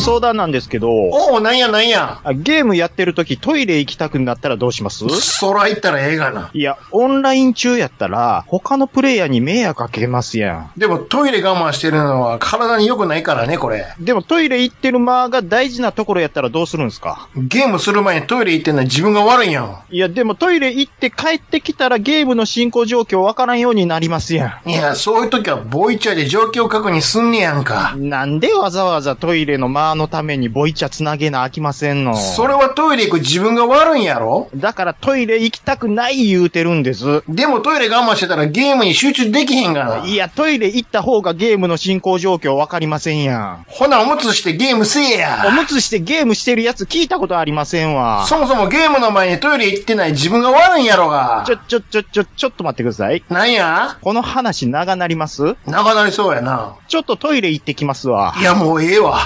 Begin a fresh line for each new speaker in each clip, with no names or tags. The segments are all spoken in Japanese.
相談なんですけど、
おお、なんやなんや。
あゲームやってるときトイレ行きたくなったらどうします
そら行ったらええがな。
いや、オンライン中やったら、他のプレイヤーに迷惑かけますや
でもトイレ我慢してるのは体に良くないからね、これ。
ん。でもトイレ行ってる間が大事なところやったらどうするんですか
ゲームする前にトイレ行ってんのは自分が悪いんやん。
いや、でもトイレ行って帰ってきたらゲームの進行状況わからんようになりますや
いや、そういう時はボイチャで状況確認すんねやんか。
ん。なんでわざわざトイレの間のためにボイチャつなげなあきませんの
それはトイレ行く自分が悪いんやろ
だからトイレ行きたくない言うてるんです。
でもトイレ我慢してたらゲームに集中できへんがな。
いや、トイレ行った方がゲームの進行状況わかりませんやん。
ほな、おむつしてゲームせえ
お
や。
むつしてゲームしてるやつ聞いたことありませんわ。
そもそもゲームの前にトイレ行ってない自分が悪いんやろが
ち。ょ、ちょ、ちょ、ちょ、ちょっと待ってください。
なんや
この話長なります
長なりそうやな。
ちょっとトイレ行ってきますわ。
いや、もうええわ。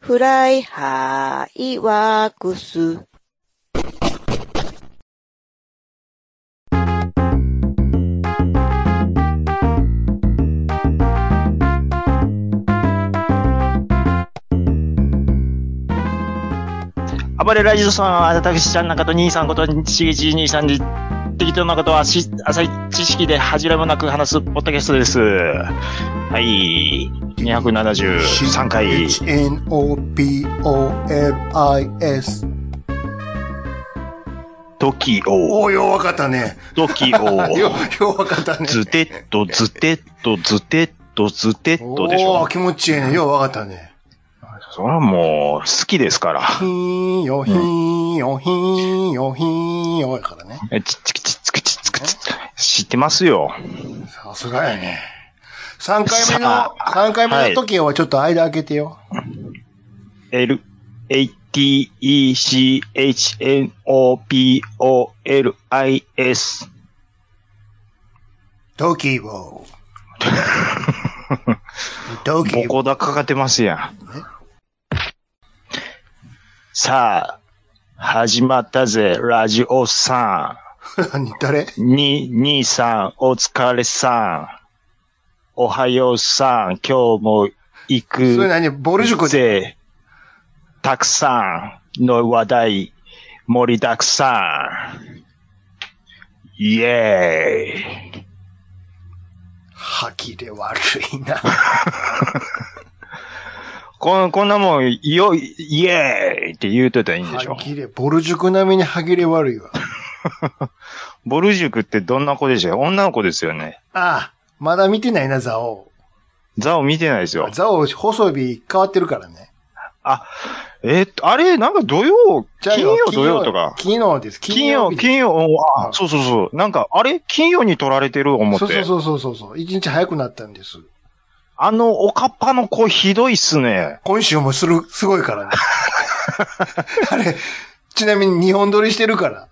フライハイワークス。
暴れラジオさんは、私、ちゃん中と兄さんこと、しげち兄さんに、適当なことはし、浅い知識で恥じらいもなく話すポッドキャストです。はい。273回。
H-N-O-P-O-L-I-S。
ドキオ、
おお、ようわかったね。
ドキ
よ
オ、、
ようわかったね。
ズテッと、ズテッと、ズテッと、ズテッとでし
お
ょ
ー。気持ちいいね。ようわかったね。
それはもう、好きですから。
ひーんよ、ひーんよ、ひーんよ、ひーんよ、やからね。
え、ち、ち、ち、ち、ち、ち、ち、知ってますよ。
さすがやね。3回目の
さ、
3回目の時はちょっと間開けてよ。
L, A, T, E, C, H, N, O, P, O, L, I, S。
ドキボー。ドキ
ボ
ボー。
コダかかってますやん。さあ、始まったぜ、ラジオさ
何誰
ん。に、兄さん、お疲れさん。おはようさん、今日も行
それ
く
何ボル塾で。
ぜ。たくさんの話題、盛りだくさん。イエーイ。
吐きで悪いな。
こんこんなもん、よ、イエーイって言うとったらいいんでしょ
歯。切れ、ボル塾並みに歯切れ悪いわ。
ボル塾ってどんな子でしたよ女の子ですよね。
ああ、まだ見てないな、ザオ。
ザオ見てないですよ。
ザオ、細日変わってるからね。
えーっと、あれ、なんか土曜、
じゃあ
金曜土曜とか。
金曜です。
金曜、
曜
金曜、あ
うん
そうそうそう。なんか、あれ金曜に取られてる思って。
そうそうそうそうそう。一日早くなったんです。
あの、おかっぱの子ひどいっすね。
今週もする、すごいから ね。あれ、ちなみに日本撮りしてるから。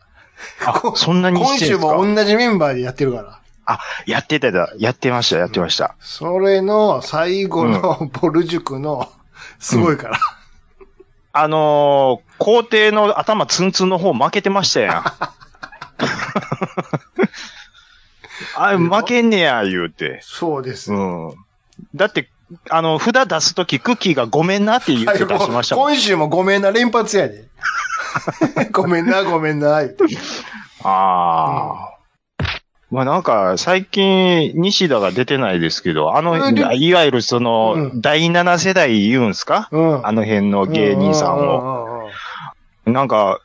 あ
こ、
そんなに
今
して
週
んす
も
か
同じメンバーでやってるから。
やってただ、やってました、やってました。
それの最後のボル塾の、すごいから。
あのー、皇帝の頭ツンツンの方負けてまし たやん。あれ、負けんねや、言うて。
そうです。
うん。だって、あの、札出すとき、クッキーがごめんなって言って出しましたもん。
今週もごめんな、連発や で。ごめんな、ごめんな、言って
ああ。まあなんか、最近、西田が出てないですけど、あの、
えで
いわゆるその、
うん
第7世代言うんすか
うん。
あの辺の芸人さんを。
を。
なんか、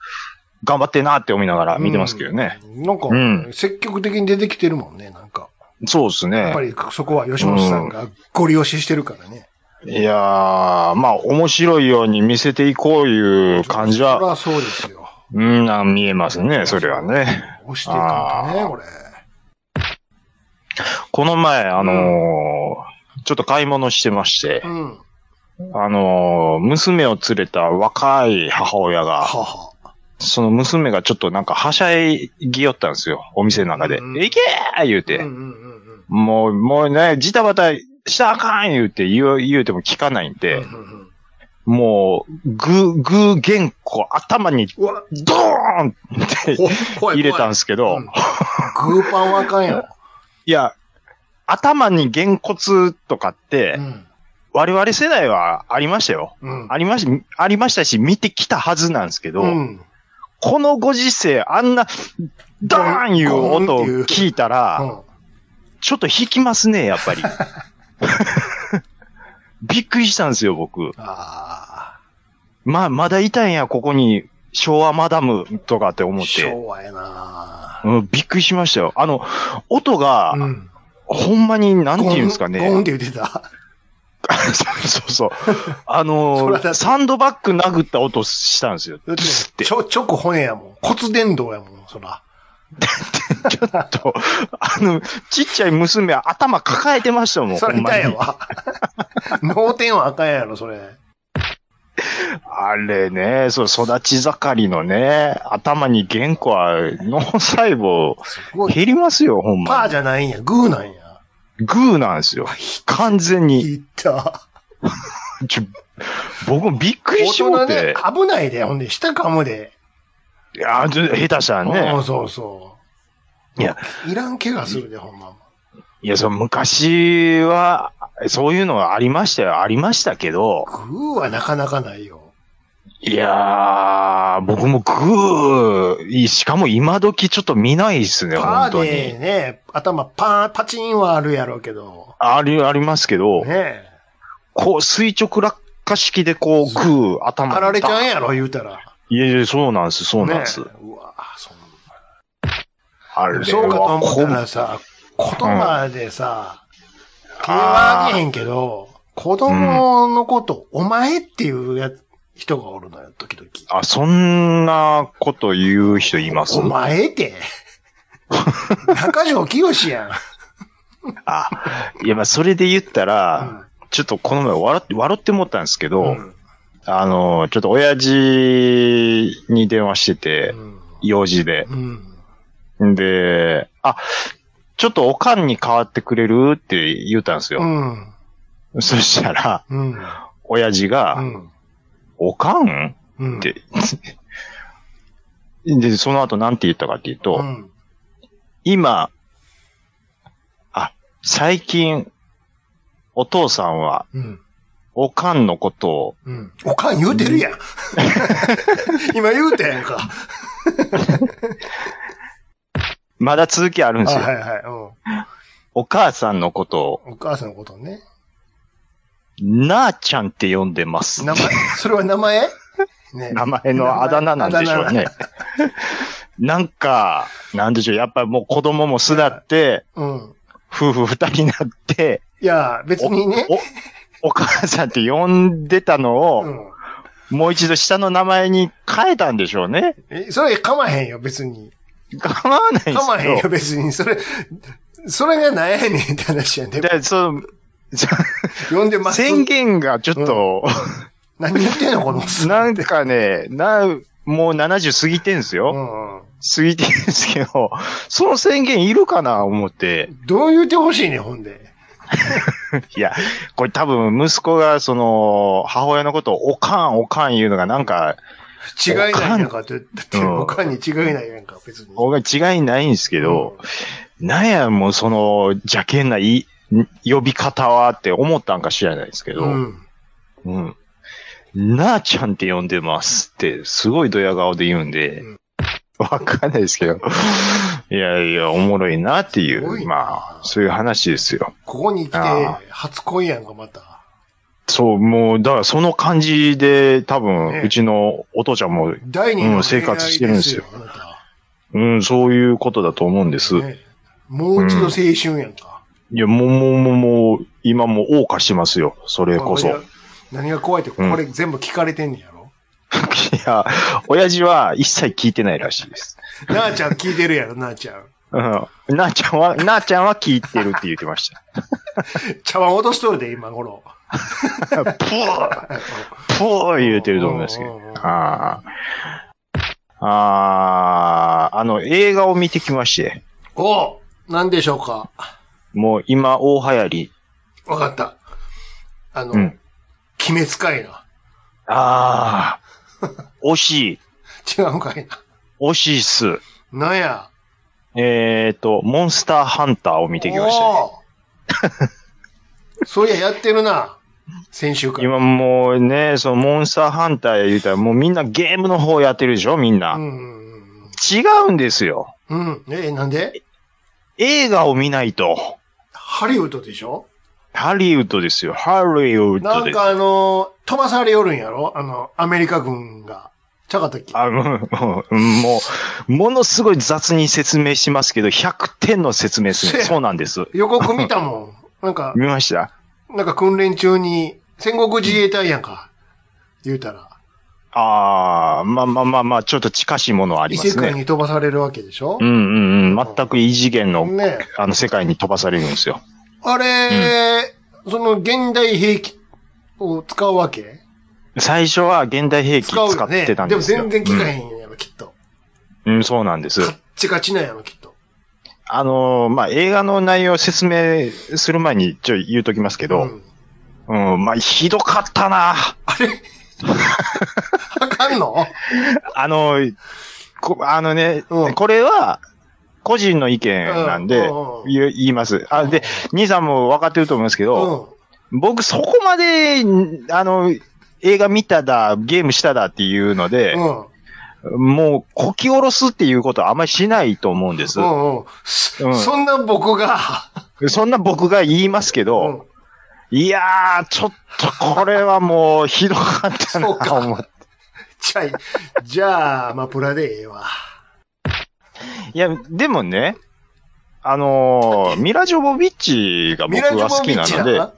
頑張ってなって思いながら見てますけどね。
うん。なんか
う、ん
積極的に出てきてるもんね、なんか。
そうです
やっ
ね
ぱ。りそこは吉本さんがご利用ししてるからね。
いやー、まあ面白いように見せていこういう感じ
そり
は、
ゃそうですよ。
うん、なん見えますね、それはね。
押していかんとね、
あ
これ。
この前、あのーちょっと買い物してまして
う、ん。は
あのー娘を連れた若い母親が、
は。
その娘がちょっとなんかはしゃいぎよったんですよ、お店の中で。
うん
行けー言うて、
うんうんうんうん。
もう、もうね、ジタバタしたらあかん言うて言う、言うても聞かないんで、
うんうんうん
もう、ぐ、ぐ原稿頭に
うわ、
ドーンって
ほほい
入れたん
ん
ですけど、
うんグーパ ンはあかんよ。
いや、頭にげんこつとかって、
うん。
我々世代はありましたよ。
うん。
ありまし、ありましたし、見てきたはずなんですけど、
うん。
このご時世、あんな、ダーンいう音を聞いた
う
ら、
ん
ちょっと引きますね、やっ ぱり。びっくりしたんですよ、僕。
ああ。
まあ、まだいたんや、ここに、昭和マダムとかって思って。
昭和やな
うん、びっくりしましたよ。あの、音が、
うん。
ほんまに、なんて言うんですか
ゴンゴン
ね。
って言ってた。
そうそうそう。あ
そ
の
らだって
ー、サンドバッグ殴った音したんですよ。
だっ
プスってて。
ちょ、ちょこ骨やもん。骨伝導やもん、そら。
ちょっと、あの、ちっちゃい娘は頭抱えてましたもん。
そら
ほんま
痛
に
いわ。 脳天はあかんやろ、それ。
あれね、そう、育ち盛りのね、頭に原稿は脳細胞
すごい。
減りますよ、ほん
パー
ま。
じゃないんや、グーなんや。
グーなんですよ。完全に。
いった。
ちょ僕もびっくり
大
しよ
人
うて
で。危ないで、ほんで、下噛むで。
いや、ちょ下手したら
う
ね。
んそうそう。
いや、
いらん怪我するで、ほんま。
いや、その昔は、そういうのはありましたよ。ありましたけど。
グーはなかなかないよ。
いやー、僕もグー、しかも今時ちょっと見ないですね、
パ
本
ー
当
で
に。
ね、頭パー、パチンはあるやろうけど。
あり、ありますけど。
ね
こう、垂直落下式でこう、グー、頭に
あられちゃうんやろ、言うたら。
いやいや、そうなんです、そうなんです。
ねうわそん
あれは
そうかと思ったら
こ
さ、言葉でさ、手はあげへんけど、子供のこと、お前っていうやつ人がおるのよ、時々。
あ、そんなこと言う人います
お前 って。中条清やん。
あ、いや、まあ、それで言ったら、ちょっとこの前笑って、笑って思ったんですけど、
うん
あの、ちょっと親父に電話してて
う、ん
用事で。
うん。
んで、あ、ちょっとおかんに代わってくれるって言ったんです
う
よ。
ん。
そしたら、
うん。
親父が、
うん
おかん
うん。
って。 で、その後なんて言ったかっていうと、
うん。
今、あ、最近、お父さんは、
うん。
おかんのことを、
うん。おかん言うてる やん。今言うてんか。
まだ続きあるん
あ
ですよ。
はいはい。う
お母さんのことを、
んお母さんのことね。
なあちゃんって呼んでます。
名前、それは名前ね
名前のあだ名なんでしょうね。 なんか、なんでしょう。やっぱもう子供も巣立って、
うん。
夫婦二人になって、
いや、別にね。
お、お母さんって呼んでたのを、
うん。
もう一度下の名前に変えたんでしょうね。
え、それ構わへんよ、別に。
構わないんですけど。
構わへんよ、別に。それ、それが何やねんって話やね。
でそのそ
呼んでます。
宣言がちょっと、
何言ってんの、この。
なんかね、な、もう70過ぎてんす
う
よ。
んうん。
過ぎてんすけど、その宣言いるかな思って。
どう言うてほしいねん、ほんで。
いや、これ多分息子がその、母親のことをおかんおかん言うのがなんか、
違いないやんかって、だって
うん
他に違いないやんか、別に。
僕は違いないんですけど、
うん
なんやもうその、邪険ない呼び方はって思ったんか知らないですけど、
うん。
うん。なあちゃんって呼んでますって、すごいドヤ顔で言うんで
うん、
わかんないですけど、いやいや、おもろいなってい、
すごいうな
まあ、そういう話ですよ。
ここに来て
あ、
初恋やんか、また。
そう、もう、だからその感じで、多
ね
分、うちのお父ちゃんも、
第二の恋愛で
うん
すよ、
生活してるんですよ
あなた。
うん、そういうことだと思うんです。
ねもう一度青春やんか。
いや、もう、もう、もう、もう、今もう、謳歌してますよ。それこそ。い
れが何が怖いって、これ全部聞かれてんねやろ。
や、親父は一切聞いてないらしいです。
なあちゃん聞いてるやろ、なあちゃん。
うん。なあちゃんは、なあちゃんは聞いてるって言ってました。
茶碗落としとるで、今頃。
ポーポー言うてると思うんですけ
う
ど
んうんう。ん
ああ。ああ、あの、映画を見てきまして、
おなんでしょうか。
もう今大流行り。
わかった。あの、
うん
鬼滅かいな。
あ あ、惜しい、
違うんかいな。
惜しいっす。
なんや。
えっ、ー、と、モンスターハンターを見てきましたね。
おーそういや、やってるな。先週から。
今もうね、そのモンスターハンターや言うたらもうみんなゲームの方やってるでしょみんな。
うんうん
違うんですよ。
うん。うん。え、なんで
映画を見ないと。
ハリウッドでしょ
ハリウッドですよ。ハリウッ
な
ド
ん
で。
かあの、飛ばされよるんやろあの、アメリカ軍が。ちゃかったっけ
あもう、うんもう、ものすごい雑に説明しますけど、100点の説明ですね。そうなんです。
予告見たもん。 なんか、
見ました
なんか訓練中に、戦国自衛隊やんか。言うたら。
ああ、まあまあまあまあ、ちょっと近しいものはあり
異
ま
世
す
界
ね。
に飛ばされるわけでしょ
うんうんうん。全く異次元の、
ね
あの世界に飛ばされるんですよ。
あれ、その現代兵器を使うわけ
最初は現代兵器
使う
使
よ
っ
ね。
てたん
で
で
も
すよ。
全然効かへ
う
ん
ん
やろ、きっと。
うん、そうなんです
カ。ッチカチなんやろ、きっと。
あのーまあ、映画の内容を説明する前にちょい言うときますけど、
ん
うん、まあ、ひどかったな。
あかんの
あのーこあのね、
うん
これは、個人の意見なんで、
うん
言う言います。あ、で、兄さんも分かってると思うんですけ
う
ど、
ん。
僕そこまで、んあの、映画見ただ、ゲームしただっていうので、
うん。
もう、こき下ろすっていうことはあんまりしないと思うんです。
うんうん。
うん
そそんな僕が、
そんな僕が言いますけど、
うん
いやー、ちょっとこれはもうひどかったな
そうか
思って。
じゃあ、じゃあ、マプラでええわ。
いや、でもね、あのー、ミラ・ジョボビッチが僕
ミラジョ
は
ボ
好
ビッ
きな
チ
の
だ
で、
な。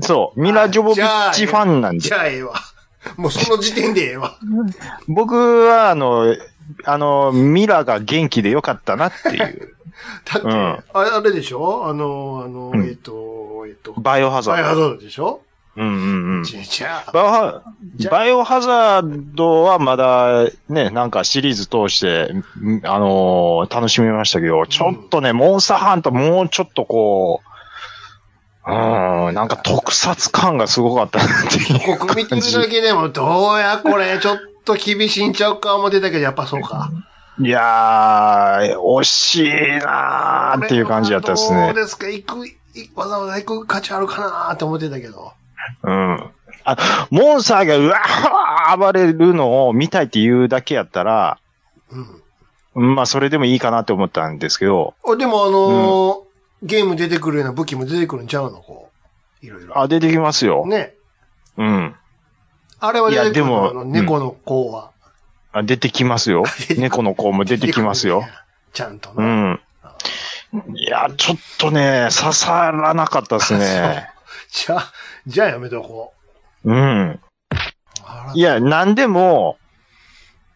そう、ミラ・ジョボビッチファンなん
じ
で、
ゃあええわ。 もうその時点でええわ。
僕はあの、あの、ミラが元気でよかったなって いう、
だって、
うん
ああれでしょあの、あの、
うん
えっ、と、えっ、と、
バイオハザ
バイオハ
ード。
ザードでしょ
うんうんうん。
じじゃあ、
バイオハバイオハザードはまだね、なんかシリーズ通して、んあのー楽しみましたけど、ちょっとね、モンスターハンターもうちょっとこう、うーん、なんか特撮感がすごかったなっていう
ここ見て
感
る
じ。
だけでも、どうや、これ、ちょっと厳しいんちゃうか思ってたけど、やっぱそうか。
いやー、惜しいなーっていう感じだったです
ど
ね
う。ですか行く、いわざわざ行く価値あるかなーって思ってたけど。
うん。あ、モンスターがうわー暴れるのを見たいっていうだけやったら、
うん。
まあそれでもいいかなって思ったんですけど、
あでもあのーゲーム出てくるような武器も出てくるんちゃうのこう。いろいろ。
あ、出てきますよ。
ね。
うん。
あれは出てくる
いやでも
のあの猫の子は。
あ 出てきますよ。猫の子も出てきますよ。。
ちゃんと
う
な。
ん。いや、ちょっとね、刺さらなかったです ね。
じゃあ、じゃあやめとこ
うん。
う。
いや、なんでも、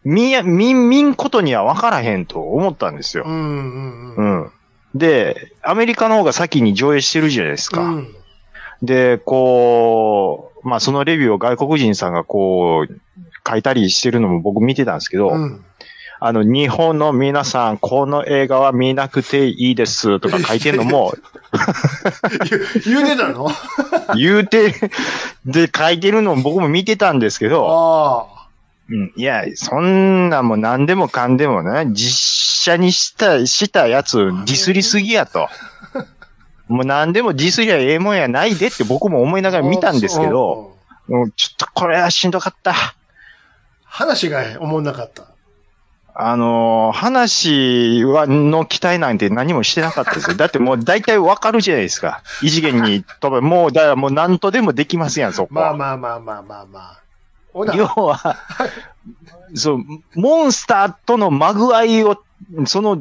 みや、みん、みんことには分からへんと思ったんです
う
よ。
んうんう。
うんん。で、アメリカの方が先に上映してるじゃないですか。
うん。
で、こう、まあそのレビューを外国人さんがこう、書いたりしてるのも僕見てたんですけど、
うん。
あの、日本の皆さん、この映画は見なくていいですとか書いてんの も、
言うてたのあ
言うて、で書いてるのを僕も見てたんですけど、
あ。
うん、いや、そんなもう何でもかんでもね、実写にした、したやつディスりすぎやと。もう何でもディスりゃええもんやないでって僕も思いながら見たんですけど、
そう。
うんちょっとこれはしんどかった。
話が思んなかった。
あのー話は、の期待なんて何もしてなかったですよ。だってもう大体わかるじゃないですか。異次元に飛べ、もう、だからもう何とでもできますやん、そこ。
まあまあまあまあまあまあ。ほな
要は、そう、モンスターとのまぐ合いを、その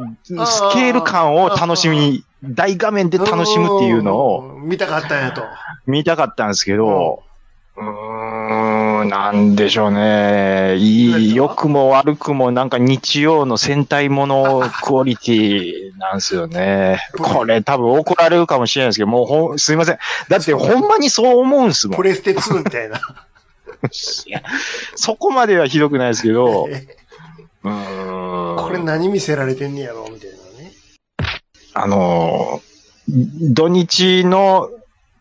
スケール感を楽しみに、大画面で楽しむっていうのを
うん。見たかったんやと。
見たかったんですけど、うーん、なんでしょうね。いい、良くも悪くもなんか日曜の戦隊ものクオリティなんですよね。これ多分怒られるかもしれないですけど、もうほん、すいません。だってほんまにそう思うんすもん
プ。レステ2みた いな。
いやそこまではひどくないですけど、うーん
これ何見せられてんねやろみたいなね。
あのー土日の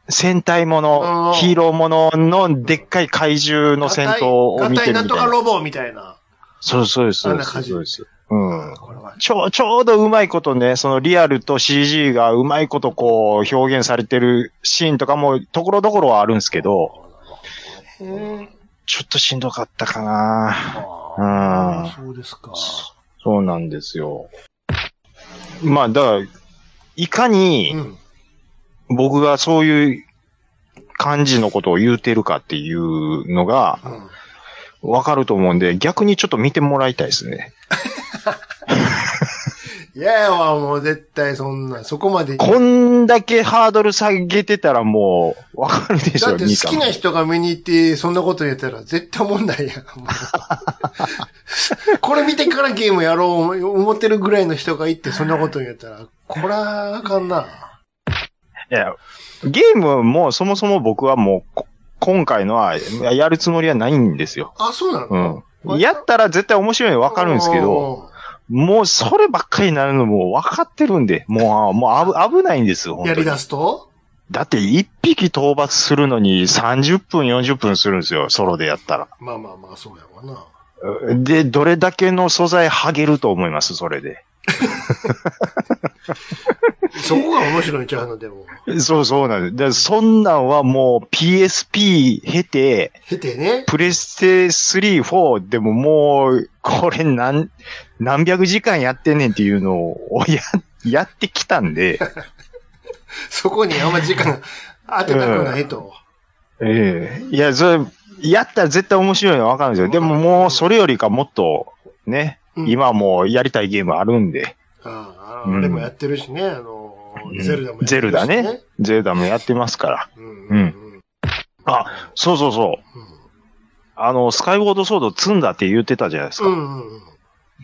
戦隊も
うん
の、ヒーローもののでっかい怪獣の戦闘を見てる
合体合体
みたい
なんとか
な。
ロボみたいな。
そうそうです。
あ
そ
ん
う
な
です
感じ
そうです。うん。
これは。
ちょ、ちょうどうまいことね、そのリアルと CG がうまいことこう表現されてるシーンとかもところどころはあるんですけど、ちょっとしんどかったかな
ああ、そうですか。
そうなんですよ。まあ、だから、いかに
うん。
僕がそういう感じのことを言うてるかっていうのが
うん。
わかると思うんで、逆にちょっと見てもらいたいですね。
いやいや、もう絶対そんな、そこまで。
こんだけハードル下げてたらもうわかるでし
だ
ょ、
って
兄さ
好
ん
きな人が見に行って、そんなこと言ったら絶対問題やん。も うこれ見てからゲームやろう思ってるぐらいの人がいて、そんなこと言ったら、これはあかんな。
いや、ゲームもそもそも僕はもうこ、今回のはややるつもりはないんですよ。
あ、そうな
う
の
ん。やったら絶対面白いのわかるんですけど、。もうそればっかりになるのもう分かってるんで、もう、もう危危ないんですよ、
うん
本
や
当
り
に。
出すと
だって一匹討伐するのに30分、40分するんですよ、ソロでやったら。
まあまあまあ、そうやわな。
で、どれだけの素材剥げると思います、それで。
そこが面白いんちゃうの、でも。
そうそうなんです。でそんなんはもう PSP 経て、
経てね。
プレステ3、4でももう、これ何、何百時間やってんねんっていうのをや、 やってきた んで、
そこにあんま時間当てたくないと。
ええいや、それ、やったら絶対面白いのはわかるんですよ。でももう、それよりかもっと、ね、
うん
今もうやりたいゲームあるんで、
あ
う
あ、
ん
でもやってるしね、あの
う、ん
ゼルダもやってるし、
ゼルダね。ゼータもやってますから。
うん。
う
うんん。
あ、そうそうそう。あの、スカイウォードソード積んだって言ってたじゃないです
う
か。
ん。うん。うん。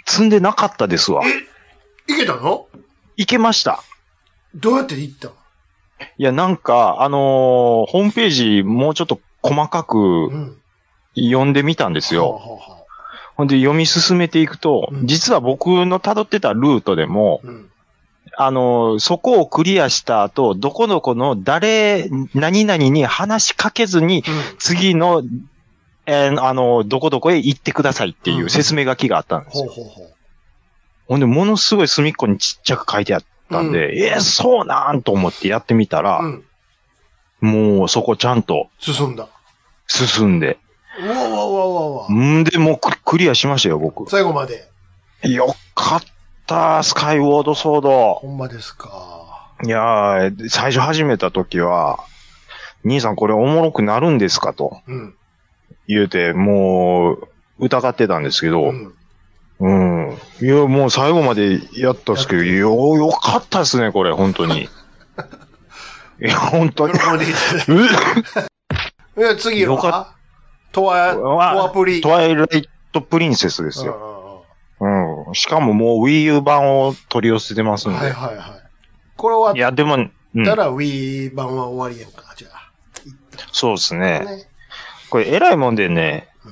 積んでなかったですわ。
いけたの
いけました。
どうやって行ったの
いや、なんか、あのーホームページもうちょっと細かく
うん。
読んでみたんですよ。
はあはあはあ
ほんで読み進めていくと、
うん
実は僕の辿ってたルートでも、
うん。
あのーそこをクリアした後、どこの子の誰、何々に話しかけずに、次の、えーあのーどこどこへ行ってくださいっていう説明書きがあったんです
ほう
よ。
ほうほう。
ほんで、ものすごい隅っこにちっちゃく書いてあったんで、えーそうなんと思ってやってみた
う
ら、
ん。
もうそこちゃんと
進んだ。
進んで、
うわうわうわうわうわ。
んで、もうククリアしましたよ、僕。
最後まで。
よかった、スカイウォードソード。
ほんまですか。
いやー、最初始めた時は、兄さんこれおもろくなるんですかと
うん。
言うて、もう、疑ってたんですけ
う
ど、
ん。
うん。いや、もう最後までやったんですけど、よ、よかったですね、これ、本当 に。いや、本当 に。
喜んでいただい
うん
ていや、次
よか
はトワ、トワプリ。
トワイライトプリンセスですよ。
よ。
うん。しかももう Wii U 版を取り寄せてますん
は
で
い。はいはい。これ終
い
わ
や、でも、う
っ
ん
たら Wii 版は終わりやんか、じゃあ。
そうですね。
ね。
これ偉いもんでね
うん、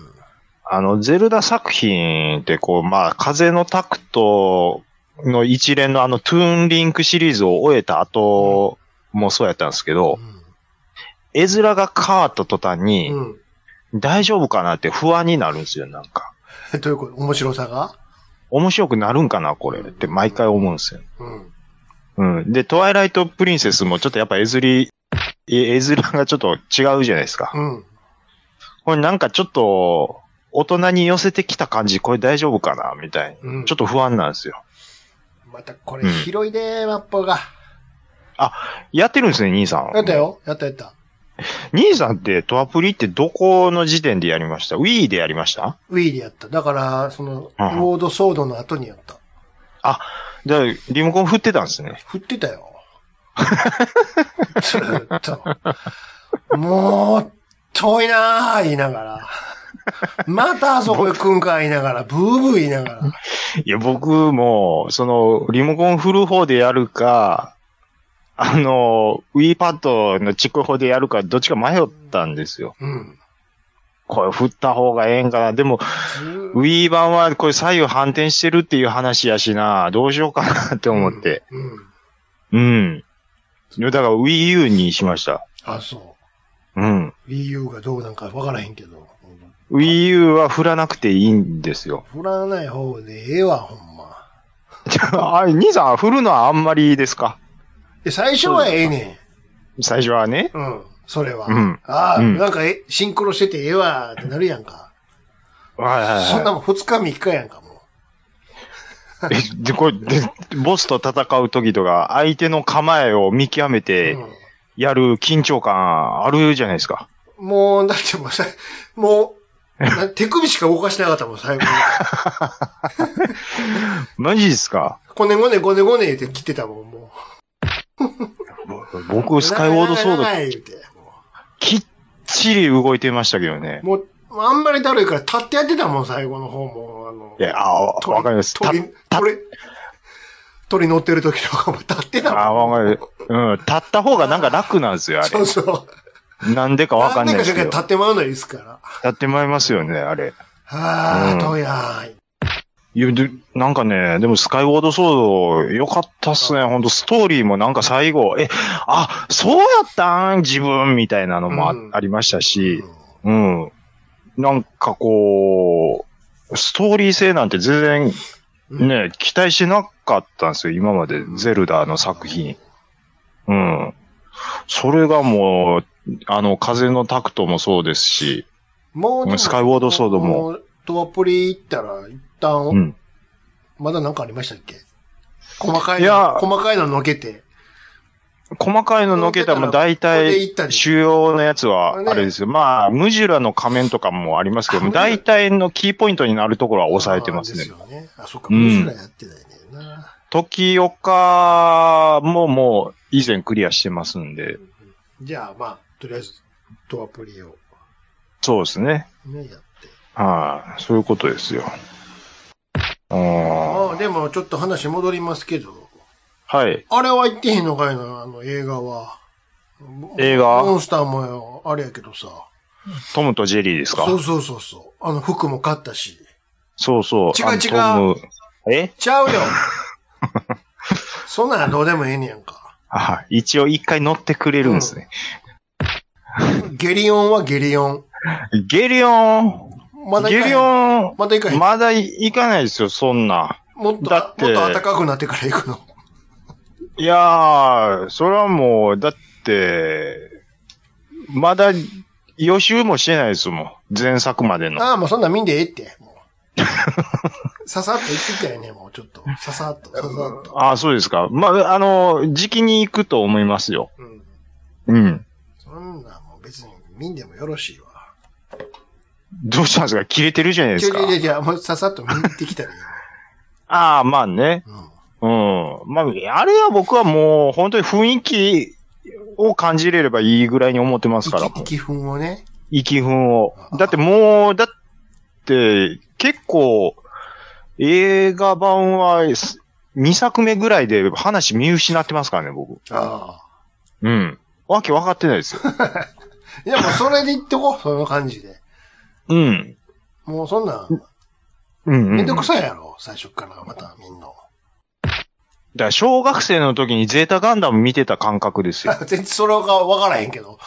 あの、ゼルダ作品ってこう、まあ、風のタクトの一連のあの、トゥーンリンクシリーズを終えた後もそうやったんですけど
う、
絵面が変わった途端に、
ん。
大丈夫かなって不安になるんですよ、なんか。
うん。ということ、面白さが
面白くなるんかな、これって毎回思うんですよ。
うん。
うん。で、トワイライトプリンセスもちょっとやっぱ絵ずり、絵絵面がちょっと違うじゃないですか。
うん。
これなんかちょっと、大人に寄せてきた感じ、これ大丈夫かなみたいな。
うん。
ちょっと不安なんですよ。
またこれ広いで、マップが。
やってるんですね、兄さん。
やったよ。やったやった。
兄さんって、トアプリってどこの時点でやりました ?Wii でやりました
Wii でやった。だから、その、
う
ロ
ん
ードソードの後にやった。
じゃあ、リモコン振ってたんですね。
振ってたよ。ずーっと。もう、遠いなー言いながら。またあそこ行くんか言いながら、ブーブー言いながら。
いや、僕も、その、リモコン振る方でやるか、あの、Wii パッドのチック方でやるか、どっちか迷ったんですよ。
うん。
これ振った方がええんかな。でも、
ずーっ
Wii 版はこれ左右反転してるっていう話やしな、どうしようかなって
と
思って。。
うん。
うん。いやだから Wii U にしました。
あ、そ
うん。
う。Wii U がどうなんかわからへんけど。
Wii U は振らなくていいんですよ。
振らない方でええわ、ほんま。
あ、兄さん、振るのはあんまりですか
で最初はええね
最初はね。
ん。うん。それは。
うん
ああ、
うん
なんかえ、シンクロしててええわってなるやんか。
はいはい
そん
は
なもん二日三日やんか、も
い。えで、これ、で、ボスと戦う時とか、相手の構えを見極め
う。
て
うん
やる緊張感あるじゃないですか。
もう、だってもうさ、もう、な 手首しか動かしてなかったもん、最後に。
マジですか
こねごねごねごねって切ってたもん、もう。
僕、スカイウォードソード、
長い長い言うて
きっちり動いてましたけどね。
もう、もうあんまりだるいから立ってやってたもん、最後の方も。あの
いや、あー
鳥
わかります。た
鳥、鳥、鳥乗ってる時とかも立ってたもん。
あ、わかる。うん。立った方がなんか楽なんですよ、あ
そうそう。
れ。なんでかわかんない
何
で
年
す
か
け
し
ど。
か
立
立ってまうのですから。
ってまいりますよね、あれ。
は
う
あ、
ん
とやーい。
いや、で、なんかね、でもスカイウォードソード、良かったっすね。ほんと、ストーリーもなんか最後、え、あ、そうやったん自分、みたいなのもあ,、
うん
ありましたし
う、ん
うん。なんかこう、ストーリー性なんて全
うん
然、ね、期待しなかったんですよ。今まで、ゼルダの作品。うん。それがもう、あの、風のタクトもそうですし、
もうでも、
スカイウォードソードも
う。トアプリ行ったら、一旦、
うん。
まだなんかありましたっけ細かい
いや
の、細かいののけて。
細かいののけたらもう大
これで行
体
った、り
主要のやつは、
ね
あれですよ。まあ、ムジュラの仮面とかもありますけど
あ
も、大体のキーポイントになるところは抑えてます
で
ね
す。よね。あ、そっか、
う
ム
ん
ジュラやってないねんな。
時岡ももう以前クリアしてますんで、
じゃあ、まあ、とりあえず、トアプリを、
そうですね。
ね、やって。
はい、そういうことですよ。うーん
ああ、でも、ちょっと話戻りますけど、
はい。
あれは言ってへんのかいな、あの、映画は。
映画
モンスターもよ、あれやけどさ。
トムとジェリーですか
そうそうそうそう。あの、服も買ったし。
そうそう。
違う
あの
違う
トムえ
ちゃう よそんなんはどうでもええねやんか。
あ一応一回乗ってくれるんですね。
ゲリオンはゲリオン。
ゲリオン、
まだ
ゲ
行かへ
リ
ん。
オン、
まだ行かへん。
まだ行かないですよ、そんな。
もっと、も
だ
っ
っ
と
て
暖かくなってから行くの。
いやー、それはもう、だって、まだ予習もしてないですもん。前作までの。
ああ、もうそんなん見んでええって。もうささっと行ってきたよね、もうちょっと。ささっと、ささっと。
ああ、そうですか。まあ、あの、時期に行くと思いますよ。
うん。
うん。
そんなんもう別に見んでもよろしいわ。
どうしたんですか切れてるじゃないで
ち
す
ょ
か
い。ちょいちょい、もうささっと見に行ってきたらいいよ。
ああ、まあね。
うん。
うん。まあ、あれは僕はもう、本当に雰囲気を感じれればいいぐらいに思ってますから。
息気分をね。
意気分を
あ。
だってもう、だって、結構、映画版は2作目ぐらいで話見失ってますからね、僕。
ああ。
うん。わけ分かってないですよ。
いや、もうそれで行ってこう、その感じで。
うん。
もうそんなん、
うん、うん。
めんどくさいやろ、最初からまたみんな。
だから小学生の時にゼータガンダム見てた感覚ですよ。
全然それがわからへんけど。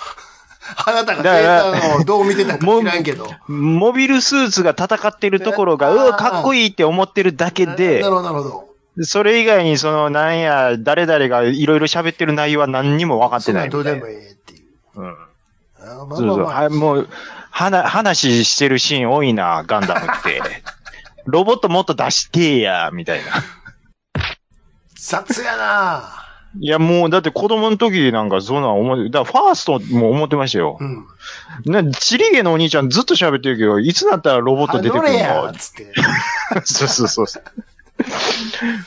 あなたが
だ
デ
から
ータをどう見てたか知らんけど。
モビルスーツが戦ってるところが、
あ
う
ー
わ、かっこいいって思ってるだけで
な、るほど、なるほど。
それ以外にその、なんや、誰々がいろいろ喋ってる内容は何にも分かってないみ
そん
た
ないんどう
な。
でもええっていう。
うん。
あまあ
そう
まあ
そう。
まあ
は。もう、はな、話してるシーン多いな、ガンダムって。 ロボットもっと出してや、みたいな。
雑やない
や、もう、だって子供の時なんかそんなん思って、だからファーストも思ってましたよ。
うん。
な、チリゲのお兄ちゃんずっと喋ってるけど、いつだったらロボット出て
あ
く
ど
る
れや
の
つって。
そうそうそうそ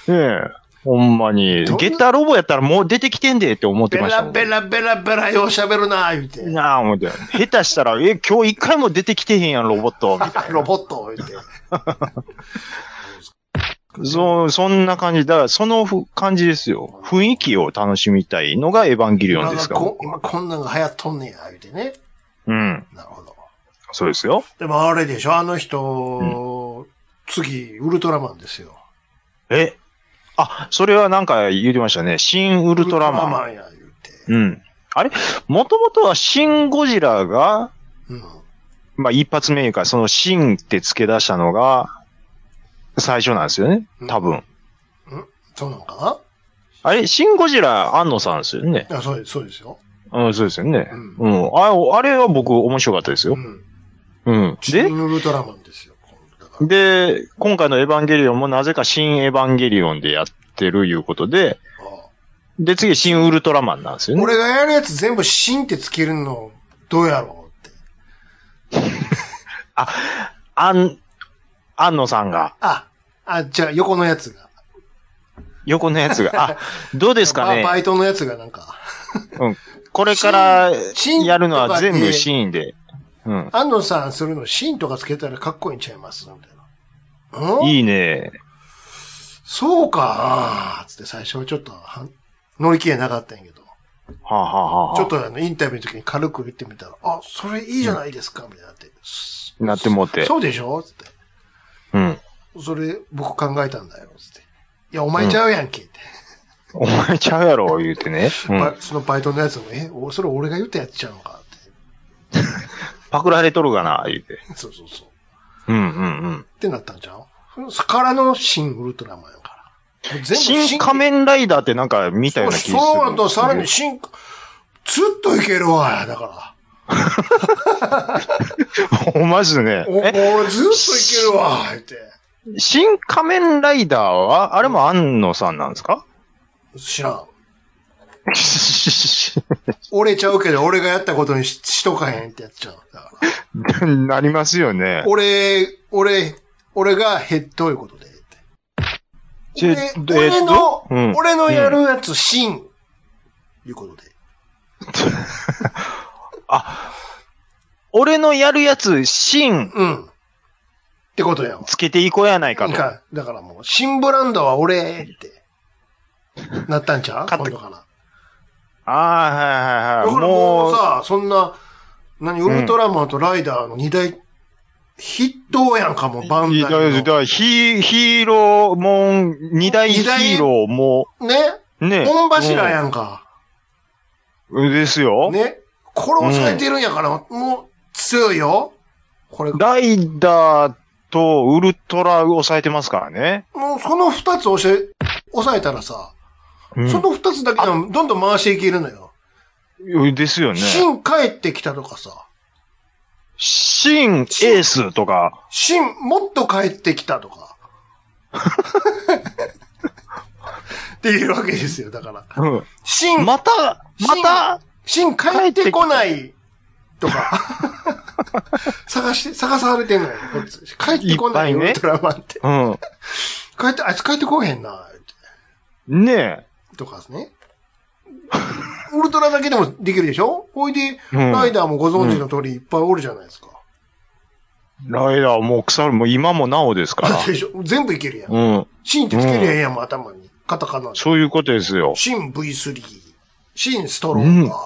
う。ねえ。ほんまに。
どんな
ゲッターロボやったらもう出てきてんでって思って
ベ
ました
ラ
もん。
ベラベラベラよう喋るな言うて。
なあ、思って。下手したら、え、今日一回も出てきてへんやん、ロボット。みたい
ロボット言うて。
な。そう、そんな感じ。だから、そのふ感じですよ。雰囲気を楽しみたいのがエヴァンゲリオン
今
です
が
から。
こ今こんなんが流行っとんねや言うてね。
うん。
なるほど。
そうですよ。
でもあれでしょ、あの人、次、ウルトラマンですよ。
え。あ、それはなんか言ってましたね。新ウルトラマン。
ウルトラマンや言うて。
うん。あれもともとはシン・ゴジラが、
うん。
まあ一発目か、そのシンって付け出したのが、最初なんですよね。多分。
そうなんか
あれ、シン・ゴジラ、安野さんですよね。
なあそうです、そうですよ。
うん、そうですよね
う。ん。
うん。ああれは僕面白かったです
う
よ。
ん。
うん。
チ
で
キンウルトラマンですよ。だから
で、今回のエヴァンゲリオンもなぜか新エヴァンゲリオンでやってるいうことで、
ああ
で、次新ウルトラマンなんですよね。
俺がやるやつ全部シンってつけるの、どうやろうって。
あん、安野さんが、
あ、あ、じゃあ横のやつが。
横のや つが、あ、どうですか
ババ
ね
イトのやつがなんか。
これから
シーン
やるのは全
シーンとか
部
で
シーンで。うん。
安藤さんするのシンとかつけたらかっこいいんちゃいますみたいな。うん
いいね。
そうかつって最初はちょっとはん乗り切れなかったんやけど。
はあ、はあはあ、
ちょっ。とあの、インタビューの時に軽く言ってみたら、あ、それいいじゃないですか、みたいになって。
なってもうて
そ。そうでしょつって。
うん。
それ、僕考えたんだよ、つって。いや、お前ちゃうやんけ、って。
お前ちゃうやろ、言うてね。うん
ば。そのバイトのやつも、え、おそれ俺が言ったやつちゃうのか、っ
パクられとるがな、言うて。
て。そうそうそう。
うんうんうん。
ってなったんちゃうそからの新ウルトラマンやから。もう全部
新仮面ライダーってなんか見たような気がする。
そうそうと、さらに新、ずっといけるわ、だから。
お、マジで
お
ね。え、
俺ずっといけるわ、言って。
新仮面ライダーは、あれも安野さんなんですか
知らん。折れちゃうけど、俺がやったことにししとかへんってやっちゃう。だから。
なりますよね。
俺、俺、俺がヘッドいうことで。
ち
俺
えっと
俺の、
うん
俺のやるやつ、シン、いうことで。
俺のやるやつ、新、
うん。ってことやわ。
つけていこうやないか
い
と。
かんだからもう、新ブランドは俺って、なったんちゃう
勝
今
手
度かな。
ああ、は
だか
いはいはい。
らも
も
う
う、
さ、そんな、何、ウルトラマンとライダーの二大、筆頭やんかも、バン
い
ダ
や
イ
だからだか
の。
らヒヒーローもん、二大ヒ
二大
ーローも、
ね
ね。
本柱やんか。
うん。ですよ。
ね。これ抑えてるんやから、もう、強いよ。これ、
ライダーとウルトラを抑えてますからね。
もうその二つ押し、抑えたらさ、
うん
その二つだけでもどんどん回していけるのよ。
ですよね。
新帰ってきたとかさ、
新エースとか、
新もっと帰ってきたとか。っていうわけですよ、だから。
うん
新、
また、また、
新帰ってこないとか。探して、探されてんのよ、こっち。帰ってこない
いっ
ウ
ぱいね
ルトラマンって。
う
帰って、あいつ帰ってこへんな、
ん。ね
とかですね。ウルトラだけでもできるでしょほいで、
え。うん
ライダーもご存知の通りいっぱいおるじゃないですか。
ライダーもう腐る、もう今もなおですか
だ
ら
って。でしょ全部いけるやん。
うん。
シンってつけりゃええやん、もう頭に。カタカナで。
そういうことですよ。
シン V3、シンストロンガーっ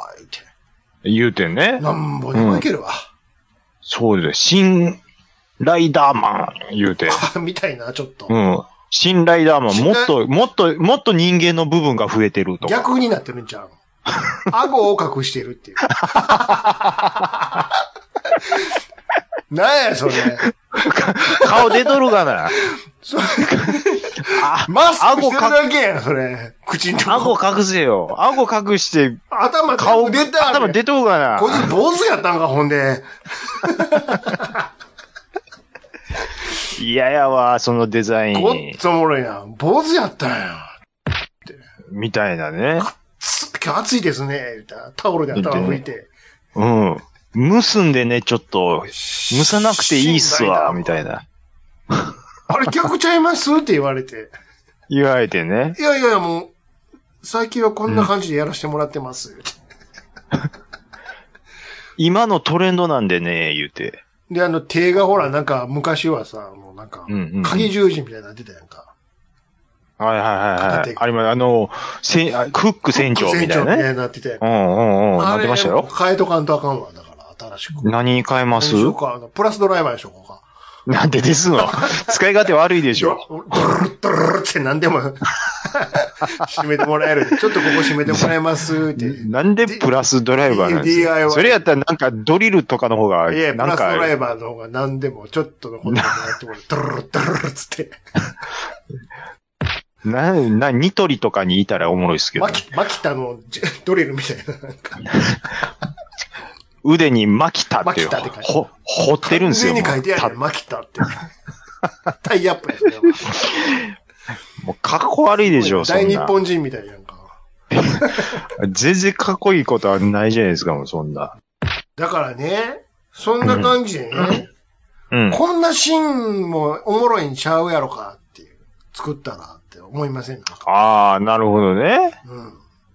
て。
言うてね。
なんぼでもいけるわ。
そうです。新ライダーマン、言う て。
みたいな、ちょっと
う。ん。新ライダーマン、
新
も
ラ
っと、もっと、もっと人間の部分が増えてるとか。
逆になってるんちゃ う顎を隠してるっていう。 なんや、それ。
顔出とるが な。
そ
あ、
マスクしてるだけやん、それ。口のとこ。
顎隠せよ。顎隠して、
頭
顔、
出たやん
頭出とるがな
こ。いつ坊主やったんか、ほんで。
嫌やわ、そのデザイ
ごっ
ン。
つおもろいな。坊主やったんや。
みたいなね。
つ今日暑いですね。言うたらタオルで頭拭いて。
うん。結んでね、ちょっと、蒸さなくていいっすわ、み
い
たいな。
な。あれ逆ちゃいますって言われて。
言われてね。
いやいやいや、もう、最近はこんな感じでやらせてもらってます。
今のトレンドなんでね、言うて。
で、あの、手がほら、なんか、昔はさ、もうなんか
うん、うんうん。
鍵十字みたいなの出てたやんか。
はいはいはい
片
は
手
い。あります。あの、せんあクック船長みたいな
み
ね。
たいなってたやん
う
か。
んうんうん。なってました
あれ
よ
も。変えとかんとあかんわ。だから、新しく。
何に変えます
どうしようかあのプラスドライバーでしょ、こうか。
なんでで すの使い勝手悪いでし
ド
ょ。
ルッドルッって何でも 締めてもらえる。ちょっとここ締めてもらえますって。い
なんでプラスドライバーなんですか
DIY
それやったらなんかドリルとかの方が、
や、プ
な
ラ
ん
スドラ
か
イバーの方が何でもちょっとのことでもやってもらえる。ドルッドルッつって。
な、な、ニトリとかにいたらおもろいっすけど
マ、キ、マキタのジェドリルみたいな、なんか。
腕にマキタって、
マキタって書いて
ほ、掘ってるんですよ。
上に書いてある
も
よマキタ って。タイアップやそれは
うもうかっこ悪いでしょ、そ
大
ん
日
な。
本人みたいやんか。
全然かっこいいことはないじゃないですか、もうそんな。
だからね、そんな感じでね、
うん。
こんなシーンもおもろいんちゃうやろかっていう、作ったらって思いませんか、
ああ、なるほどね。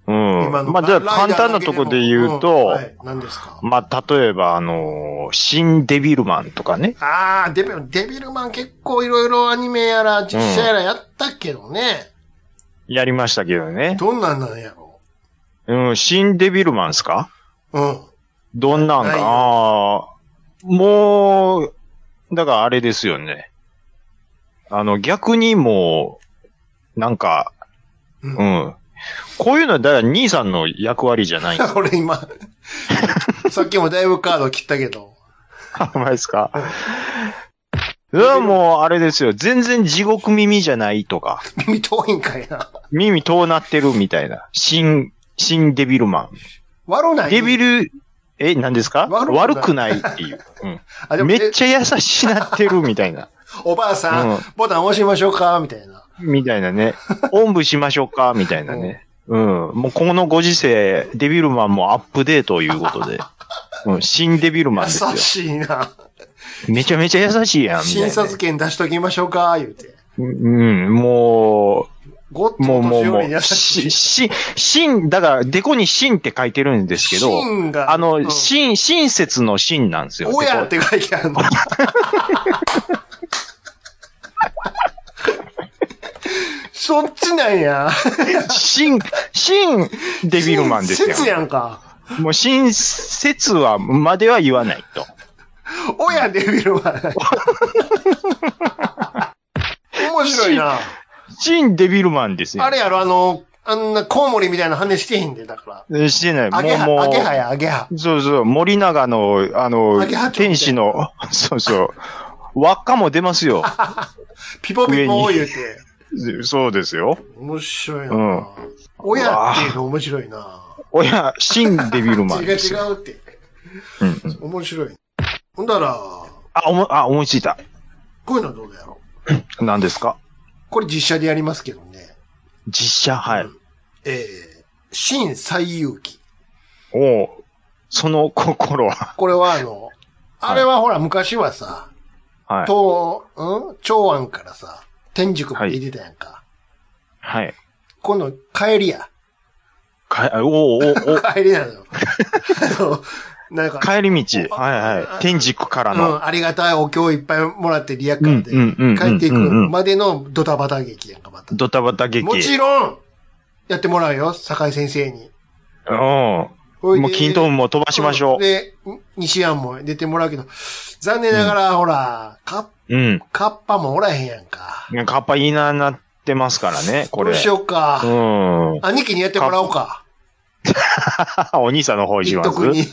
うん、
うん。
今の
まあ、じゃあ
ライダー
簡単な
だけで
と
も
こで言うと、
んはい、何ですか
まあ、例えば、あのー新デビルマンとかね。
ああ、デビル、デビルマン結構いろいろアニメやら実写やらやったけどね。
やりましたけどね。
どんなんなんやろ
うん、新デビルマンっすか
うん。
どんなん
ない
か。
よ
ああ、もう、だからあれですよね。あの、逆にもう、なんか、
う。
うんん。こういうのは、だから兄さんの役割じゃない。
俺今、さっきもだいぶカード切ったけど。
うまいですかそれはもう、あれですよ。全然地獄耳じゃないとか、
耳遠いんかいな。
耳遠なってるみたいな。新、新デビルマン。
悪ない。
デビル、え、何ですか
悪くない
悪くないっていう。
あ、で
うん、
も
めっちゃ優しなってるみたいな。
えおばあさん、
うん
ボタン押しましょうかみたいな。
みたいなね。おんぶしましょうかみたいなね。うん。もうこのご時世、デビルマンもアップデートということ で。うん、新デビルマンですよ
優。しいな。
めちゃめちゃ優しいやん。みたい
診
なね
察券出しときましょうか言うて。
うん、も
ごっ
う、
つ
もう
お
もう
年
も
寄りに優
う、
し
し、
い。
し、しん、だから、デコにしんって書いてるんですけど、
芯が
あ
う
の、
ん
しん、親切のしんなんですよ。
おやっ
デコ
て書いてあ るの。そっちなんや。
しん、しん、デビルマンですよ。
説やんか。
もう親切は、までは言わないと。
おやデビルマン。 面白いな。
しんデビルマンですよ。
あれやろ、あの、あんなコウモリみたいな羽してへんで、だか
えしてない。
ら。アゲハ、
もう、
アゲ
も
ハや、アゲハ。
う、そうそう、森永の、あの
アゲハ、町
天使の、 そうそう、輪っかも出ま すよ。
ピポピポ言うて。
そうですよ。
面白いな。
うん
おやっていうの面白いな。
おや、シンデビルマ
違う
ン
違
ですよ。
うって。
うんうん
面白い。ほんだら、
あ、おも、あ、思いついた。
こういうのはどうだろう。
何ですか
これ実写でやりますけどね。
実写、はい。
えー、新最遊記。
おうその心は、
これはあの、あれはほら昔はさ、
はい。
東、うん長安からさ、天竺まで出てたやんか。
はい。
今度、帰りや。
かえ、おうおう おう
帰りなの よ。あの、なんか、
帰り道。はいはい。天竺から
う
の。
ん、ありがたいお経いっぱいもらってリアカ
う
ー
ん
で、
うんうん。
帰っていく
うんうんうん。
までのドタバタ劇やんか、また。
ドタバタ劇。
もちろん、やってもらうよ、坂井先生に。
うん。
ほいで
もう均等も飛ばしましょ
で、西安も出てもらうけど、残念ながら、ほら、カッ
う。うん。
カッパもおらへんやんか。
カッパいいななってますからね、こ
ど
れ。
うしよう
う
か。
ん。
兄貴にやってもらおうか。
お兄さんの方行き
一
ます
徳に。
うん。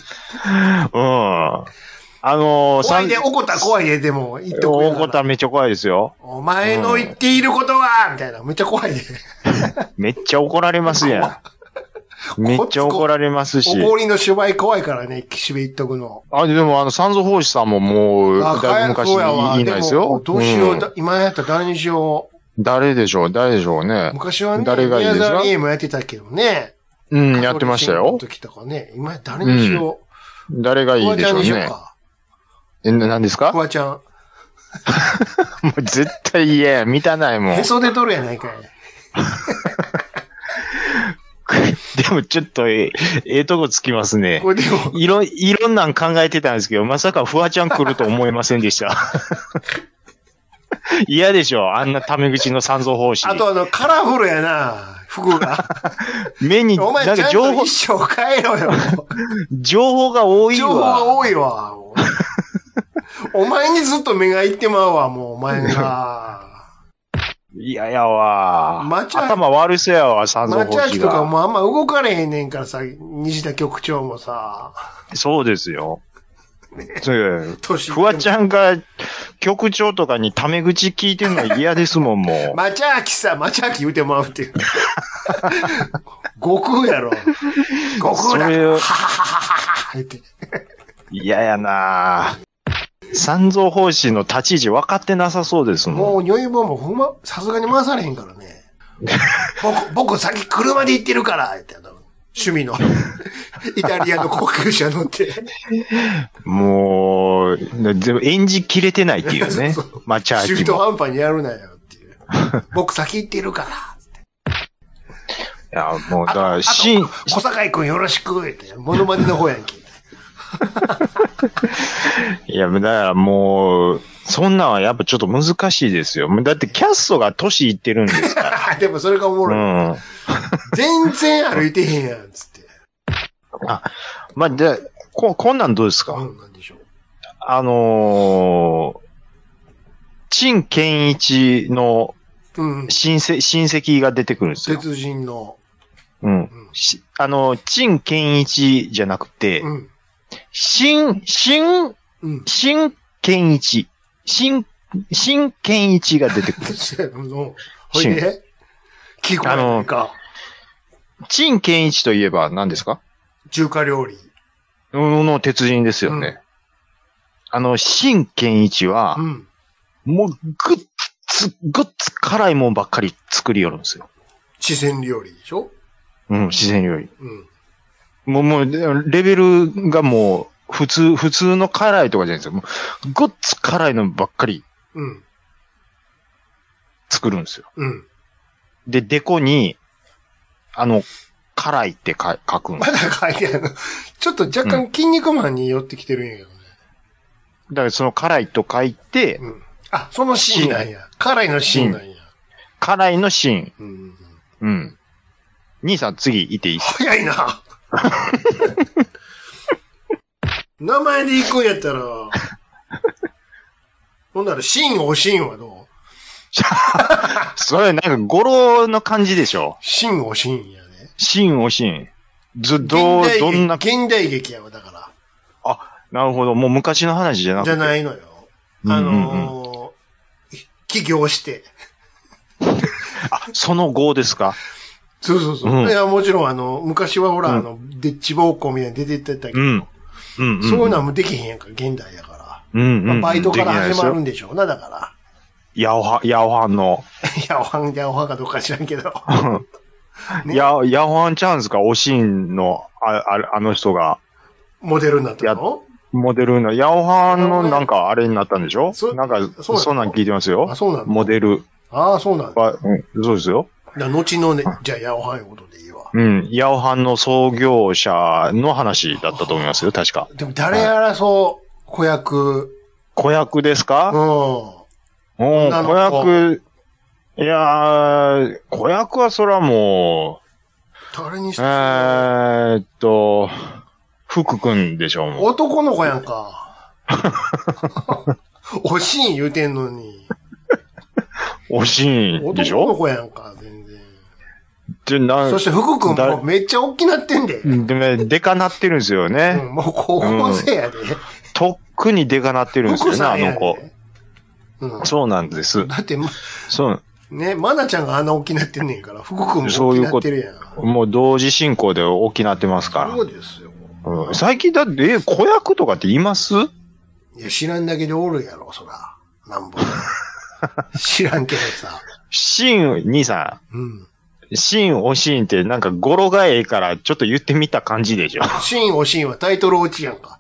あのー、
怖いで、
さん
怒ったら怖いで、でも、一徳や
お
から
こためっちゃ怖いですよ。
お前の言っていることは、みたいな。めっちゃ怖いで。
めっちゃ怒られますやん。めっちゃ怒られますし。
怒りの芝居怖いからね、岸辺一徳の。
あ、でもあの、三蔵法師さんももう、だいぶ
帰る
昔
そうや
に
わ。
いないですよ。
どうしよ
ん
う。だ今やったら誰にしよう。
誰でしょう誰でしょうね。
昔はね、
誰がいい
宮
ですか
沢りえもやってたけどね。
うん、やってましたよ
香取慎吾の。時とかね、今誰にしよ
誰が
う。
い
フ
い
ワ
で
ち
し
ゃん
ょう
にしよう
ね。
か。
え、な何ですか
フ
も
ワちゃん。
う絶対嫌や。満たないもん。
へそで取るやないかい。
でもちょっとええ、ええとこつきますね。
これでも、
いろ、いろんなん考えてたんですけど、まさかフワちゃん来ると思いませんでした。 嫌でしょあんなタメ口の三蔵法師。
あとあの、カラフルやな、服 が。
目に、
お前、
なん
ちゃ
か
ん
情
と
報
一、生変えろよ。
情報が多い
情報が
わ。
多いわ。もうお前にずっと目がいってまうわ、もう、お前が。
嫌やわ。
町歩き
頭悪そうやわ、三蔵
町
法師
秋とか
が。
もうあんま動かれへんねんからさ、西田局長もさ。
そうですよ。それ
年いって
フ
も
ワちゃんが局長とかにタメ口聞いてんの嫌ですもん、も
マチャーキさ、マチャーキ言うてまうっていう。悟空やろ。悟空だ
それ
から。
を
ははははは言って。
う。嫌やなぁ。三蔵法師の立ち位置分かってなさそうですもん。
もう、尿意棒もほんま、さすがに回されへんからね。僕、僕先車で行ってるから、言って、あの、趣味の、イタリアの高級車乗って。
もう、でも演じきれてないっていう ね
そうそう。
マチャ
中
ーキ
途
も。
半端にやるなよって いう。僕先行ってるから。
いや、もう、だ
あ
か
と、あ
ら、
と
しん、
小坂井くんよろしく、言って。モノマネの方やん け。
いや、だからもう、そんなんはやっぱちょっと難しいですよ。だってキャストが年いってるんです か
でもそれがおもろい。
ら。うん。
全然歩いてへんやん、つ って。
まあ、じゃあこ、こんなんどうです
う
か
ん、なんでしょう。
あのー、陳健一の
うん。
親戚、親戚が出てくるんですよ。
鉄人の。
うん。
うん。
しあの、陳健一じゃなくて
う、ん。
新、新、
うん。
新健一。新、新健一が出て くる。
鉄人の。ほいで、キーコやないか。
陳健一といえば何ですか
中華料理。
のの鉄人ですよね。
うん
あの、新健一は
う、ん。
もうぐっつ、ぐっつ辛いもんばっかり作りよるんですよ。
四川料理でしょ
うん、自然料理。
うん。
もう、もう、でレベルがもう、普通、普通の辛いとかじゃないんですよ。もう、ごっつ辛いのばっかり
うん。
作るんですよ。
うん。
で、デコに、あの、辛いってか書くん
ま
で
すだ書いてあるの。ちょっと若干筋肉マンに寄ってきてるんやけどね。
だからその辛いと書いて、
うん。あ、そのシーンなんや。辛いのシーンなんや。
辛いのシーン。
うん。
うん。兄さん次いていい
早いな。 名前で行くんやったら、ほんなら、シンおしんはどう
それなんか語呂の感じでしょ
シンおしんやね。
シーンをシーン。ず、どう
現代、
どんな、
劇現代劇やわ、だか
なるほど。もう昔の話じゃな
ら。
く
じ
て。。
ゃないいのよ。
うんうん
あ
うん
のー起業して。
あ、その後ですか
そうそうそう。
うん
いや、もちろん、あの、昔はほら、
うん
あの、でっち奉公みたいに出てってたけど、
うん。うん、うん。
そういうのはもうできへんやんか、現代やから。
うん、うん。
まあ、バイトから
できないで
始
す
ま
よ
るんでしょうな、だから。
ヤオハ、ヤオハンの、
いや、おはんじゃおはんかどうか知らんけど。ね
ヤオ、ヤオハンチャンスか、おしんの、あ、あれあの人が、
モデルになったの
モデルの、ヤオハンのなんかあれになったんでしょ
そ
なんか、
そうなの
そんなん聞いてますよ
あ、。そうなんだ。
モデル
ああ、そうなんだ。
は、うん、そうですよ。
だ後のね、じゃあ、やおはんいうことでいいわ。
うん、ヤオハンの創業者の話だったと思いますよ、確か。
でも、誰やらそう、子役。
子役です
う
か
ん。
うん、
女の
子
子
役、いやー、子役はそらも
誰にし
う、え
ても
ーっと、福くんでしょう、もう。
男の子やんか。おしん言うてんのに。
おしんでし
男の
ょ
子やんか、全然。
でな
そして、福君
だ
もめっちゃ大きなってんで。う
でも、でかなってるんですよね。
ん、もう高校生やで。
とっくにでかなってるんです
福
よね、
さ
あ
んや
の
で
子。。
うん。
そうなんです。
だって、ま
そう。
ね、まなちゃんがあんな大きなってんねんから、福君も
そ
大
うい
き
う
なっ
こと
てるやん。
もう同時進行で大きなってますか
そうですよ。
ら。うん最近だって、え、子役とかって言います
いや、知らんだけでおるやろ、そら。なんぼでも。知らんけどさ。
シーン、兄さ
うん。
ん、シーン、おシーンってなんか語呂がええからちょっと言ってみた感じでしょ。
シーンおシーンはタイトル落ちやんか。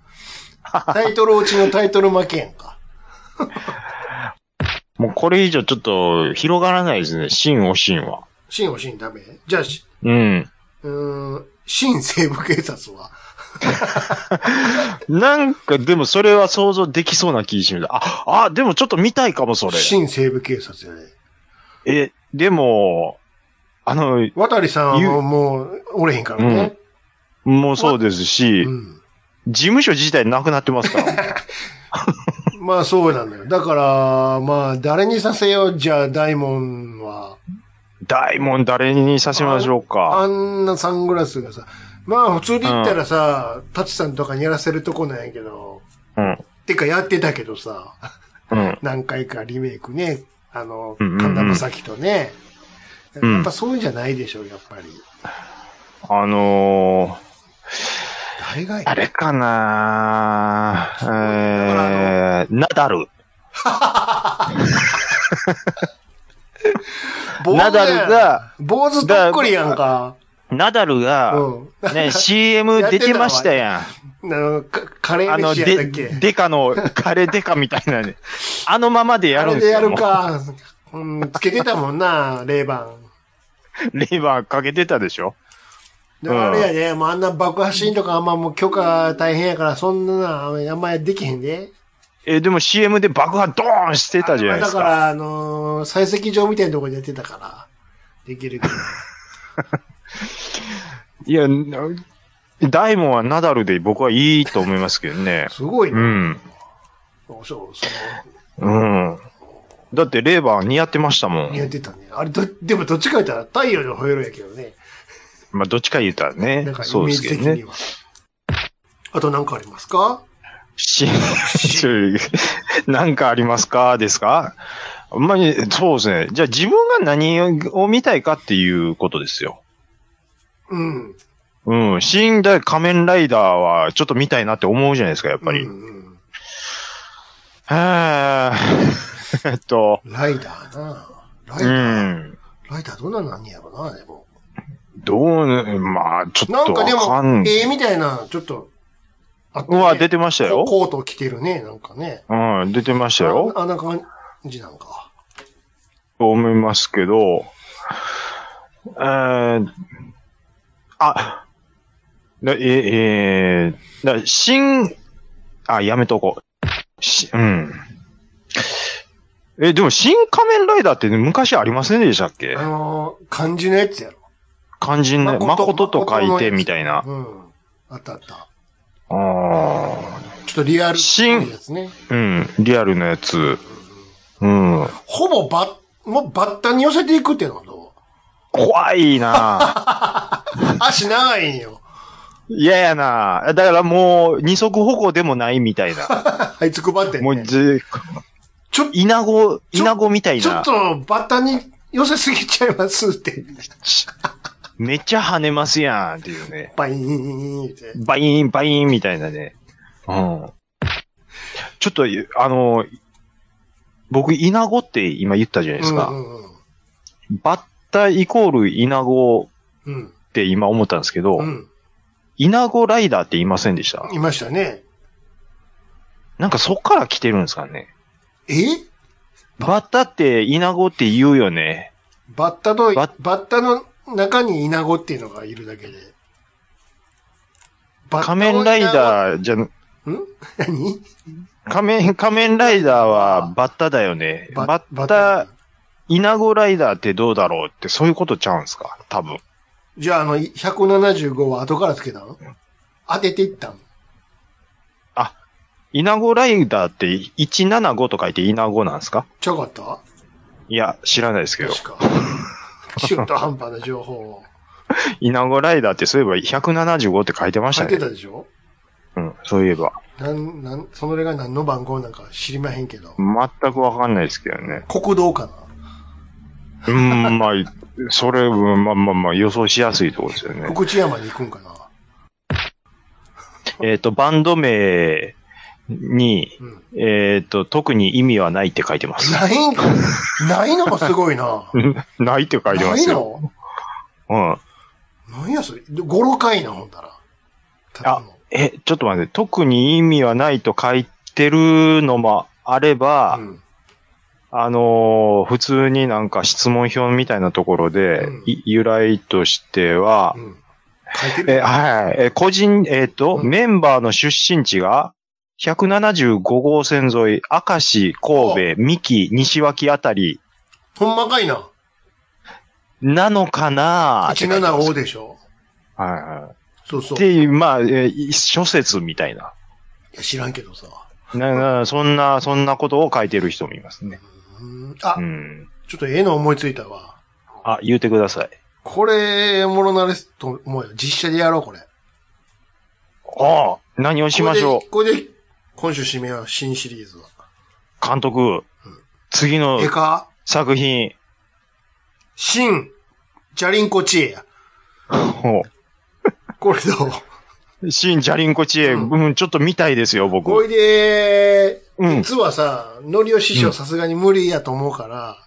タイトル落ちのタイトル負けやんか。
もうこれ以上ちょっと広がらないですね、シーン、おシーンは。
シーンおシーンダメじゃあ、し
うん。
うーん、シーン西部警察は
なんかでもそれは想像できそうな気します。あ、あ、でもちょっと見たいかも、それ。
シーン西部警察やで。
え、でも、あの、
渡さんは
ゆ
もうもうおれへんからね。
もうそうですし
う、ん。
事務所自体なくなってま すから。
まあそうなんだよ。だから、まあ誰にさせよう、じゃあ大門は。
大門誰にさせましょうか。
あんなサングラスがさ、まあ普通で言ったらさ、タチさんとかにやらせるとこなんやけど、
うん
てかやってたけどさ、
うん。
何回かリメイクね、あの、
うんうんう
神
ん
田正輝とね。
うん
やっぱそういうんじゃないでしょ、やっぱり。
あの
大概
ー、。あれかなえー、ナダル。
坊主や
ナ
ん
ダルが、
坊主とっくりやんか。
ナダル
う
が、
ん。
ね、CM 出てましたやん。
あの、かカレ
あ
ー
の、
飯やったっ
で、
け
デカの、カレーデカみたいなね。あのままでや
あ
るん
れ
です
で
よ。
やるか。うん、つけてたもんな、レイバ
もう。 レバーかけてたでしょ
ン。で
うん
もあれやね、もうあんな爆破シーンとかあんまもう許可大変やから、そんなな、あんまりできへんで。
えでも CM で爆破ドーンしてたじゃないです
だか
か。
ら、あのー採石場みたいなところでやってたから、できるけど。
いや、ダイモンはナダルで僕はいいと思いますけどね。
すご いうね。
ん。
そう、そう、
うん。だってレバー似合ってましたも
似合っ
ん。
てたね。あれ、ど、でもどっちか言ったら太陽の吠えるやけどね。
まあ、どっちか言うたらね
なん。かイ
そう
メ
で
ー
す
ジ
け
的
どね
に。は。あと何かありますか
し、 ちょいなんかありますかですかあんまり、そうですね。じゃあ自分が何を見たいかっていうことですよ。
うん。
うん。新代仮面ライダーはちょっと見たいなって思うじゃないですか、やっぱり。
う
へ
んうん
ー えっと、
ライダーな。ライ
う
ダー。
ん。
ライダーどんなのなんやろな、でも。
どう、まあ、ちょ
な
っと
ん
わ
かでも
かん、。
ええみたいな、ちょっと、あっ
うわ、出てました
た
よ。
コート着てるね、なんかね。
うん、出てましたよ。
ああんな感じなんか。
と思いますけど、えー、あ、だえ、えー、だ新、あ、やめとこう。し、うん。え、でも、新仮面ライダーって昔ありませんでしたっけ
あのー、漢字のやつやろ。
肝心ね、
誠
誠と書いてみたいな。
うん。あったあった。
あー
ちょっとリアルっぽいやつね。
うん、リアルなやつ。うん。
ほぼば、もうバッタに寄せていくっていうのはど
怖 いなぁ
う足長いんよ。
嫌やなぁだからもう、二足歩行でもないみた いな。
はい、つくばってんね。
もうず、
ちょ、
イナゴ、イナゴみたい
ちょ
な
っ。とバッタに寄せすぎちゃいますって。
めっちゃ跳ねますやんっていうね。
バイーンって。
バイーン、バイーンみたいなね。うん。ちょっと、あの、僕、イナゴって今言ったじゃないですか。
うんうん
バッタイコールイナゴ
うん。
って今思ったんですけど、
うん。
イナゴライダーって言いませんでした
うん。いましたね。
なんかそっから来てるんですかね。
え
バッタってイナゴって言うよね。
バッタと、バ
バ
ッタの中にイナゴっていうのがいるだけで。バッタ
仮面ライ
ー。
ダーじゃ、
ん何
仮面、仮面ライダーはバッタだよね。バッタ、イナゴライダーってどうだろうって、そういうことちゃうんすか多分。
じゃあ、あの、175は後からつけたの当てていったの
イナゴライダーって175と書いてイナゴなんですか
ちゃうかった
いや、知らないですけ ど。
確か。中途半端な情報を。
イナゴライダーってそういえば175って書いてまし
書
た
いて
ね。
たでしょ
うん、そういえば。
なん、なん、そのれが何の番号なんか知りまへんけど。
全くわかんないですけどね。
国道かな
うーん、まあ、それ、うんまあまあまあ予想しやすいところですよね。
福知山に行くんかな
えっ、と、バンド名に、
うん。
えっ、と、特に意味はないって書いてます。
ないんか、ないのもすごいな。
ないって書いてま
な
す
い
よ。
の
うん。
何やそれ。で語呂かいな、ほんだら。ただの
え、ちょっと待って、特に意味はないと書いてるのもあれば、
うん
あのー普通になんか質問票みたいなところで、
うん
い由来としては
う、ん。書いて
え、
る。
はい、え、個人、えっ、と、
うん
メンバーの出身地が、175号線沿い、明石、神戸、三木、西脇あたり、
ほんまかいな。
なのかなーって書いてます
175でしょ
はいはい。
そうそう。
っ
い
ていう、まあ、えー諸説みたいな。
や、知らんけどさ。
ななそんな、そんなことを書いてる人もいますね。
うんあ
う、ん。
ちょっとええの思いついたわ。
あ、言うてください。
これ、もろなれすと思うよ。実写でやろう、これ。
ああ、何をしましょ
これで、こ今週締めは新シリーズは。
監督、次の
えか
作品、
新、ジャリンコ知恵や。
ほ
これどう
う新ジャリンコ知恵、
うん
うん、ちょっと見たいですよ、僕。
おいで
う
ー、
ん
実はさ、のりお師匠さすがに無理やと思うから、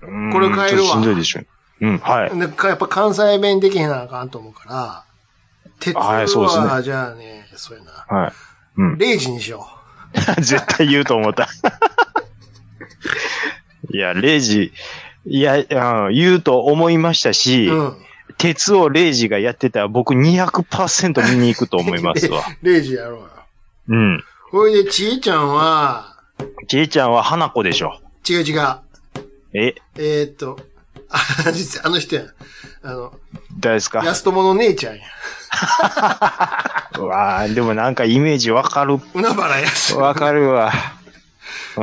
こ
これ変えるわ
しんどいでしょ。うん、はい。
でかや っぱ関西弁できへんなあかんと思うから、鉄は、
はいそうですね
じゃあね、そうやな。
はい。うん。
0時にしよ
絶対言うと思った。 いや、レイジ、いや、うん言うと思いました
う。
し、
うん。
鉄をレイジがやってたら僕200%見に行くと思いますわ。
0時やろうよ。
うん。
ほいで、ちえちゃんは、
ちえちゃんは花子でしょ。
違う違う。
え、
えー、っと、あ、 実はあの人やん。あの、
誰ですか
安友の姉ちゃんや。
うわあでもなんかイメージわかる、
海原やす。
わかるわ。う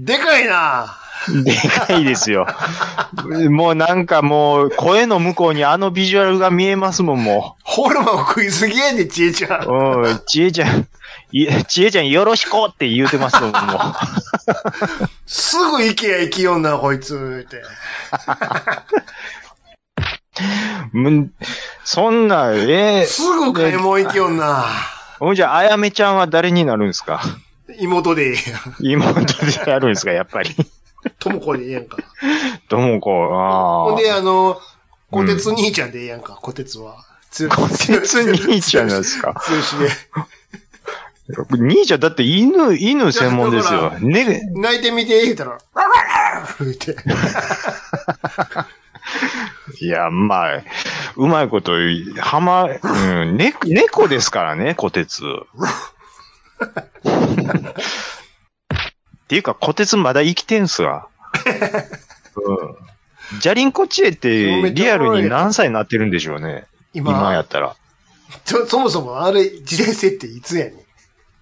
ん。
でかいな
でかいですよ。 もうなんかもう、声の向こうにあのビジュアルが見えますもん、も
ホルモン食いすぎやで、ちえちゃ
う。
ん。
うん、ちえちゃん、いちえちゃんよろしこって言うてますもん、もう。
すぐ行けや行きよんな、こいつ、って。
むそんな、え
すぐ買い物行きよんな。
ほんじゃあ、あやめちゃんは誰になるんですか
妹でええやん。
妹でやるんですか、やっぱり。
ともこでええやんか。
どうもこう、あ
ほんで、
あ。
あの、小鉄兄ちゃんでええやんか、小鉄は。小
こてつ兄ちゃんなんですか
通しで。
兄ちゃんだって犬、犬専門です
いやだ
よ
か。
ね、
泣いてみて、言うたら、ラララ言うて。
いや、まあ、うまいこと、はま、うん、ね、猫ですからね、小鉄。っていうか、小鉄まだ生きてんすわ。うん。ジャリンコ知恵って、リアルに何歳になってるんでしょうね。
今、
今やったら。
そそもそもあれ、時代設定いつやねん。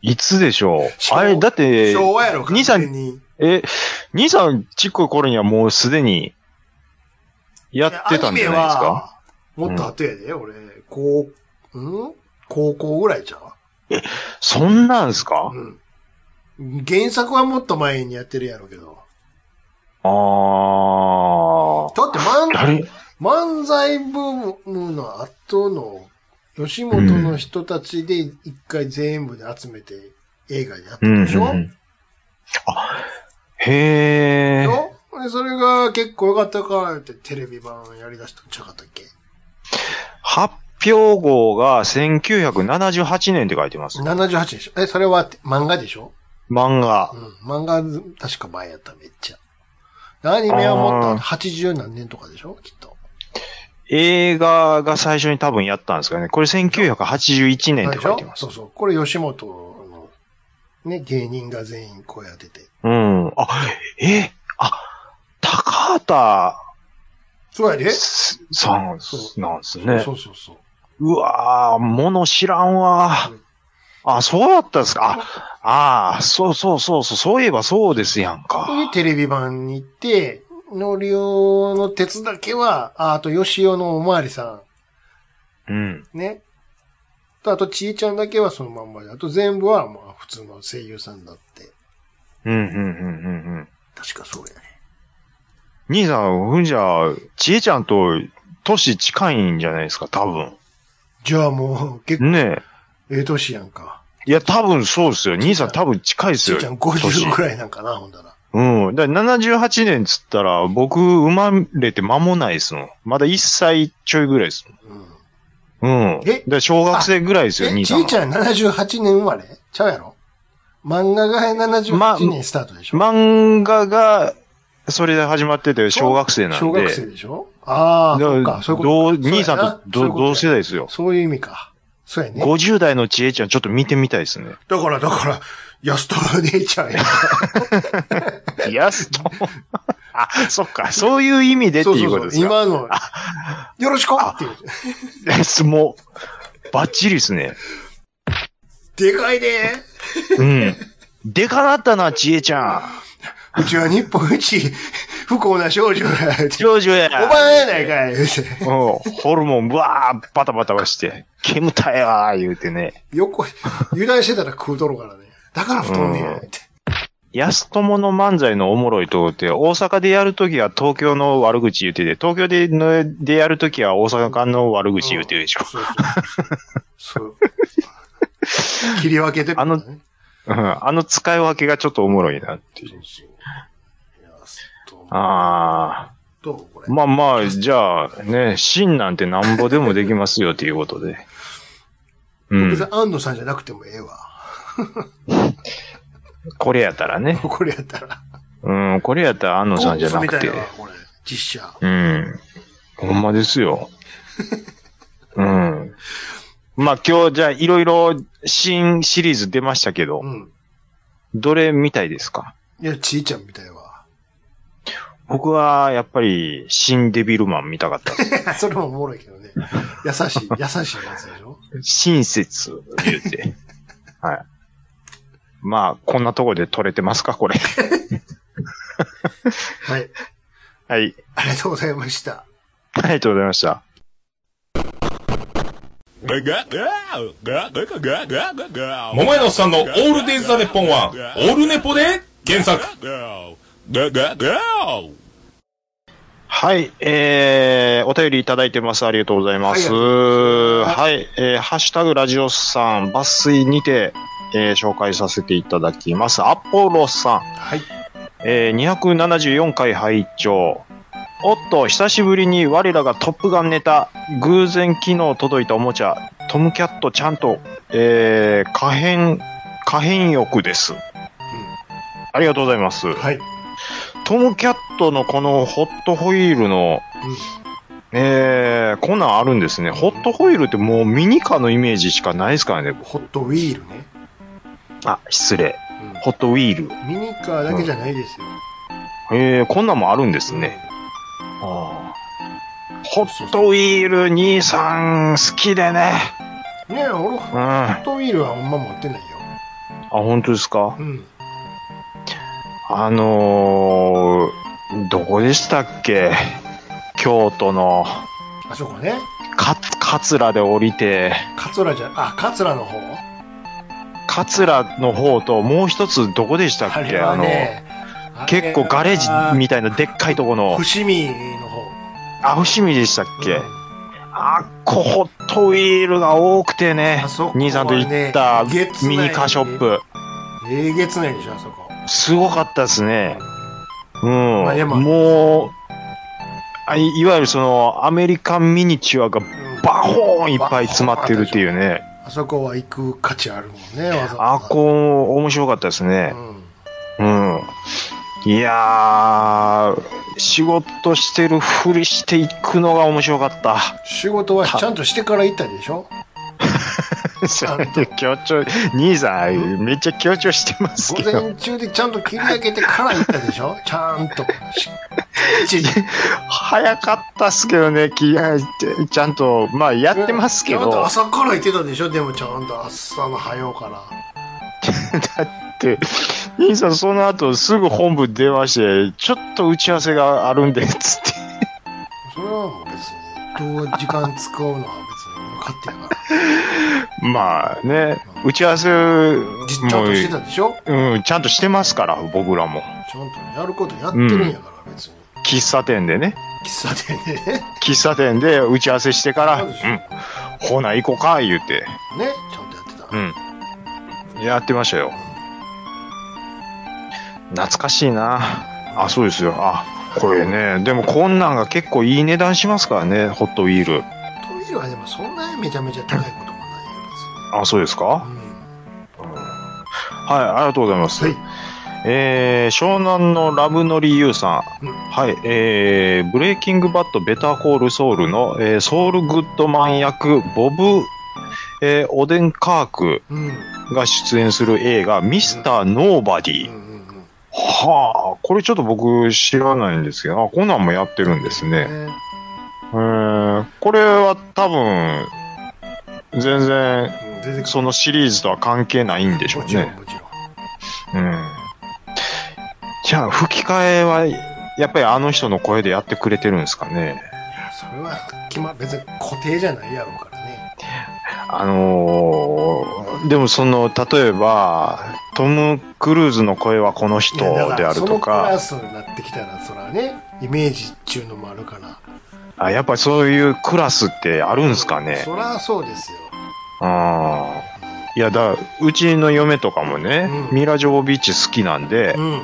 いつでしょう
昭
あれ、だって、
昭和やろ、
兄さん
完全に。
え、兄さん、ちっこい頃にはもうすでに、やってたんじゃないですか
アニメはもっと後やで、俺、高、ん高校ぐらいちゃ
そんなんす
う
か、
うん。原作はもっと前にやってるやろうけど。
ああ。
だって漫、
誰
漫才ブームの後の、吉本の人たちで一回全部で集めて映画やった
うん。
でしょ、
うんうんあ、へえ。
よでそれが結構良かったからってテレビ版やりだしたんちゃうかったっけ
発表号が1978年って書いてます。
?78 でしょえ、それは漫画でしょ
漫画
う。ん。漫画、確か前やった、めっちゃ。でアニメはもっ
あ
と
ー
80何年とかでしょきっと。
映画が最初に多分やったんですかね。これ1981年って書いて
でしょ
ます。
そうそう。これ吉本の、ね、芸人が全員声当てて。
うん。あ、え、あ、高畑
そうやで
さんなんですね。
そうそうそう。
うわぁ、物知らんわ
うん。
あ、そうだったんですか。あ、あーそうそうそうそう、そういえばそうですやんか。
で、テレビ版に行って、のりおの鉄だけは、ああと、よしおのおまわりさ
うん。
ん、ね。と、あと、ちいちゃんだけはそのまんまで、あと全部は、まあ、普通の声優さんだって。
うん、うん、うん、うん、うん。
確かそうやね。
兄さん、ふんじゃ、ちえちゃんと、歳近いんじゃないですか、多分。
じゃあもう、結構、
ね
ええ年やんか。
え。いや、多分そうですよ。兄さん多分近いです
ちい
よ。
ちゃん
歳
50くらいなんかな、ほんだら。
うん。だから78年つったら、僕、生まれて間もないですもん。まだ1歳ちょいぐらいです
うん。
もん。うん。
え
で小学生ぐらいですよ、
え、
兄さ
ち
ん
い
は。
ちゃん78年生まれちゃうやろ漫画が
ま
78年スタートでしょ、
漫画が、それで始まってて、小学生なんで。
小学生でしょああ、そっ
だか
か、
ら
そういう
同
ことか。
兄さんと
そうやなそういう
同
ことや
同世代ですよ。
そういう意味か。そうやね。
50代のちえちゃん、ちょっと見てみたいです ね。
だから、だから、安田お姉ちゃんや。
いや、そう。 あ、そっか、そういう意味でっていうことですか。
今の、よろしくっていう。
もう、バッチリですね。
でかいね。
うん。でかなったな、ちえちゃん。
うちは日本一不幸な少女や。
少女や。
おばあやないかい。言うて
うん。ホルモン、わー、バタバタはして。煙たいわー、言うてね。
横、油断してたら食うとるからね。だから太んねや、
うん
って。
安友の漫才のおもろいとこって、大阪でやるときは東京の悪口言ってて、東京でのでやるときは大阪の悪口言ってるでしょ。
そうそう。そう。切り分けて
あの
そう
うん、あの使い分けがちょっとおもろいなっていう。
そう。いや、どうも。
ああ。
どうもこれ。
まあまあ、じゃあね、真なんてなんぼでもできますよっていうことで。うん
別。に安野さんじゃなくてもええわ。
これやったらね。
これやったら。
うん、これやったら安野さんじゃなくて
コップみたい。なわこれ。実写。
うん。ほんまですよ。うん。まあ今日じゃあいろいろ新シリーズ出ましたけど、
うん。
どれ見たいですか
いや、ちいちゃんみたいわ。
僕はやっぱり新デビルマン見たかったです。
それもおもろいけどね。優しい、優しいやつでしょ
親切言って。はい。まあ、こんなとこで撮れてますかこれ。
はい。
はい。
ありがとうございました。
ありがとうございました。
桃屋のおっさんのオールデイズ・ザ・ネッポンは、オールネポで原作。
はい、えー、お便りいただいてます。ありがとうございます。はい、えー、ハッシュタグラジオスさん、抜粋にて、えー紹介させていただきます。アポロさん、
はい。
えー274回拝聴おっと、久しぶりに我らがトップガンネタ、偶然昨日届いたおもちゃ、トムキャットちゃんと、えー、可変、可変欲です。ありがとうございます。
はい。
トムキャットのこのホットホイールの、
うん
えー、こんなんあるんですね。ホットホイールってもうミニカーのイメージしかないですからね。
ホットウィールね。
あ、失礼。
うん
ホットウィール。
ミニカーだけじゃないですよ。
えー、こんなんもあるんですね。あーホットウィール兄さん好きでね。
ねえ、俺、ホ
うん。あ
ッ、トウィールはほんま持ってないよ。
本当ですか
うん。
あのー、どこでしたっけ京都の
あそこね。
か、桂で降りて、
カツラじゃ、あ、カツラの方
桂の方ともう一つどこでしたっ
あ
け
れ
あ
は
の、
ね、あれは
結構ガレージみたいなでっかいとこの、
伏見の方。
あ、伏見でしたっけ、
うん
あっこ、ホットウィールが多くてね
あそこ、はね
兄さんと行ったミニカーショップ、
えげつないでしょ、あそこ。
すごかったですね。うん。
あでも
もうあい、いわゆるその、アメリカンミニチュアが
うん
バホーンいっぱい詰まってるっていうね。
あそこは行く価値あるもんね、わざ
あ
わざ。
っこ、面白かったですね
う。ん。
うん。いやー、仕事してるふりしていくのが面白かった。
仕事はちゃんとしてから行ったでしょゃんと
強調、兄さん、めっちゃ強調してますけ
午
ど、
前中でちゃんと切り上げてから行ったでし ょちゃんと。し一時
早かったっすけどね、気合いって、ちゃんと、まあやってますけ
ちゃんと
ど、
朝から行ってたでしょでもちゃんと朝の早うから。
兄さんその後すぐ本部電話して、ちょっと打ち合わせがあるんで、つって。
それはもう別に、どう時間使うのは別に分かってやか
まあね、打ち合わせも
ら。じちゃんとしてたでしょ
うん、ちゃんとしてますから、僕らも。
ちゃんとやることやってるんやから、別に。
喫茶店でね。
喫茶店でね。
喫茶店で打ち合わせしてから、
そううでしょ
ん、ほな行こうか、言うて、
ね、ちゃんとやってた。
うん。やってましたよ。懐かしいな。あ、そうですよ。あ、これね、でもこんなんが結構いい値段しますからね、ホットウィール。
トイレはでもそんなにめちゃめちゃ高いこともないよ、
あ、そうですか
別に。うん
はい、ありがとうございます。
はい
えー、湘南のラブノリユーさん。
うん
はい、えー、ブレイキングバットベターコールソウルの、えーソウルグッドマン役、ボブ、えーオデンカーク
うん。うん
が出演する映画、ミスター・ノーバディ。
うんうん。
はあ、これちょっと僕知らないんですけど、あ、こんなんもやってるんですね。
ね
えー、これは多分、全然、
うん出てくる。
そのシリーズとは関係ないんでしょう
も
ね。
ちろん、もちろん。
うんじゃあ、吹き替えは、やっぱりあの人の声でやってくれてるんですかね。
それは、決ま、別に固定じゃないやろうからね。
あのーでもその、例えば、トム・クルーズの声はこの人
いやだ
で
ら
あるとか、
そのクラスになってきたら、そらね、イメージっていうのもあるから。
あやっぱりそういうクラスってあるんすかね。
そらそうですよ。
あーいや、だ、うちの嫁とかもね、
うん
ミラ・ジョボビッチ好きなんで、
うん。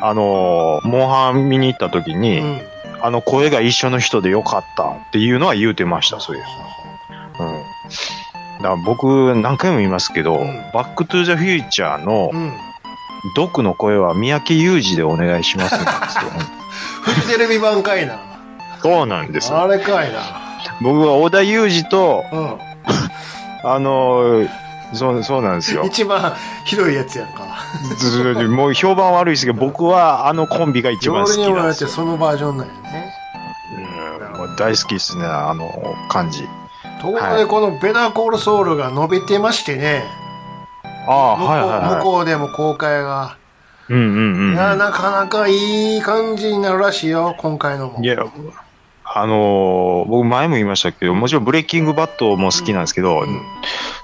あのーモンハン見に行った時に、
うん。
あの声が一緒の人でよかったっていうのは言うてました、そういう。うん。だから僕、何回も言いますけど、
うん
バックトゥザフューチャーの
う、ん。
ドクの声は三宅裕二でお願いしますなんですよ。
フジテレビ版かいな。
そうなんですよ。
あれかいな。
僕は小田裕二と、
う
あのーそう、そうなんです
ん。
よ。
一番ひどいやつやんか。
ずずもう評判悪いですけど、僕はあのコンビが一番好
夜
き
にも
な
ら
んで
っ
す
て
よ。
そのバージョンなんやね。
うん、もう大好きですね、あの感じ。
ところでこのベタコールソウルが伸びてましてね、
ああ、
向こう
はいはい
向
は
こうでも公開が、
い。うんうんうん。
いやなかなかいい感じになるらしいよ今回のも
いや、あのー僕前も言いましたけど、もちろんブレイキングバットも好きなんですけど、
うん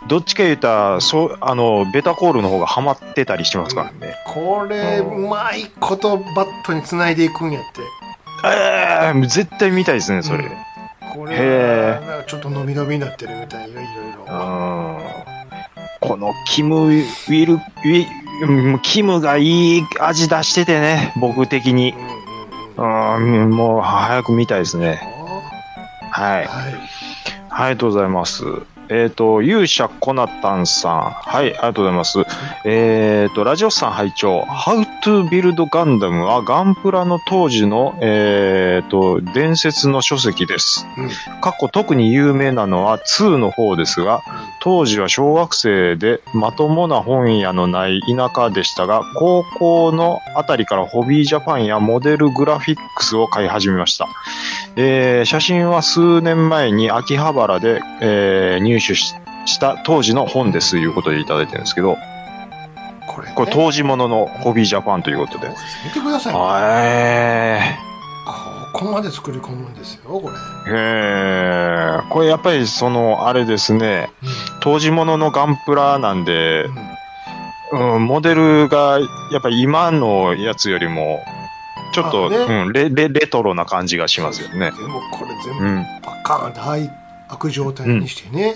どっちか言うたら、そう、あの、ベタコールの方がハマってたりしてますからね。
これう
うん
まいことバットにつないでいくんやって
えー絶対見たいですね、それ。
うんこれ
へ
は
え
なんかちょっと伸び伸びになってるみたいよいろいろ
このキム・ウィル、ウィ、うんキムがいい味出しててね、僕的に
う。んうんうん
うん、もう早く見たいですね。はい。
はい
はい、ありがとうございます。えっ、と、勇者コナタンさん。はい、ありがとうございます。えっ、と、ラジオさん拝聴 How to Build Gundam はガンプラの当時の、えっ、と、伝説の書籍です。
うん
過去特に有名なのは2の方ですが、当時は小学生でまともな本屋のない田舎でしたが、高校のあたりからホビージャパンやモデルグラフィックスを買い始めました。えー写真は数年前に秋葉原で、えー入手しした当時の本ですということでいただいてるんですけど、
これね
これ当時もののホビージャパンということで。
見てくださいこ
はい。
こまで作り込むんですよこれ
えーこれやっぱりその、あれですね、当時もののガンプラなんで
う、ん
うん、モデルが、やっぱり今のやつよりも、ちょっと、
あね
うんレレ、レトロな感じがしますよ
で
ね。
もこれ全
う
部
ん。
パカーンって廃悪状態にしてね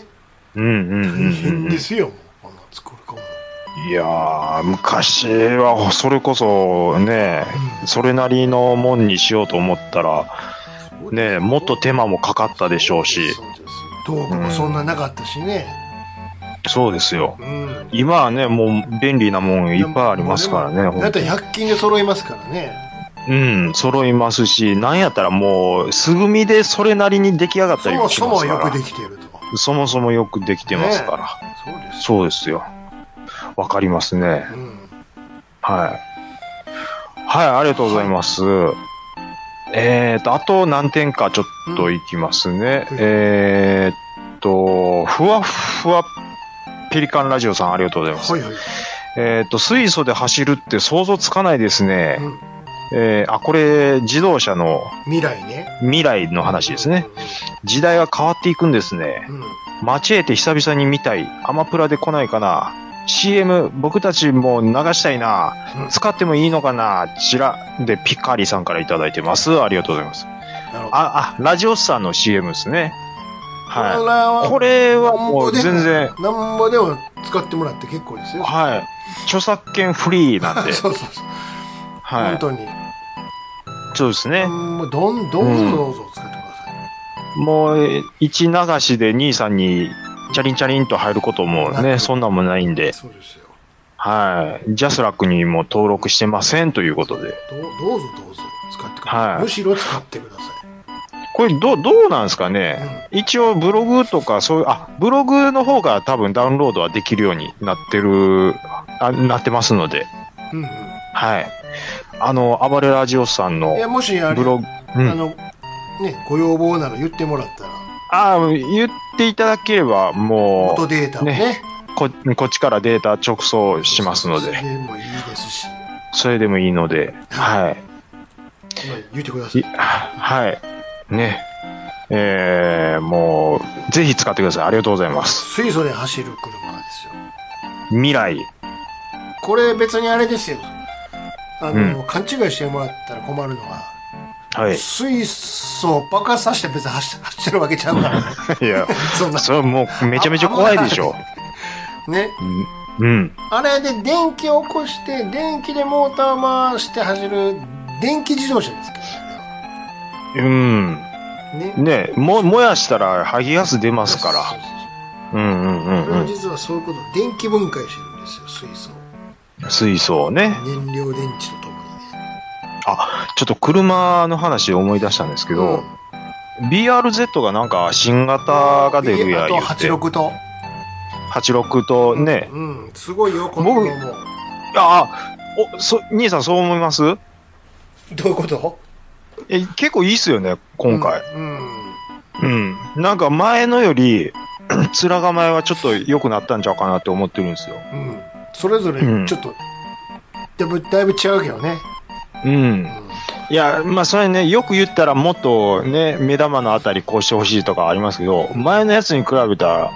うんうんうん
大
うん
変
うん
で。すよもうこんな作り込むの
いやー、昔は、それこそね、それなりのもんにしようと思ったら、ね、もっと手間もかかったでしょうし、
そうです道具もそんななかったしね、
そうですよ。
うん、
今はね、もう便利なもんいっぱいありますからね、
だ
本
っ
当
て
に
100均で揃いますからね
うん、揃いますし、なんやったらもう、素組みでそれなりに出来上がった
そ
り
も
もし
そ
ま
も
すから。
よくできていると
そもそもよくできてますから。
そうです
そうですよ。わかりますね。
う、ん、
はい。はい、ありがとうございます。えーと、あと何点かちょっといきますね。
うん
えーと、ふわふわペリカンラジオさん、ありがとうございます。
はいはい、
えーと、水素で走るって想像つかないですね。
うん、
えーあ、これ、自動車の
未来ね
未来の話ですね。時代が変わっていくんですね。
うん、うん
待ち得て久々に見たい。アマプラで来ないかな。CM、僕たちも流したいな。
うん
使ってもいいのかなちら。で、ピカリさんからいただいてます。ありがとうございます。
なるほど
あ、あ、ラジオスさんの CM ですね。は
ら
い。これはもう全然、
なんぼでも使ってもらって結構ですよ、。
はい。著作権フリーなん で
そうそうそう、
は
本
い。
当に
そうですね。
もうどんどんどうぞ使ってくださ
もう、え一流しで兄さんに、チャリンチャリンと入ることも
な
ね、
く
そんなんもないん
い、
で、
そうですよ
はい。ジャスラックにも登録してませんということで。
どうどうぞどうぞ使ってください、
はい
むしろ使ってくださ
これどう、どうなんですか
い、
ね、
うん
一応ブログとかそういう、あ、ブログの方が多分ダウンロードはできるようになってる、あなってますので、
うんうん
はい。あの、暴れラジオさん
いや
の
もしあれ
ブログ、う
あ
ん。
のねご要望なら言ってもらったら
ああ、言っていただければ、も
元データをね
う、こ、こっちからデータ直送しますの
それ
で、
もいいですし、ま
それでもいいので、はい。
あ言ってくださ
い
い
はい。ね。えー、もう、ぜひ使ってください。ありがとうございます。
水素で走る車ですよ。
未来。
これ別にあれですよ。あの、勘違いしてもらったら困るのは、
はい。
水素を爆発させて別に走って走ってるわけちゃうからね。
いや、
そんな。
それはもうめちゃめちゃ怖いでしょ。
ね。
うん。
あれで電気を起こして、電気でモーター回して走る電気自動車ですけ
うん。
どね。ね。
ねも、燃やしたら排気ガス出ま
そ
すか
うそう
ら。うんうんう
そうこれ
んう
は
ん。
実はそういうこと、電気分解してるんですよ、水素を。
水素をね。
燃料電池とともにね。
あ、ちょっと車の話で思い出したんですけど、BRZ がなんか新型が出るや
あ
言
と
って。
86と。
86とね。
うん、すごいよ、この子も。
僕あ、あお、そ、兄さんそう思います
どういうこと
え、結構いいっすよね、今回。。
うん。
うん。なんか前のより、 面構えはちょっと良くなったんちゃうかなって思ってるんですよ。
うん。うんそれぞれ、ちょっと、だいぶ、だいぶ違うけどね。
うん
う。ん
いや、まあそれね、よく言ったらもっとね、目玉のあたりこうしてほしいとかありますけど、前のやつに比べたら、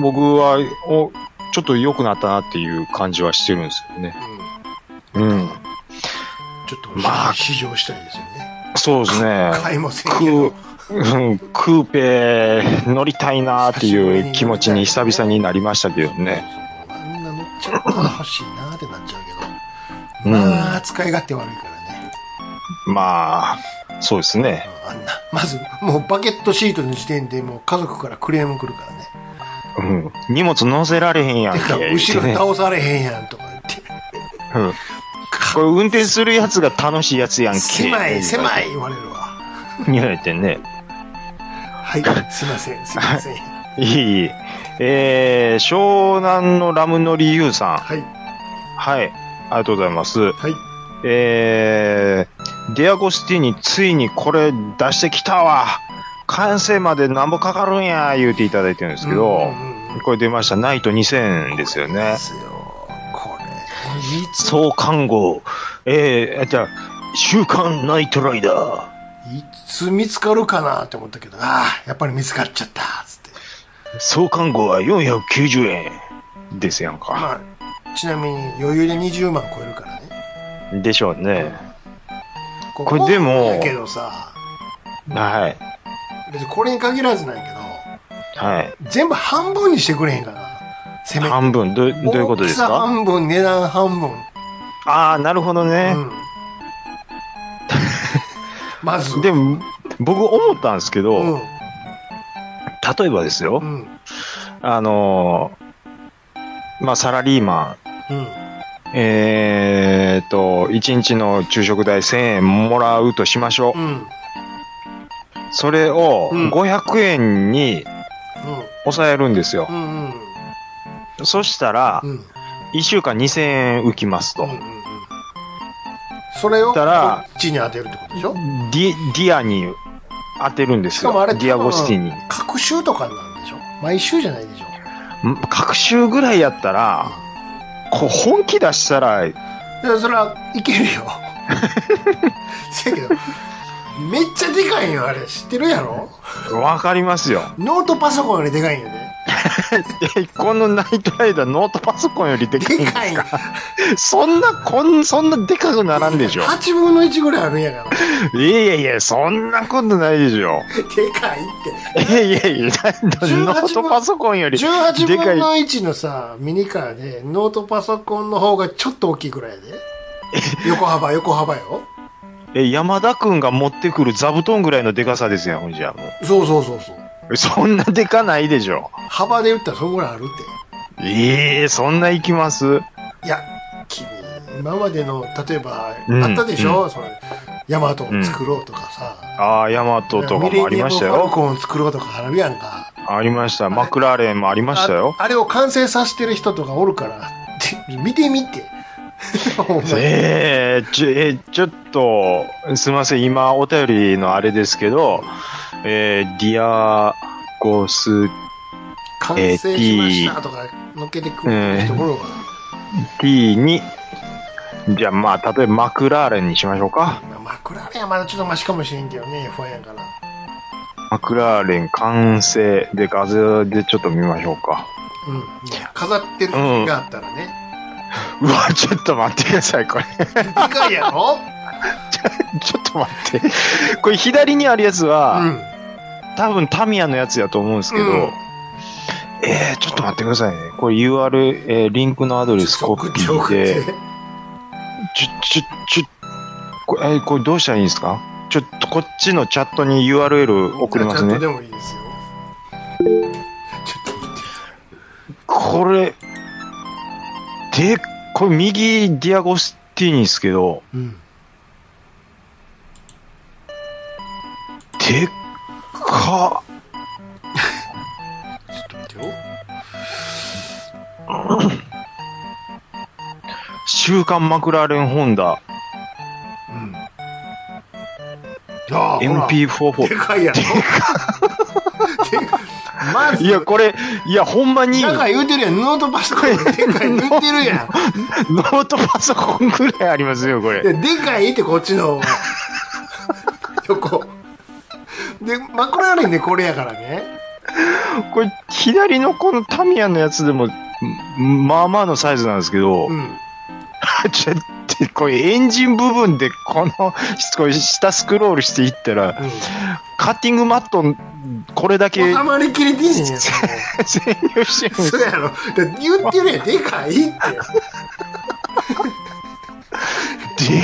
僕は、お、ちょっと良くなったなっていう感じはしてるんですよね。うん。
ちょっと、
まあ
試乗したいですよね。
そうですね。
買いませんけ
ク
ど
ー。うんクーペ乗りたいなーっていう気持ちに久々になりましたけどね。
あんな乗っちゃったら欲しいなーってなっちゃうけど。
うん
まあ、使い勝手悪いからね。
まあ、そうですね。
あんな。まず、もうバケットシートの時点でもう家族からクレーム来るからね。
うん。荷物乗せられへんやん
て
け。
か、後ろ
ね、
倒されへんやんとか言って。
うんこれ運転するやつが楽しいやつやんけ。
狭い、狭い言われるわ。
言われてね。
はい、すいません、すいません。
いいいい。えー、湘南のラムノリユウさ
はい、
ん。はい。ありがとうございます。
はい。
えー、ディアゴシティについにこれ出してきたわ。完成までなんぼかかるんや、言うていただいてるんですけど、
うんうんうん
これ出ました。ナイト2000ですよね
で。すよ、これ。いつ、
総看護。えー、じゃあ、週刊ナイトライダー。
いつ見つかるかなって思ったけど、ああ、やっぱり見つかっちゃった、つって。
総看護は490円ですやんか。
まあ、ちなみに余裕で20万超えるからね。
でしょうね。
こ
これでも
だけどさ、
はい。
別にこれに限らずなんや
はい。
けど、全部半分にしてくれへんかな。せめて。
半分、どうどういうことです
大きさ
か
半分、値段半分。
ああ、なるほどね
う。 ん。まず。
でも、僕思ったんですけど、
うん。
例えばですよ、
うん。
あのーまあ、サラリーマ
うん。
ン、えーっと、1日の昼食代1000円もらうとしましょう
う。ん。
それを
うん
500円に
うん。
抑えるんですよ
う。んうん
そしたら
う、んうん
1週間2000円浮きますと。
それをこ
たら
っちに当てるってことでしょ
ディ、ディアに当てるんで
し
す
か
よ。
もあれ
ディアゴシティに。
各週とかになるんでしょ毎週じゃないでしょ
各週ぐらいやったら、こう本気出したら、
いやそれはいける よせやけどめっちゃでかいよあれ知ってるやろ
わかりますよ。
ノートパソコンよりでかいんよね
えこのナイトライダーノートパソコンよりでかいん
で
です
かいん
か そんな、こん、そんなでかくならんでしょ。
8分の1ぐらいあるんやからで
いやいやいや、そんなことないでしょ。
かいっ
いやいやいや、だって
18
ノートパソコンよ
て
り、
18
でか
分
い
の1のさミニカーでノートパソコンの方がちょっと大きいぐらいやで横幅横幅よ
え、山田くんが持ってくる座布団ぐらいのでかさですよ、ほんじゃも
そうそうそうそう
う。そんなでかないでしょ。
幅で言ったらそんぐらいあるって
ええそんないきます
いや、君、今までの、例えば、
うん
あったでしょ、その、ヤマトを作ろうとかさ。
ああ、ヤマトとかもありました
ミレニアムファル
よ。
コンを作ろうとかあるやんか。
ありました。マクラーレンもありましたよ。
ああれを完成させてる人とかおるから、って見て みて。お前
ええちょ、えーちょっと、すみません、今、お便りのあれですけど、えーディアゴス
完成しましたとか、乗っけてくる人おるか
T に、じゃあまあ、例えばマクラーレンにしましょうか。
ら。まあ、マクラーレンはまだちょっとマシかもしれんけどね、不安やから。
マクラーレン完成で画像でちょっと見ましょうか。
うん。飾ってるのがあったらね。
うわ、ちょっと待ってください、これ。
でかいや ろ
ちょっと待って。これ左にあるやつ
う
は、
ん。
多分タミヤのやつやと思うんですけど、
うん
えー、ちょっと待ってくださいね。これ URL、えーリンクのアドレスコピーで、ちょ、ちょ、ちょ、これ、えーこれどうしたらいいんですかちょっとこっちのチャットに URL 送ります
ちゃんと
ね。
でもいいですよ。ちょっと見て。
これ、で、これ右ディアゴスティーニですけど、
うん。
でっか、
ちょっと見てよ。
週刊マクラーレンホンダ、
うん。ああ、
MP44
で。かいやろでか まず、
いや、これ、いや、ほんまに、
なん
ノ
か言うてるやん。ノートパソコンでかい言うてるやん。
ートパソコンぐらいありますよ、これ。
ででかいってこっちの方 が横でマクラーレンでこれやからね
これ、左のこのタミヤのやつでも、んまあまあのサイズなんですけど、
うん
ちょっと、これエンジン部分で、この、これ下スクロールしていったら、
う
カッティングマット、これだけ
ん収まりきれてんねんもう
潜入してるんです
そうやろで言ってるやんでかいって
で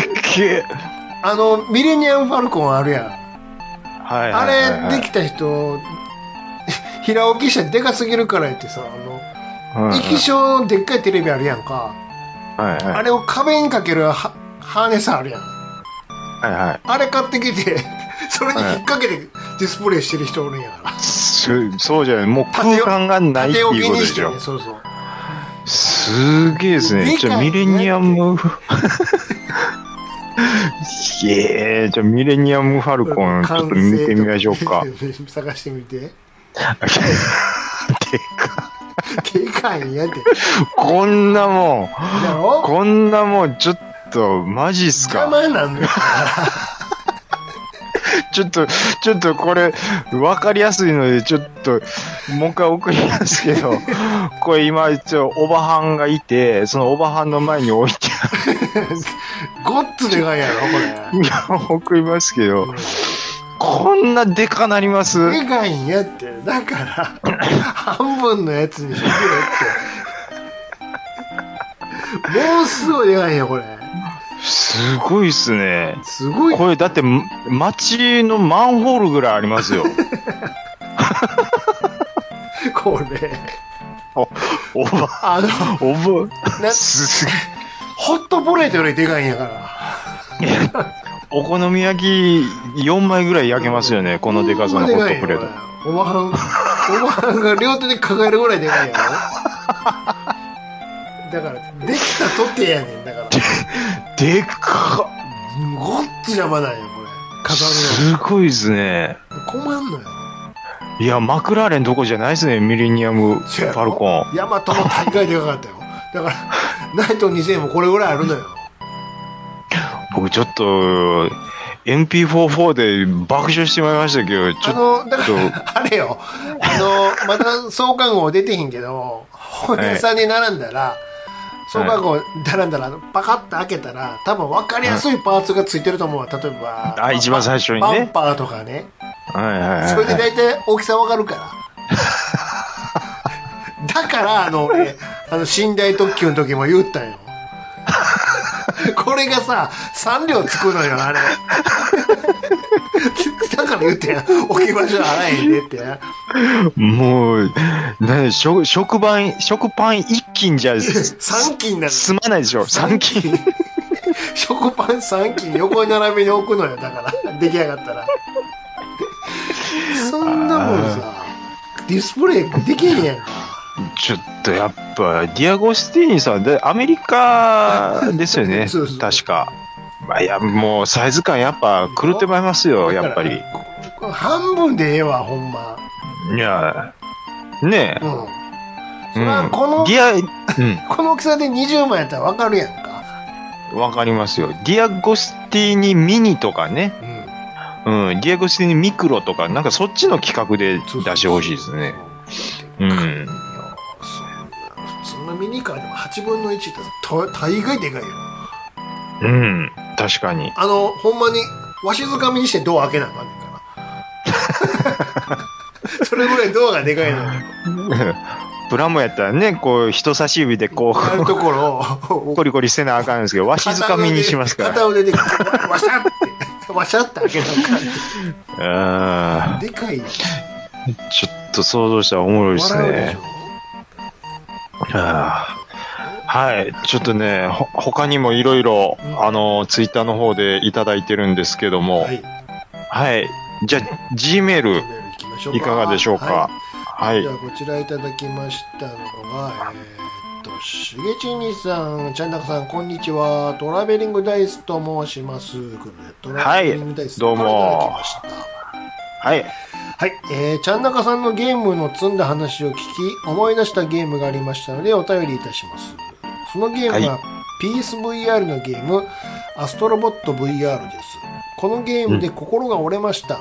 っけえ。
あのミレニアム・ファルコンあるやん
はいはいはいはい、
あれできた人平置きしてでかすぎるから言ってさあの
うん
液晶のでっかいテレビあるやんか
はいは
あれを壁にかけるはハーネスあるやん
い。はいはい。
あれ買ってきてそれに引っ掛けてディスプレイしてる人おるんやから
すそうじゃない。もう空間がないっ
縦
てい
置き
うこと
に
で
し
してょ
ね、。そうそう。
すげえです
でかい
ね。
ね
じゃあミレニ アム。ええじゃあミレニアムファルコン、ちょっと見てみましょうか。で。
探してみて。 で
か
かいんやって。
こんなもん、
だろ
こんなもん、ちょっと、マジっす
邪
か。
魔なんだよ。
ちょっと、ちょっとこれ、わかりやすいので、ちょっと、もう一回送りますけど、 これ今、一応、おばはんがいて、そのおばはんの前に置いて
ごっつでかいやろ、こ
いや、 送りますけど、
れ
こんなでかなりま。す
でかいんやって。だから、半分のやつにしてよって。もうすごいでかいよ、これ。
すごいっすね。
すごい。
これだって、街のマンホールぐらいありますよ。
これ。
おば、
あの、
おば、
な
すすげ
ホットプレートよりでかいんやから。
お好み焼き4枚ぐらい焼けますよね、このでかさのホットプレート。
ト。おばはん、おばはんが両手で抱えるぐらいでかいやろ。だから、できたとてやねん。だから、
でかっ
ごっつ邪魔なんよ、これ。飾る
すごいっすね。
の。困んのよ。
いや、マクラーレンどこじゃないっすね、ミレニアムフ
せやろ
ァルコン。
ヤマトの大会でかかったよ。だから、ナイト2000もこれぐらいあるのよ。
僕ちょっと、MP44 で爆笑してまいりましたけど、ち
あ
ょっと、
の、だから、あれよ。あの、まだ創刊号出てへんけど、本屋さんに並んだら、創刊号並んだら、あのパカッと開けたら、多分分かりやすいパーツがついてると思うわ。例えば、
あ、一番最初に
バン
ね。
パーとかね。
はいはいはいはい。
それで大体大きさわかるから。だから、あの、 俺、あの、寝台特急の時も言ったんよ。これがさ、3両つくのよ、あれ。だから言ってん置き場所洗えへんでって。
もう、ね、食、食パン、食パン一斤じゃ、す
3斤なの。
すまないでしょ。三斤。
食パン3斤横に並びに置くのよ、だから。出来上がったら。そんなもんさ、ディスプレイできへんやんか。
ちょっとやっぱ、ディアゴスティーニさん、でアメリカですよ ね。
そうそう
確か。まあ、いや、もうサイズ感やっぱ狂ってまいりますよ、やっぱり。
半分でええわほんま
いや、ね
うんそ
え。うん
らこの、
ディア、うん、
この大きさで20万やったらわかるやんか
わかりますよ。ディアゴスティーニミニとかね。
うん
うん、リアクシにミクロとか、なんかそっちの企画で出してほしいですね。うん。
そんなミニカーでも8分の1ってと大概でかいよ。
うん。確かに。
あの、ほんまに、わしづかみにしてドア開けなあかんねん から。それぐらいドアがでかいのに。
ブラムやったらね、こう、人差し指でこ
あるところ
う、
を、
コリコリせなあかんんですけど、わしづかみにしますから。
片腕で、わしゃって、わしゃって開けなあかんね
あ
んでかいよ。
ーちょっと想像したらおもろいです
笑うでし
ね。
ょ。
あーはい。ちょっとね、ほ他にもいろいろ、あの、ツイッターの方でいただいてるんですけども、
はい。
はい。じゃあ、G メール、
行きましょう
いかがでしょうか。
は。
はいい
で。はこちらいただきましたのが、えーっと、しげちにさん、ちゃんなかさん、こんにちは。トラベリングダイスと申します。トラベリングダイス、
はいどうも
からいただきました。
はい。
はい、えー、ちゃんなかさんのゲームの積んだ話を聞き、思い出したゲームがありましたので、お便りいたします。そのゲームは、PSVR のゲーム、アストロボット VR です。このゲームで心が折れました。うん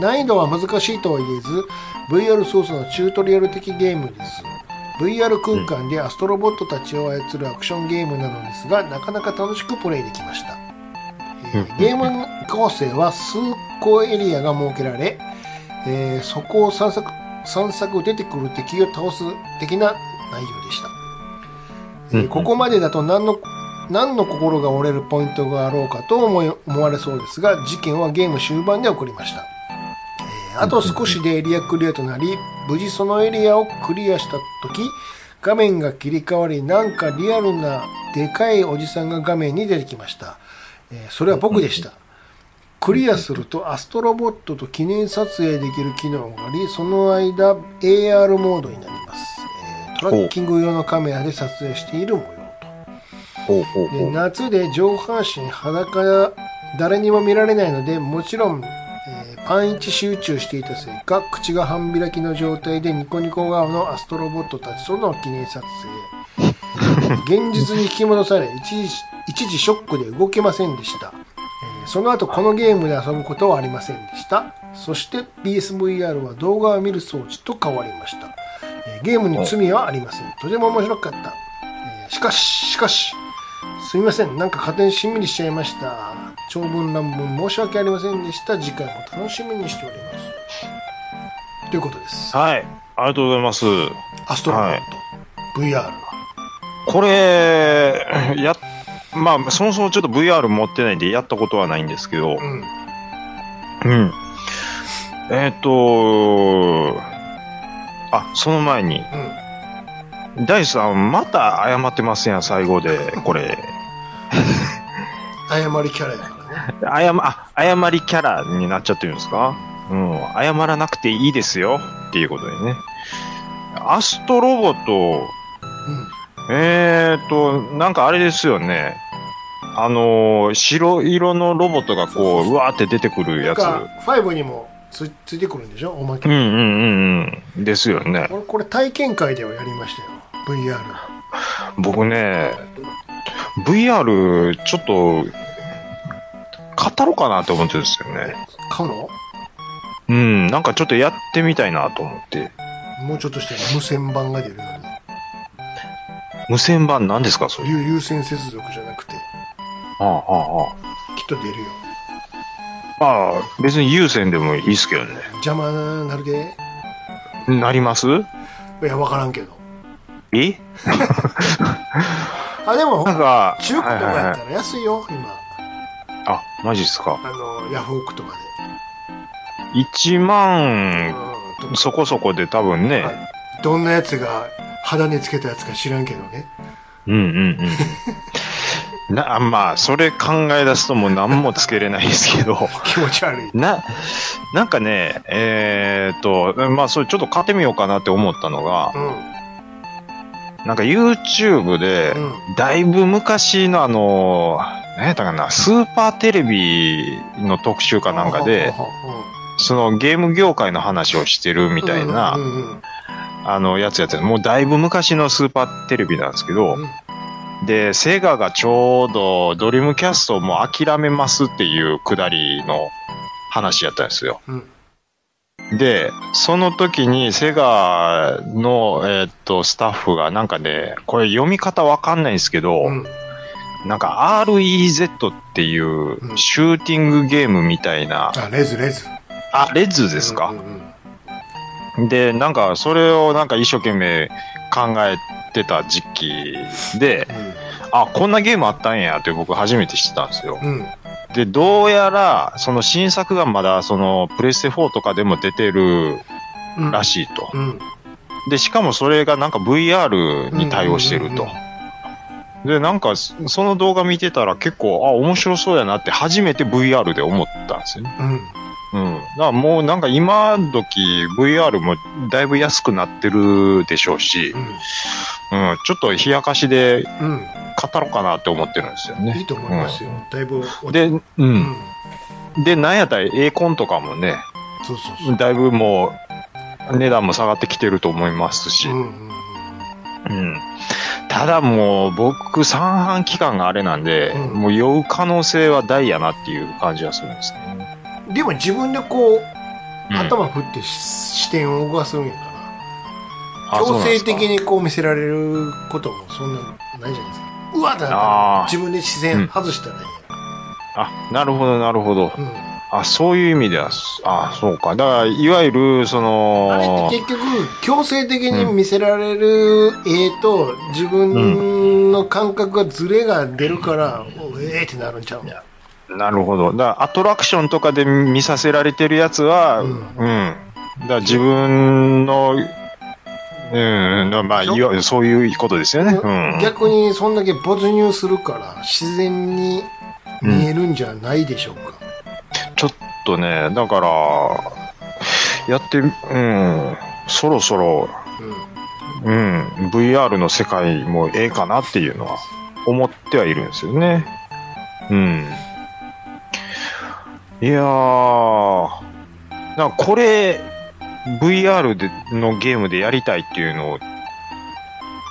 難易度は難しいとは言えず、VR 操作のチュートリアル的ゲームです。VR 空間でアストロボットたちを操るアクションゲームなのですが、なかなか楽しくプレイできました。えーゲーム構成は数個エリアが設けられ、えーそこを散策、散策出てくる敵を倒す的な内容でした。えー
うんうん
ここまでだと何の、何の心が折れるポイントがあろうかと思い思われそうですが、事件はゲーム終盤で起こりました。えーあと少しでエリアクリアとなり、無事そのエリアをクリアした時、画面が切り替わり、なんかリアルなでかいおじさんが画面に出てきました。えーそれは僕でした。クリアするとアストロボットと記念撮影できる機能があり、その間 AR モードになります。えートラッキング用のカメラで撮影している模様と。
ほうほうほ
で
う。
夏で上半身裸や誰にも見られないのでもちろん、えーパンイチ集中していたせいか口が半開きの状態でニコニコ顔のアストロボットたちとの記念撮影現実に引き戻され一時一時ショックで動けませんでした、えーその後このゲームで遊ぶことはありませんでしたそして PSVR は動画を見る装置と変わりました、えーゲームに罪はありませんとても面白かった、えーしかししかしすみません。なんか勝手にしんみりしちゃいました。長文乱文申し訳ありませんでした。次回も楽しみにしております。ということです。
はい。ありがとうございます。
アストロボット、VR は。
これ、や、まあ、そもそもちょっと VR 持ってないんで、やったことはないんですけど
う、ん。
うん。えっ、と、あ、その前に、ダイスさん、また謝ってますやん、最後で、これ。
謝りキャラやからね。
謝、あ、謝りキャラになっちゃってるんですかうん、謝らなくていいですよ、っていうことでね。アストロボット、えーと、なんかあれですよね。あのー白色のロボットがこ
そうそう
う、
そう
うわーって出てく
う
る
ん。 な
や
ん
つ。
か、5にもつついてくるんでしょおまけ。
うん
俺、
うんうんうん。ですよね。
これ体験会ではやりましたよ。VR。
僕ね、VR ちょっと、語ろうかなと思ってるんですよね。
買うの
うん、なんかちょっとやってみたいなと思って。
もうちょっとして無線版が出るの
無線版何ですか、そ
に。
れ。
有有線接続じゃなくて、
ああ、ああ、
きっと出るよ。
ああ。ああ、別に有線でもいいですけどね。
邪魔なるで。
なります
いや、わからんけど。
え
あ、でも、
なんか、
中古とか
はいはい
や
は
っ
い
たら安いよ、今。
あ、マジっすか。
あの、ヤフオクとかで。
1
う
万
んと
そこそこで多分ね、
はいどんなやつが、肌につけたやつか知らんけどね。
うんうんうん。 な、あまあ、それ考え出すともう何もつけれないですけど、
気持ち悪い。
な、なんかね、えーっと、まあ、それちょっと買ってみようかなって思ったのが
う、ん。
なんか YouTube で、
うん。
だいぶ昔のあの、何やったかな、スーパーテレビの特集かなんかで、
ほうほうほうほう、
そのゲーム業界の話をしてるみたいな、
うんうん
あの、やつやつ、もうだいぶ昔のスーパーテレビなんですけど、
うん
で、セガがちょうどドリームキャストをもう諦めますっていうくだりの話やったんですよ。
うん
で、その時にセガの、えーっと、スタッフがなんかね、これ読み方わかんないんですけど、
うん。
なんか REZ っていう
うん
シューティングゲームみたいな、
あ、レズレズ。
あ、レッズですか。
うんうん
で、なんかそれをなんか一生懸命考えてた時期で、あ、こんなゲームあったんやって僕初めて知ったんですよ。
うん。うん
で、どうやらその新作がまだそのプレステ4とかでも出てる
うん。
らしいと。
うん。
で、しかもそれがなんか VR に対応してると。で、なんかそその動画見てたら結構、あ、面白そうやなって初めて VR で思ったんですよね。
うん。
うん。だからもうなんか今時 VR もだいぶ安くなってるでしょうし、うん、ちょっと冷やかしで
うん。うん
語ろうかなって思ってるんですよ
い
ね。
いと思いますよ。だいぶ。
で、う。
うんん。
で、なんやったらエーコンとかもね、
そうそうそう。
だいぶもう値段も下がってきてると思いますし、
うんうんうん。
うんただもう僕三半期間があれなんで、
うん
もう酔う可能性は大やなっていう感じはするんですね。
でも自分でこう、
うん
頭振ってし視点を動かすんやから、
あ
強
そうなんで
制
すか
的にこう見せられることもそんなないじゃないですか。うわってなった
あ
ら
ー
自分で視線外したらいい
あ、なるほどなるほど。
やん。うん
あ、そういう意味では、あ、そうか。だから、いわゆる、そ
あれっ
の
て、結局、強制的に見せられる絵と自分の感覚がズレが出るから、おええってなるんちゃうん
なるほど。だからアトラクションとかで見させられてるやつは、
う
うんん。だから自分の、うん、まあ、いわゆるそういうことですよね。うん。
逆にそんだけ没入するから自然に見えるんじゃないでしょうか。
ちょっとね、だから、やって、うん、そろそろ、
うん
うん、VR の世界もええかなっていうのは思ってはいるんですよね。うん。いやー、なんかこれ、VR でのゲームでやりたいっていうのを、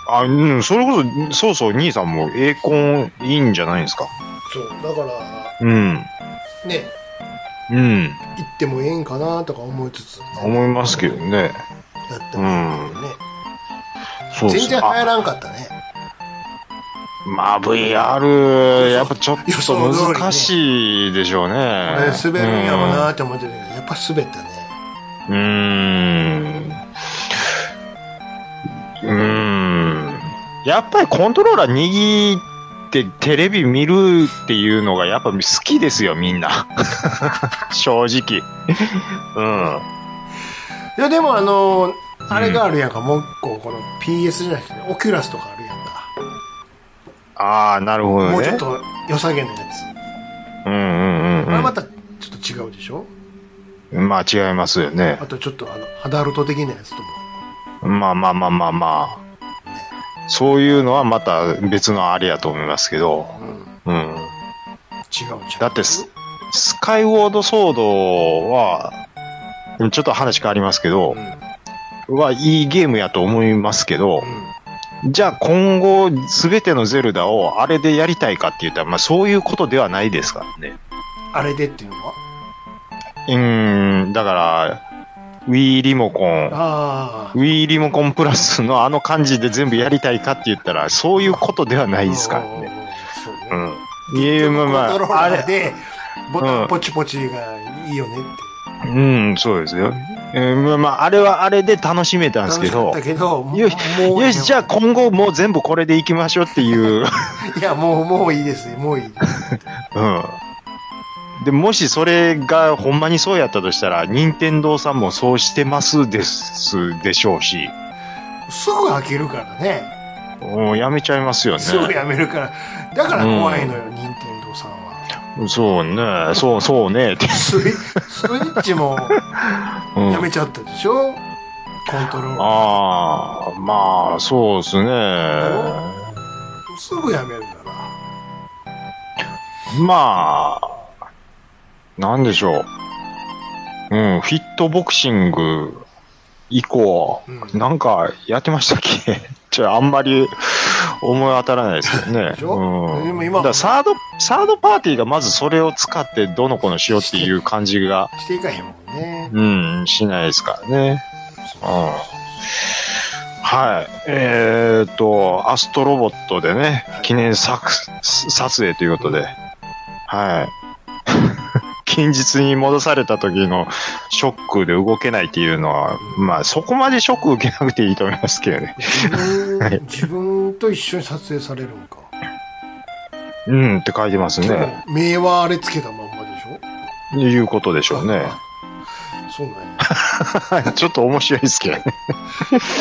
あ、うん、それこそ、そうそう、兄さんもエーコンいいんじゃないですか。
そう、だから、
うん。
ね、
うん。
行ってもええんかなとか思いつつ、
思いますけどね。
やってもいいけどね。
そうそう
全然流行らんかったね。
まあ VR、やっぱちょっ
予想通りね
と難しいでしょうね。
これ滑るんやろうなって思ってたけど、やっぱ滑ったね。
うん。うーん。うーん。やっぱりコントローラー握ってテレビ見るっていうのがやっぱ好きですよ、みんな。 正直。うん。
いや、でもあのーあれがあるやんか、もう一個、この PS じゃなくて、オキュラスとかあるやんか。
ああ、なるほどね。
もうちょっと良さげなやつ。
うんうんう
これ
ん
またちょっと違うでしょ
うん。まあ違いますよね
あ。とちょっとあの、アダルト的なやつとも。
まあまあまあまあまあ。そういうのはまた別のあれやと思いますけど。
うん。違う
うん。
違う。
だってス、スカイウォードソードは、ちょっと話変わりますけ
う
ど
ん。う、ん。
はいいゲームやと思いますけど、じゃあ今後すべてのゼルダをあれでやりたいかって言ったら、まあそういうことではないですからね。
あれでっていうのは
うーん、だから、Wii リモコン、
ああ。
Wii リモコンプラスのあの感じで全部やりたいかって言ったら、そういうことではないですからね。
うん。そうね。
うん。ゲーム、ま
コントロー
あ、あ
ラ
れ
ー、で、ボタ
う
ン
ん
ポチポチがいいよねって。
うん、そうですよ。えーまあまあ、あれはあれで楽しめたんですけど
楽しかっ、たけど、もう
よし
もう
よし、じゃあ今後もう全部これでいきましょうっていう。
いや、もう、もういいですもういい。
うん。で、もしそれがほんまにそうやったとしたら、任天堂さんもそうしてますですでしょうし、
すぐ飽きるからね。
もうやめちゃいますよね。
すぐやめるから。だから怖いのよ、任天堂さんは。
そうね、そうそうね、って。
スイスイッチも
うん
やめちゃったでしょ、コントローラ
ああ、まあ、そうですね。
ー。すぐやめるから。
まあ、なんでしょう。うん、フィットボクシング以降、
うん
なんかやってましたっけ ちちょ、あんまり思い当たらないですけどね。
でしょ
うん
でも今
だからサード、サードパーティーがまずそれを使ってどの子のしようっていう感じが、
していかへんもんね。
うん、しないですからね。うん。はい。えー、っと、アストロボットでね、記念作、撮影ということで、はい。 近日に戻された時のショックで動けないっていうのは、まあそこまでショック受けなくていいと思いますけどね。
自分、
はい
自分と一緒に撮影されるんか。
うんって書いてますね。
目はあれつけたまんまでしょ
いうことでしょうね。
そうなんや。
はいちょっと面白いですけどね。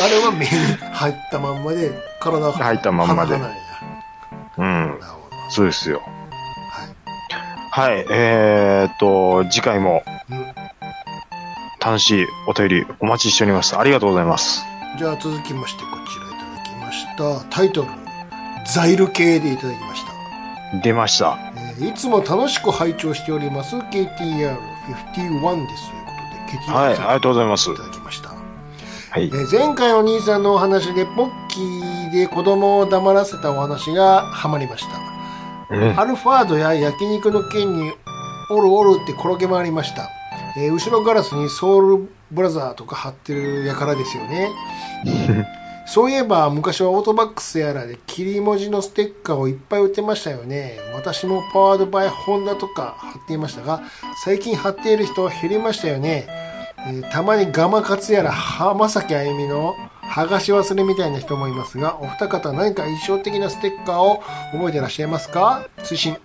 あれは目に入ったまんまで、体が
入ったまんま
離
で
れない
うん
や。なるほど。
そうですよ。
はい。
はい、えー、っと、次回も
うん
楽しいお便りお待ちしております。ありがとうございます。
じゃあ続きましてこちらいただきました。タイトル、ザイル系でいただきました。
出ました。
えーいつも楽しく拝聴しております KTR51 ですということで、KTR さん、
はい、ありがとうございます
い。ただきました。
はい
え。ー前回お兄さんのお話でポッキーで子供を黙らせたお話がハマりました、
うん
アルファードや焼肉の件におるおるって転げ回りました、えー後ろガラスにソウルブラザーとか貼ってるやからですよ ねそういえば昔はオートバックスやらで切り文字のステッカーをいっぱい売ってましたよね私もパワードバイホンダとか貼っていましたが最近貼っている人減りましたよねえーたまにガマカツやら浜崎あゆみの剥がし忘れみたいな人もいますがお二方何か印象的なステッカーを覚えてらっしゃいますか追伸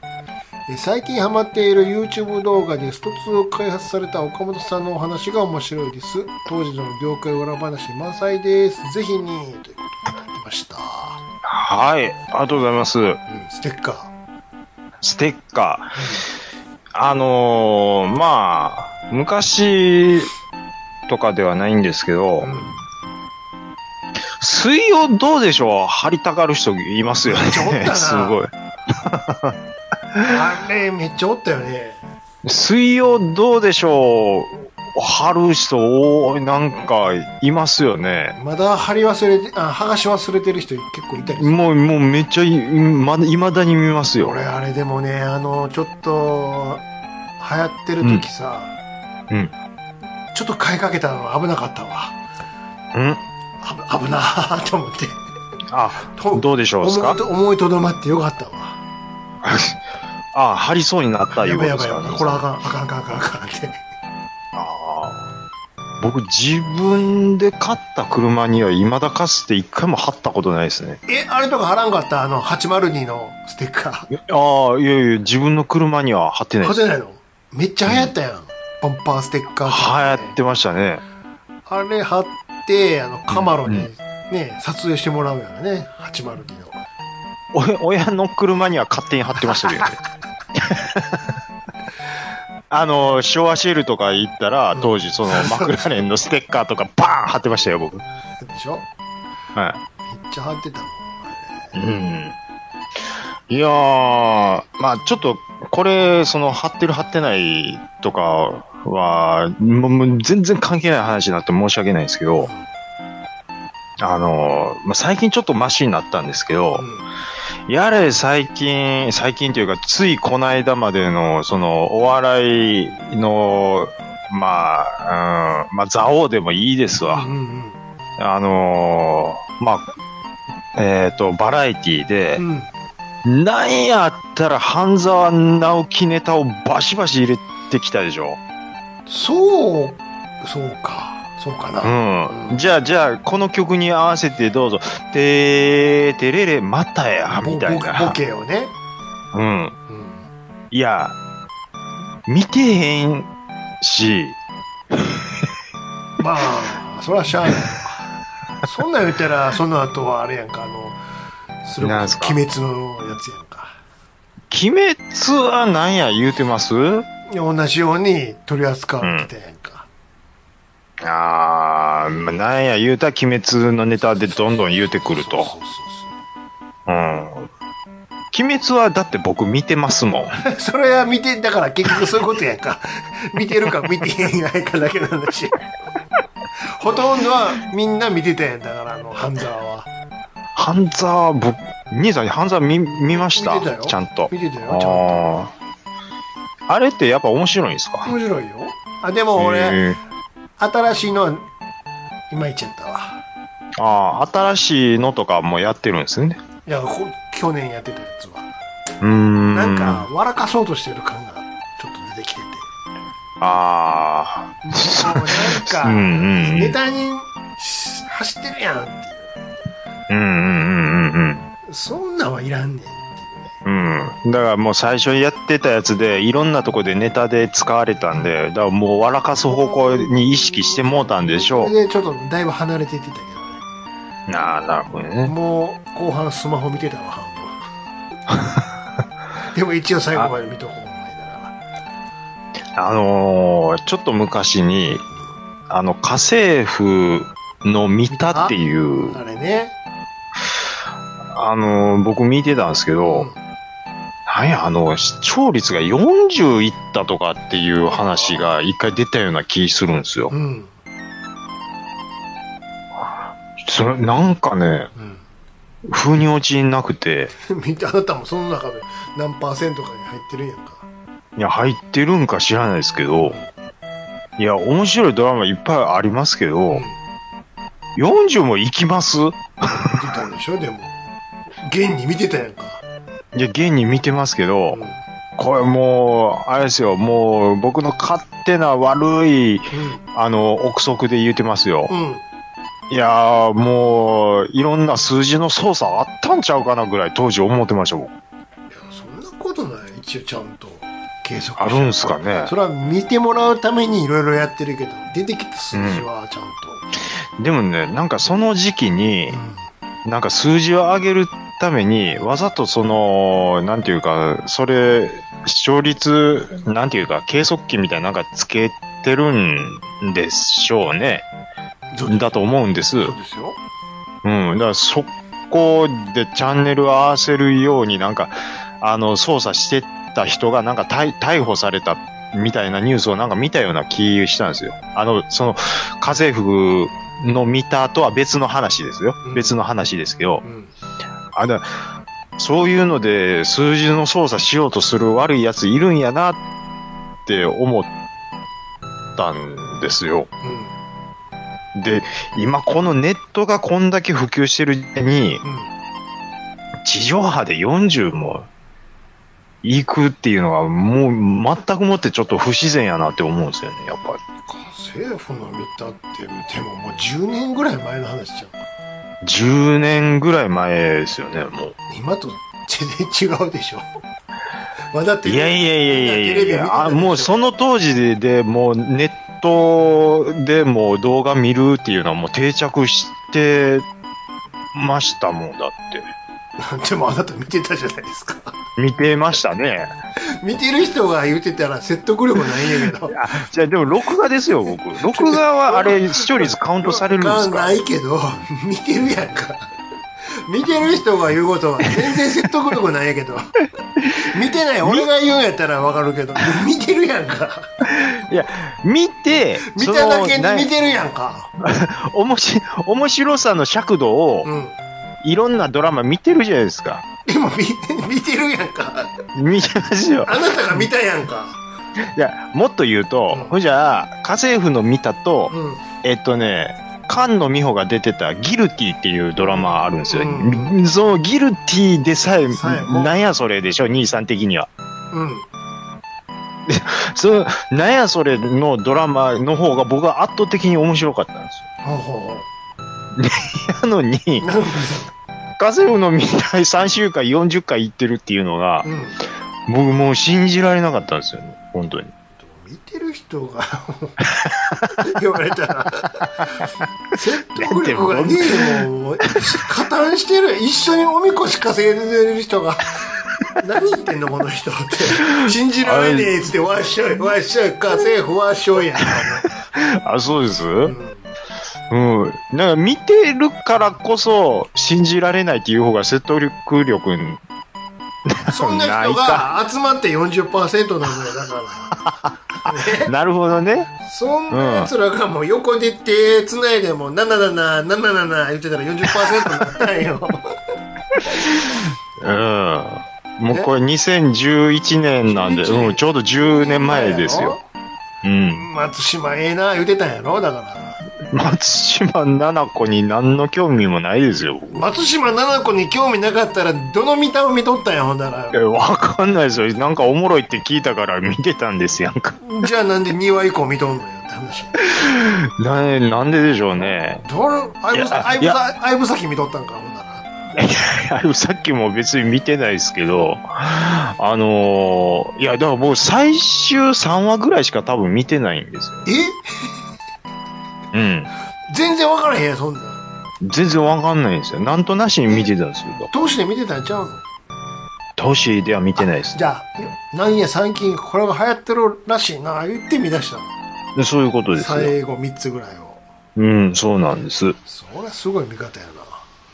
えー最近ハマっている YouTube 動画でスト2を開発された岡本さんのお話が面白いです当時の業界裏話満載ですぜひにということでいただきました、
はい、ありがとうございます。
うん、ステッカー
ステッカー。あのー、まあ、昔とかではないんですけど、
うん
水曜どうでしょう貼りたがる人いますよね。
ちょっとな
すごい。
あれめっちゃおったよね
水曜どうでしょう貼る人、おーなんか、いますよね。
まだ貼り忘れてあ剥がし忘れてる人結構いたりする
もう、もうめっちゃい、まだ、未だに見ますよ。
俺あれでもねあのちょっと流行ってる時さ、
うんうん
ちょっと買いかけたの危なかったわ
ん
危危なーと思って
あ、
と
どうでしょうです
思
か
いと思いとどまってよかったわ
あ、貼りそうになったい
や
うこ
ばい
と
やばい
ですか
やばいこれあかんあかんあかんあかんあかんって
あー僕、自分で買った車には未だかつて一回も貼ったことないですね。
えあれとか貼らんかったあの802のステッカー
ああ、いやいや、自分の車には貼ってない
貼
で
っ
す。
てないのめっちゃ流行ったやん、パンパーステッカー
流行ってましたね。
あれ貼ってあのカマロに、
うんう
ね撮影してもらうやんね802の
お親の車には勝手に貼ってましたけ どね。あの、昭和シェルとか行ったら、当時、そ の、マクラーレンのステッカーとか、バーン貼ってましたよ、僕。は
でしょ
い。
めっちゃ貼ってたもんあ
うんいやー、まあちょっと、これ、その、貼ってる貼ってないとかは、もうもう全然関係ない話になって申し訳ないんですけど、あのー、まあ、最近ちょっとマシになったんですけど
れ、
やれ最近、最近というか、ついこの間までの、その、お笑いの、まあ、うん、まあ、座王でもいいですわ。
うんうんうん
あのー、まあ、えっ、と、バラエティで、
うん
なんやったら半沢直樹ネタをバシバシ入れてきたでしょ。
そう、そうか、そうか
う
な。
ん。じゃあ、じゃあ、この曲に合わせてどうぞ、てー、てれれ、またや、
ボ
みたい
ボボ
な。
ケをね。
うん。
うん
いや、見てへんし、
まあ、それはしゃあない わ。そんなん言ったら、その後はあれやんか、あの、それこ
なんすか
そ鬼滅のやつやんか。
鬼滅はなんや言うてます
同じように取り扱われてたやんか。
あー、まあなんや言うたら鬼滅のネタでどんどん言うてくる
そう
と
そ。う
うん。鬼滅はだって僕見てますもん。
そう そう。それは見て、だから結局そういうことやんか。 見てるか見ていないかだけの話。ほとんどはみんな見てたやんだから、あの、半沢は。
半沢、僕、兄さん、半沢見、見まし
見てたよ
たちゃんと。
見てたよ、ちゃんと。
ああ。あれってやっぱ面白いんですか
面白いよ。あ、でも俺、
へえ
新しいのは、今言っちゃったわ。
ああ、新しいのとかもやってるんですね。
いや、こ去年やってたやつは。
うーん。
なんか、、笑かそうとしてる感が、ちょっと出て きてて。
あ
もうなん
あ。
か、
うんうんうん。
ネタにし走ってるやんってい
うんうんうんうんうん。
う。そんなんはいらんねん。
うん、だからもう最初にやってたやつでいろんなとこでネタで使われたんでだからもう笑かす方向に意識してもうたんでしょ
それでちょっとだいぶ離れていってたけど
うなあなるほど
ね。
ね
もう後半スマホ見てたわ、半 分。でも一応最後まで見とこう思いながら。
あのーちょっと昔にあの家政婦の見たっていう
あれね。
あのー僕見てたんですけど、
うん
なんやあの視聴率が40いったとかっていう話が一回出たような気するんですよ
うん。
それなんかね
う
風に落ちなくて
ん。 見て、あなたもその中で何パーセントかに入ってるんやんか。
いや、入ってるんか知らないですけど、いや、面白いドラマいっぱいありますけ
うん
ど、。40も行きますい
見てたんでしょ、でも。現に見てたやんか。
や、現に見てますけ
う
ど
ん。、うん。
これもう、あれですよ、もう、僕の勝手な悪い、あの、憶測で言うてますよ。
うん。
いやー、もう、いろんな数字の操作あったんちゃうかなぐらい当時思ってましたもん。
いや、そんなことない。一応ちゃんと計測
あるんすかね
それは見てもらうためにいろいろやってるけど、出てきた数字はちゃんと。
でもね、なんかその時期に
うん、
なんか数字を上げるために、わざとその、なんていうか、それ、視聴率、なんていうか、計測器みたいなのなんかつけてるんでしょうね。
そうです
だと思うんです。う
そうですよ。
ん。だからそこでチャンネルを合わせるようになんか、あの、操作してた人がなんか逮逮捕されたみたいなニュースをなんか見たような気したんですよ。あの、その、家政婦の見たとは別の話ですよ
うん。
別の話ですけど。
うん。
あだそういうので数字の操作しようとする悪いやついるんやなって思ったんですよ。で、今このネットがこんだけ普及してる時代に、
うん。うん。
地上波で40も行くっていうのがもう全くもってちょっと不自然やなって思うんですよね、やっぱり。
政府の見たって、でももう10年ぐらい前の話じゃん。
10年ぐらい前ですよね、もう。
今と全然違うでしょ。まあだって、
いやいやいやいやい
テレ
や
ビ見てた
い
でしょ
や、あもうその当時でもうネットでもう動画見るっていうのはもう定着してましたもんだって。
でもあなた見てたじゃないですか。
見てましたね。
見てる人が言ってたら説得力ないんやけど。
じゃあでも録画ですよ、僕。録画はあれ視聴率カウントされるんです
わ
か
んないけど、見てるやんか。見てる人が言うことは全然説得力ないやけど。見てない俺が言うんやったらわかるけど、見てるやんか。
見て、
見ただけ
そのな
に見てるやんか。
おもし面白さの尺度を
うん。
いろんなドラマ見てるじゃないですか。
でも見見てるやんか。
見てますよ。
あなたが見たやんか。
いや、もっと言うと、
うん
ほんじゃあ、家政婦の見たと、
うん。
えっとね、菅野美穂が出てたギルティっていうドラマあるんですよ。
う
そのギルティでさえ、
さえも
なんやそれでしょ、兄さん的には。
うん。
その、なんやそれのドラマの方が僕は圧倒的に面白かったんです
ほうほうほ
よ。なのに、
う。なるほ
家政婦の見たい3週間40回行ってるっていうのが
ど。、うん。
僕もう信じられなかったんですよね。本当に。
見てる人が 言われたら説得力がねえよもう加担してる一緒におみこし稼いでる人が 何言ってんのこの人って信じられねえっつってわっしょいわっしょいか政府わっしょいやん、
あ、そうです、
うん
うん。だから見てるからこそ信じられないっていう方が説得力力
そんな
ない
人
か
が集まって40%なんだよだか
なるほどね。
そんな奴らがもう横で手繋いでも、なななな、なななな言ってたら40%になったんよ。
うん。もうこれ2011年なんで、うん、ちょうど10年前ですよ。。うん。
松島ええな言ってたんやろだから。
松島七子に何の興味もないですよ。
松島奈々子に興味なかったら、どの見た目見とったんや、ほんだら
え、。わかんないですよ。なんかおもろいって聞いたから見てたんですやんか。
じゃあなんで2話以降見とんのよって話。
な、なんででしょうね。
どれ、あいぶさ、あい
い
ぶ
や
さ、あいぶ先見とったんか、ほんだら。
いやさっきも別に見てないですけど、あのーいや、だからもう最終3話ぐらいしか多分見てないんですよ。
え
うん。
全然わからへんやん、そんなん。
全然わかんないんですよ。なんとなしに見てたんですけど、
どうして見てたんちゃうの
年では見てないです
じゃあ、なんや最近これが流行ってるらしいな、言って見出したの。
でそういうことですよ。
最後3つぐらいを。
うん、そうなんです。
そりゃすごい見方やな。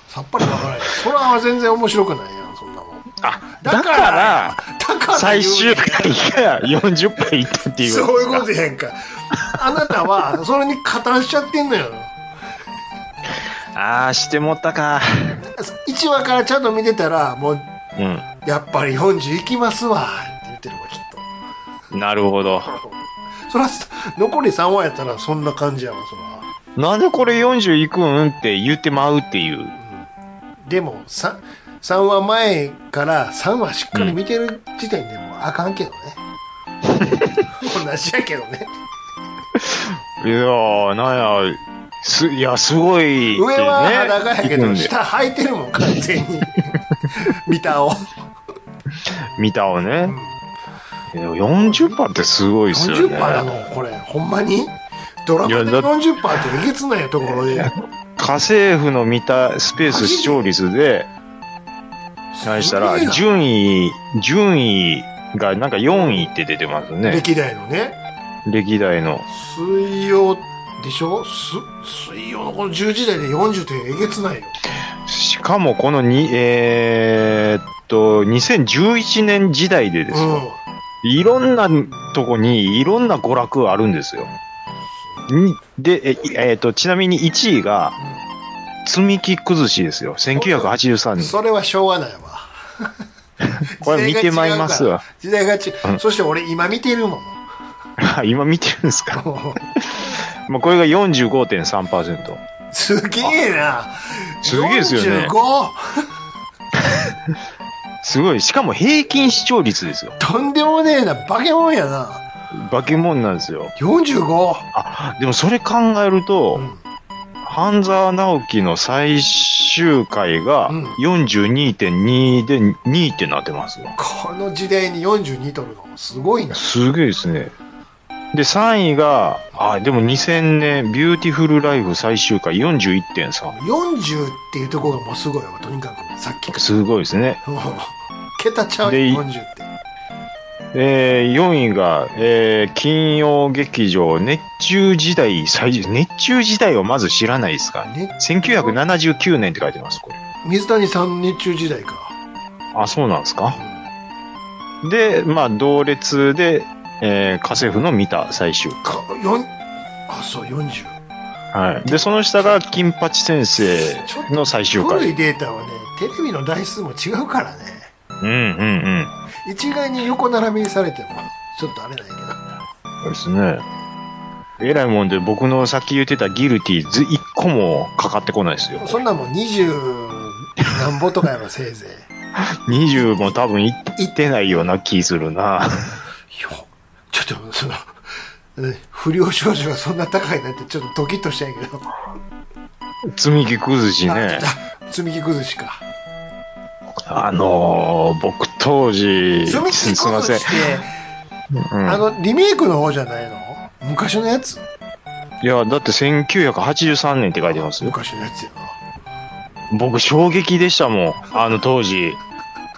さっぱりわからへん。それは全然面白くないやん、そんなもん。
あ、
だ
だ
か
からら、
だから
最終
回
回が40回いったっていう。
そういうことやんか。あなたは、それに加担しちゃってんのよ。
ああ、してもったか。
1話からちゃんと見てたら、もう、
う
やっぱり40いきますわ、って言ってるわ、きっと。
ん。なるほど。
そら、残り3話やったらそんな感じやわ、そ
なんでこれ40いくんって言ってまうっていう。
ら。でも、3、3話前から3話しっかり見てる時点でもうあかんけどね。同じやけどね。
いやー、なんや、す、いや、すごい、ね。
上は裸やけ
行く
ど、
んで
下履いてるもん、完全 に。見たを。
見たをね。いや40パーってすごいですよ
40%
ね。
なのこれ。ほんまにドラマで
いやだ
40%ってえげつないところで。
家政婦の見たスペース視聴率で、何したら
すげえ、な
順位、順位がなんか4位って出てますね。
歴代のね。
歴代の。
水曜でしょす水曜のこの10時台で40ってえげつないよ。
しかもこのに、えーっと、2011年時代でですよ。
う
いろんなとこにいろんな娯楽あるんですよ。にで、ええーっと、ちなみに1位が、積み木崩しですよ。1983
ん。
年。
それはしょうがないわ。
これ見てまいりますわ。
時代が違うから。時代が違う
うん
そして俺今見てるもん。
あ今見てるんですかまあ、これが45.3%。
すげえな。
すげえですよね
45!
すごい。しかも平均視聴率ですよ。
とんでもねえな。バケモンやな。
化け物なんですよ。
45!
でもそれ考える
う
と、
ん
半沢直樹の最終回が
うん
42.2で2ってなってますよ。
この時代に42取るのすごいな。
すげえですね。で、3位が、あ、でも2000年、ビューティフルライフ最終回41.3。
40っていうところがもうすごいわ。とにかく、さっきか
すごいですね。
ら。もう桁ちゃう
で
よ、40って。
えー、4位が、えー、金曜劇場、熱中時代最、熱中時代をまず知らないですか
ね、
1979年って書いてます、これ。
水谷さん日中時代か。
あ、そうなんですか。で、まあ、同列で、えー、家政婦の見た最終。
か、四あ、そう、40。
はい。で、その下が、金八先生の最終
古
回。
いデータはね、テレビの台数も違うからね。
うんうんうん。
一概に横並びにされても、ちょっとあれだけど。
そうですね。えらいもんで、僕のさっき言ってたギルティ、ず、一個もかかってこないですよ。
そんなもん20何ぼとかやろ、せい ぜ
20も多分いってないような気する な。
い。よちょっと、その、ね不良少女がそんな高いなんてちょっとドキッとしたんやけど。
積み木崩しね。
あ積み木崩しか。
あのー、僕当時、
積み木崩
すいません
し。って、
うん
あの、リメイクの方じゃないの昔のやつ
いや、だって1983年って書いてますよ。
昔のやつやな。
僕衝撃でしたもん。あの当時、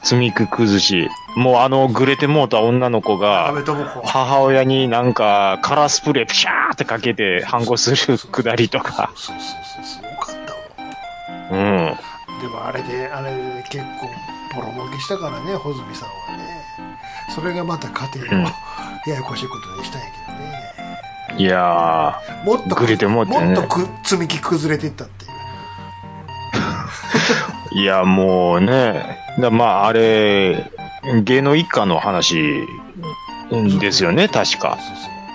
積み木崩し。もうあの、ぐれてもうた女の子
安
が、
倍智子。
母親になんか、カラースプレーピシャーってかけて、反抗するくだりとか。
そうそうそうそう、すごかったわ。
うん。
でもあれで、あれで結構ボロ儲けしたからね、穂積さんはね。それがまた家庭を、ややこしいことにしたんやけどね。
いや
もっとく
グレてもうてね
もっとく積み木崩れていったっていう。
ー、いや、もうね、だまあ、あれ、芸能一家の話ですよね、確か。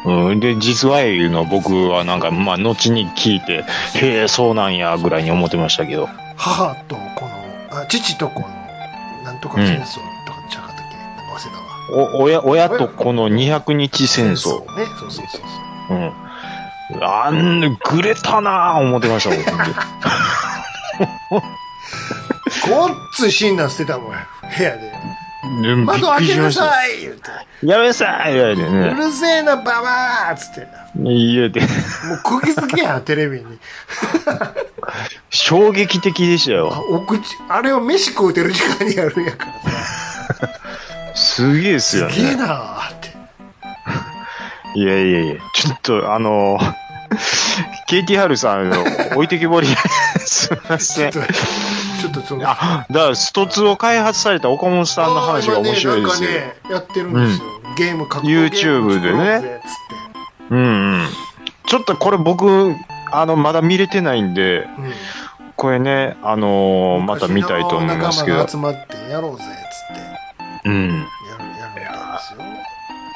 そうそう
うん、で、実はいうの僕はなんか、まあ、後に聞いて、へえ、そうなんや、ぐらいに思ってましたけど。
母とこの、あ父とこの、なんとか戦争とかちゃうかったっけ、なんか忘れたわ。
お、親、親とこの200日戦争。
ね。そうそうそうそう。
うん。あん、ぐれたなぁ、思ってましたもん。
ごっつい診断してたもん、部屋で。
でびっ
窓
く
開
り
け
しま
な
した。
さい言うて。
やめなさい言われて
う
ね。
るせえな、ババーっつって。
言えて。
もう釘付けやん、テレビに。
衝撃的でした
あ
よ。
お口、あれを飯食うてる時間にやるんやからさ。
すげえです
す
よ
げえ
ね。
なーって。
いやいやいや、ちょっと、あの、KTR さんの置いてきぼり、 すいません。
ちょっと、ちょっとその、
あ、だから、スト2を開発された岡本さんの話が面白いですよ。
あー今ねなんかね、やってるんですよ。ゲーム格好ゲーム
YouTube
作
でね
ろうぜつって
うんうん。ちょっとこれ僕、あの、まだ見れてないんで、これね、あのーまた見たいと思いますけど
昔。の仲間が集まってやろうぜ、つって。
うん。
やる、やるみたいで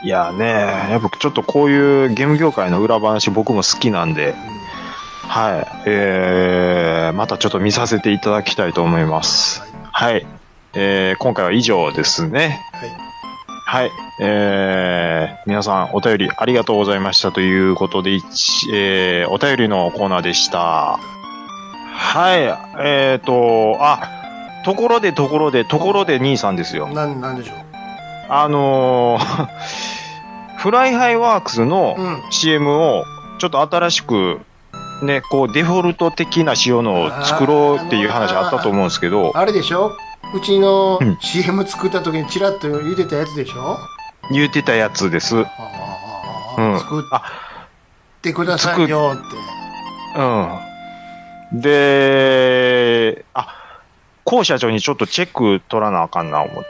いやね、やっぱちょっとこういうゲーム業界の裏話僕も好きなんで、はい。えー、またちょっと見させていただきたいと思います。
すよ。は
はい。えー、今回は以上ですね。
い。はい。
はい。えー、皆さんお便りありがとうございましたということで、一えー、お便りのコーナーでした。はい。えーと、あ、ところでところで、ところで兄さんですよ。
なん、なんでしょ
あのーフライハイワークス
う。
の
うん。
CM をちょっと新しく、ね、こうデフォルト的な仕様のを作ろうっていう話あったと思うんですけど、
あれでしょうちの
うん
CM 作った時にチラッと言うてたやつでしょ
言ってたやつです。うん。
ああああああ
うん
作
あ
ってくださいよって。
で、あ、校社長にちょっとチェック取らなあかんな思って。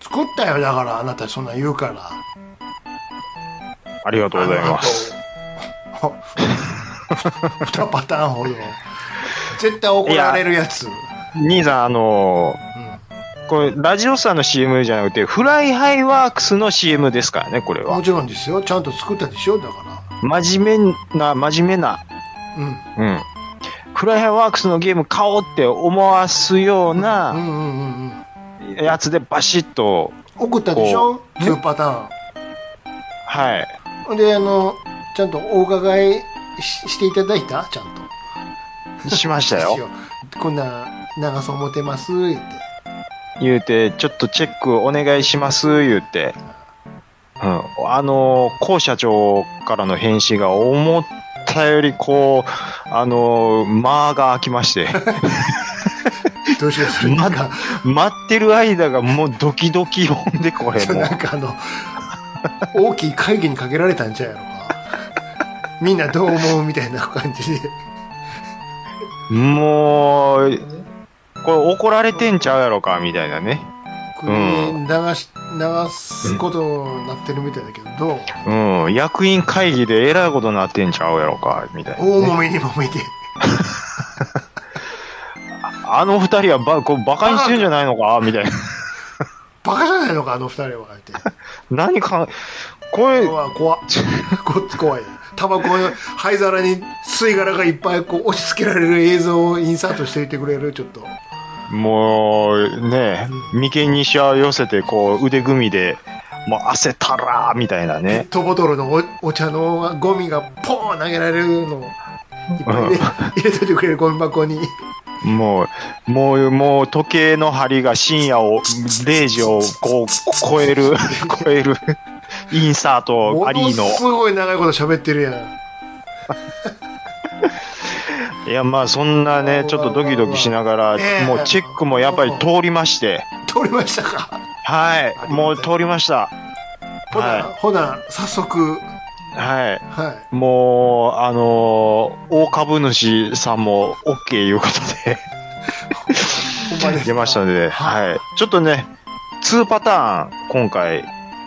作ったよ、だからあなたそんなん言うから。
ありがとうございます。
あの。2パターンほど。絶対怒られるやつ。
兄さん、あのーこれ、ラジオさんの CM じゃなくて、フライハイワークスの CM ですからね、これ
うん、も
は。
ちろんですよ。ちゃんと作ったでしょだか
真面目な、真面目な
ら。う。
うん。フライハイワークスのゲーム買おうって思わすようん
う
なん
うんうんうん。
やつでバシッと、
送ったでしょ ?2 パターン。
はい。
ほんで、あの、ちゃんとお伺いししていただいたちゃんと。
しましたよ。
一応こんな長さ持てます言って。
言うて、ちょっとチェックお願いします、言うて。うん。あのー、高社長からの返信が思ったよりこう、あのー、間が空きまして、
どうしようそれ。な
まだ
んか、
待ってる間がもうドキドキ読んで、これ
それ
もう
な。んかあの、大きい会議にかけられたんちゃうやろか。みんなどう思うみたいな感じで。
もう、これ怒られてんちゃうやろか、みたいなね。うん
流し、流すことになってるみたいだけど、どう
うん、役員会議でえらいことなってんちゃうやろか、みたいな、
大
ね。
揉めに揉めて。
あの二人はば、こう、バカにしてんじゃないのか、みたいな。
バカじゃないのか、あの二人は。って。
何か、これ、
怖い、怖い。こっち怖い。タバコの灰皿に吸い殻がいっぱいこう押し付けられる映像をインサートしておいてくれるちょっと。
もう、ね、眉間にしわ寄せて、こう、腕組みで、もう、汗たらー、みたいな
ペ
ね
ッ。トボトルのおお茶のゴミがポーン投げられるのをいっぱいね入れといてくれるゴミ箱に。
もう、もう、もう、時計の針が深夜を、0時を、こう、超える、 超える、インサート、
も
ありの
の。すごい長いこと喋ってるやん。
いや、まあ、そんなね、ちょっとドキドキしなが
ええ
ら、もう、チェックもやっぱり通りまして。
通りましたか
はい
ありがとうございま、す
もう通りました。
ほな、
は
ほな、早速、
はい。
はい。
もう、あのー大株主さんも OK いうことで
ほんまですか
出ましたので、はい。ちょっとね、2パターン今回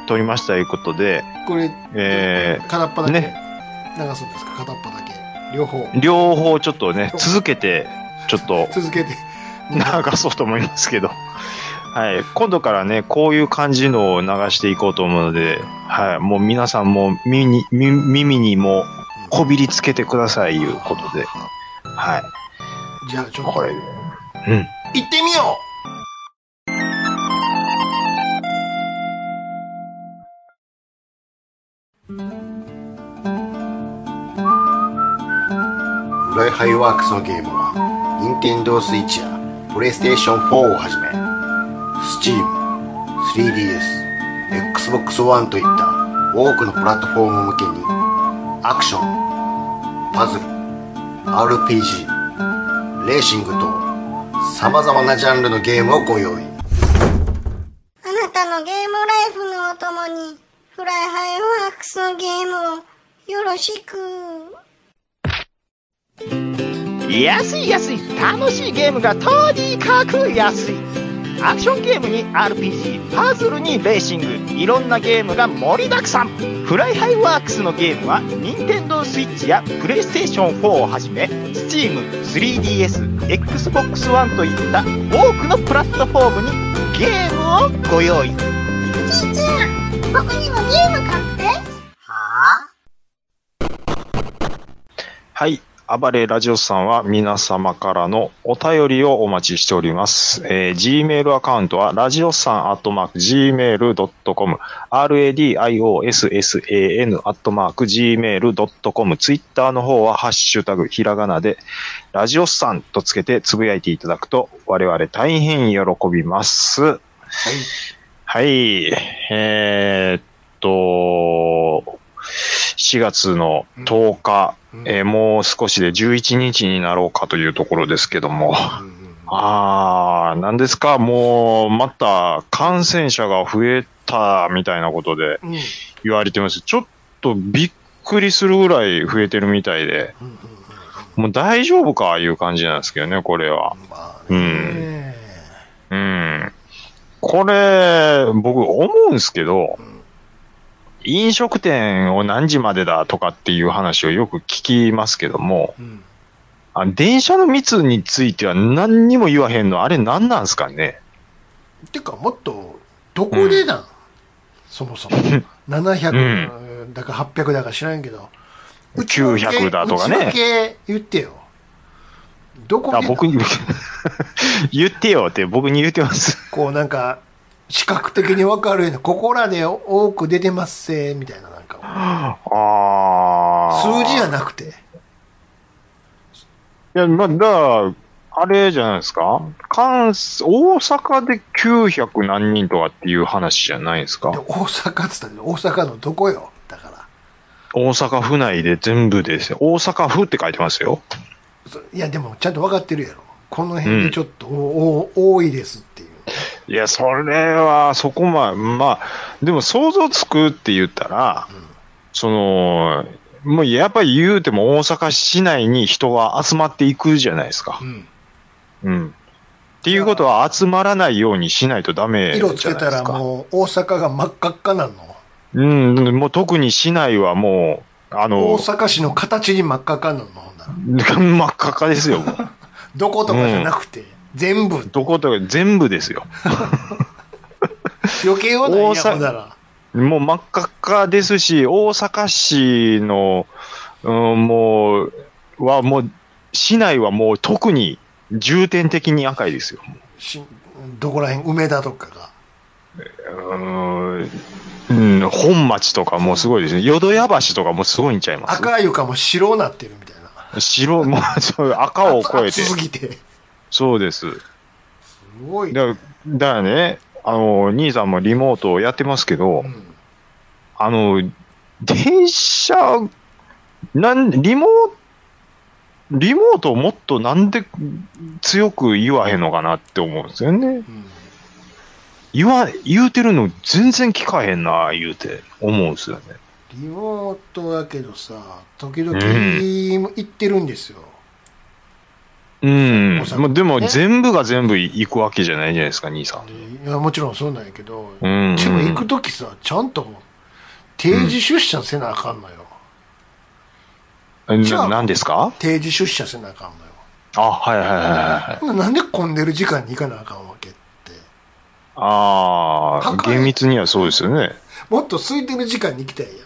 取りましたということで、
これ、
え
片っぽだけ、
ね
流すんですか片っぽだけ。両方、
ー両方ちょっとね、続けて、ちょっと
続けて。
流そうと思いますけど。はい。今度からね、こういう感じのを流していこうと思うので、はい。もう皆さんも耳に、み耳にもこびりつけてください、いうことで。はい。
じゃあ、ちょっ、
ことれ、うん。
行ってみようライハイワークスのゲームは、任天堂 Switch や PlayStation 4をはじめ、Steam、3DS、Xbox One といった多くのプラットフォーム向けに、アクション、パズル、RPG、レーシングと様々なジャンルのゲームをご用
あ
意
なたのゲームライフのお供に、フライハイワークスのゲームをよろしく。
安い安い楽しいゲームがとにかく安いアクションゲームに RPG パズルにレーシングいろんなゲームが盛りだくさんフライハイワークスのゲームは NintendoSwitch や PlayStation4 をはじめ Steam3DSXbox One といった多くのプラットフォームにゲームをご用意
じいちゃん、僕にもゲーム買って。
はい。暴れラジオスさんは皆様からのお便りをお待ちしております。えー Gmail アカウントは、ラジオスさんアットマーク gmail.com、radiossan アットマーク gmail.com、Twitter の方は、ハッシュタグ、ひらがなで、ラジオスさんとつけてつぶやいていただくと、我々大変喜びます。はい。えーっと、4月の10日、
うん
えーもう少しで11日になろうかというところですけども。あー、何ですかもう、また感染者が増えたみたいなことで
うんうん
言われてます。ちょっとびっくりするぐらい増えてるみたいで、
うん
もう大丈夫かいう感じなんですけどね、これは。
まあ
うん。
ね
うん。これ、僕思うんすけど、飲食店を何時までだとかっていう話をよく聞きますけども、
うん
あ電車の密については何にも言わへんの、あれ何なんすかね
てかもっとどこでなんそもそも700だか800だか知らんけど内訳
900だとかね
内訳言ってよどこで
あ
なん
僕に 言ってよって僕に言ってます。
こうなんか視覚的に分かるようなここらで多く出てますせみたいななんか
ああ。
数字じゃなくて
いや、まあ、だから、あれじゃないですか関西大阪で900何人とかっていう話じゃないですか
で大阪っつったら大阪のどこよだから
大阪府内で全部ですよ。大阪府って書いてますよ。
そいやでもちゃんと分かってるやろこの辺でちょっとお、お多いですっていう
いや、それは、そこまで、まあ、でも想像つくって言ったら、その、もうやっぱり言うても大阪市内に人が集まっていくじゃないですか。うん。っていうことは集まらないようにしないとダメじゃ
色
ないで
つ
すか。
けたらもう大阪が真っ赤っかなの
うん、もう特に市内はもう、あ
大
の、
阪市の形に真っ赤っかなのほんなら
真っ赤っかですよ。もう
どことかじゃなくて、全部
どことか全部ですよ。
余計はないや
大阪
ほんなら
もう真っ赤っかですし、大阪市の、うん、もう、はもう、市内はもう特に重点的に赤いですよ。
しどこら辺梅田とかが
うん、うん本町とかもうすごいですね。淀屋橋とかもうすごいんちゃいます
赤床も白なってるみたいな
白、もうそう赤を超えて
暑。すぎてす
そうです。
ごい
だからだからね、あの、兄さんもリモートをやってますけど、
ん
あの、電車、なん、リモリモートをもっとなんで強く言わへんのかなって思うんですよね。
うん
言わ、言うてるの全然聞かへんな、言うて思うんですよね。
リモートだけどさ時々
うん
行ってるんですよ、
うん
お。酒
まあ、でも
ね
全部が全部行くわけじゃないじゃないですか、兄さん。
でいやもちろんそうなんやけど、
うんうん
でも行く時さちゃんと定時出社せなあかんのよ。じゃあ
な何ですか
定時出社せなあかんのよ。
あ、はいはいはいはい。
ほんならなんで混んでる時間に行かなあかんわけって。
ああ、
高い
厳密にはそうですよね。
もっと空いてる時間に行きたいやん。
だ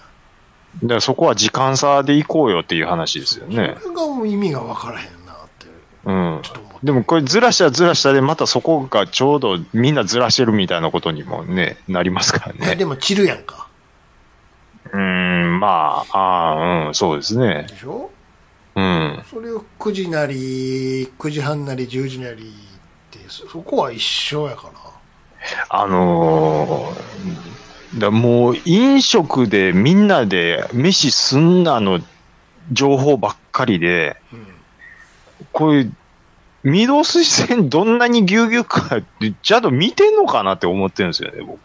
からそこは時間差で行こうよっていう話ですよね。
それがもう意味がわからへんなって、
うん
ち。ょっと思って。
でもこれずらしたらずらしたで、またそこがちょうどみんなずらしてるみたいなことにもね、なりますから
え
ね。
でも散るやんか。
うーん、まあ、ああ、うん、そうですね。
でしょ
うん。
それを9時なり、9時半なり、10時なりって、そそこは一緒やから。
あのー、だもう飲食でみんなで飯すんなの情報ばっかりで、こういう、御堂筋線どんなにぎゅうぎゅうかって、ちゃんと見てんのかなって思ってるんですよね、僕。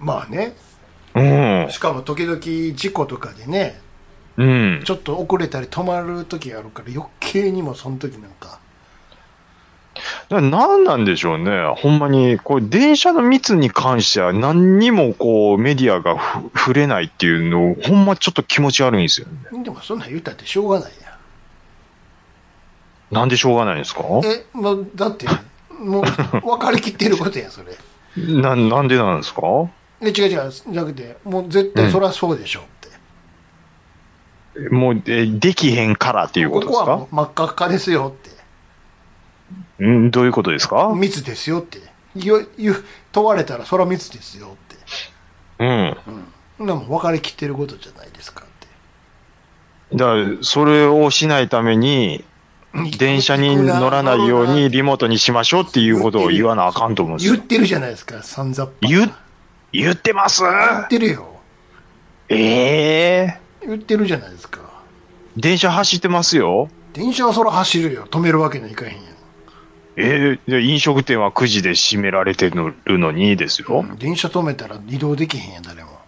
まあね。
うん。
しかも時々事故とかでね、
うん。
ちょっと遅れたり止まる時があるから余計にもその時なんか。
ななんなんでしょうね。ほんまに、こう、電車の密に関しては何にもこう、メディアがふ触れないっていうの、ほんまちょっと気持ち悪いんですよね。
でもそんなん言うたってしょうがないや
なんでしょうがないんですか
ん。え、まあ、だって、 もう分かりきってることやん、それ。
な、なんでなんですか
で違う違う、じゃなくて、もう絶対そりゃそうでしょって。
もう、え、できへんからっていうこ
こと
で
こ
す
は
か
もう真っ赤っかですよって。
うん、どういうことですか
密ですよって。よ言う問われたらそりゃ密ですよって。
うん。
そんなもん分かりきってることじゃないですかって。
だから、それをしないために、電車に乗らないようにリモートにしましょうっていうことを言わなあかんと思うんです
言
よ
っ。てるじゃないですか、さんざっぱ。
言
言
っ、言ってます
ってるよ。
ええ
言ってるじゃないですか。
電車走ってますよ。
電車はそら走るよ。止めるわけにはいかへんやん。
ええで飲食店は9時で閉められてるのにですよ。
電車止めたら移動できへんやん、誰も。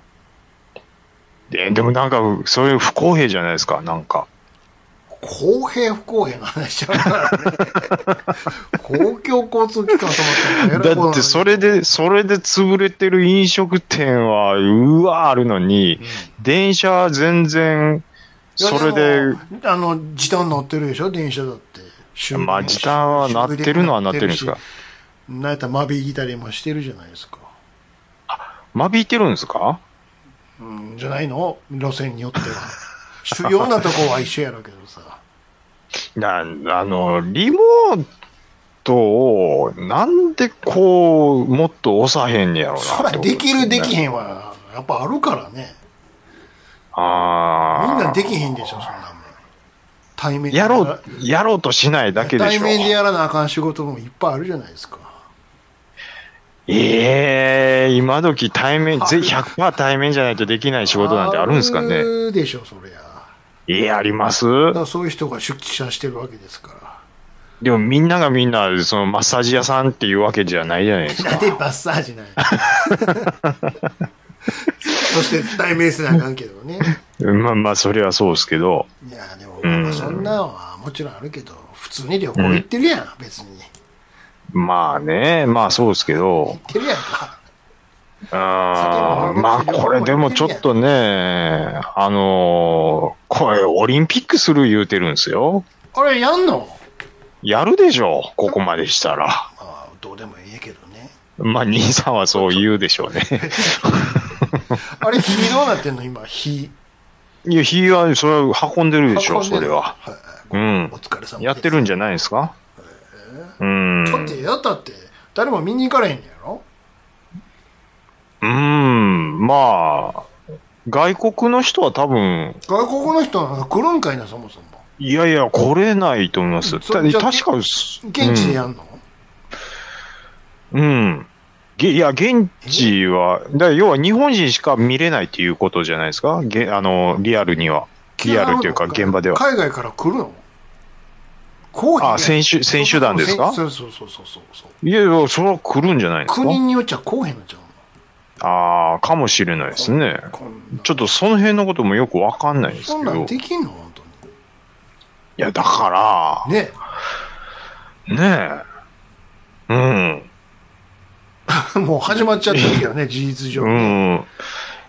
ででもなんか、それ不公平じゃないですか、なんか。
公平不公平の話しちゃうからね。公共交通機関止まったらえらいことになる
だってそれ、で、それで潰れてる飲食店は、うわあるのに、電車は全然、
いや
それで、。
もあの、時短乗ってるでしょ、電車だって。終電
まあ時短はなってるのはなってるんです。
終電
か
しなんやったら間引いたりもしてるじゃないですか。
間引いてるんですか
うん、じゃないの路線によっ ては。主要なとこは一緒やろうけどさ。
な、あの、リモートを、なんでこう、もっと押さへんねやろな
そら、できるでき
ん。
へんは、やっぱあるからね。
ああ。
みんなできへんでしょ、そんなもん。対面で
やろう、やろうとしないだけで
対
しょ。
面でやらなあかん仕事もいっぱいあるじゃないですか。
ええ今時対面、ぜ100%対面じゃないとできない仕事なんてあるんですか
あ
ね
るでしょ、そりゃ。
ええあります
だからそういう人が出社してるわけですか
でもみんながみんな、そのマッサージ屋さんっていうわけじゃないじゃないです
ら。な
か
ん。でマッサージなんや。 そして対面せなあかんけどね。
まあまあ、それはそうですけど。
いや、でも、
うん
そんなんはもちろんあるけど、普通に旅行行ってるやん、別に。
まあね、まあそうですけ
行
ど
っ。てるやんか。
あーまあこれでもちょっとね、あのーこれオリンピックする言うてるんですよ。
あれ、やんの
やるでしょう、ここまでしたら。
まあ、どうでもええけどね。
まあ兄さんはそう言うでしょうね。
あれ、火どうなってんの今、火。
いや、火は、それは運んでるでしょ、
運んで
そ
る
れは。
はい
うん
お。疲れ様です。
やってるんじゃないですかうん。
だって、やったって、誰も見に行かれへんのやろ
うん、まあ、外国の人は多分、
外国の人なんか来るんかいな、そもそも。
いやいや、来れないと思います。
そ
た
じゃあ
確か、現
現地でやんの、
うん。うんげいや、現地は、だから要は日本人しか見れないっていうことじゃないですかげあの、リアルには。リアルというか、現場では。
海外から来るのこうへんやん
あ選手選手団ですか
そうそうそうそうそうそう。
いやいや、それは来るんじゃないですか
国によっちゃこうへんのちゃう
ああ、かもしれないですね。
のこんな
ちょっとその辺のこともよくわかんないです
そ
け
んな
ど
ん。できんの本当
いや、だか
に。ね
ら、ねえ。うん。
え。もう始まっちゃってるけどね、事実上。
うん。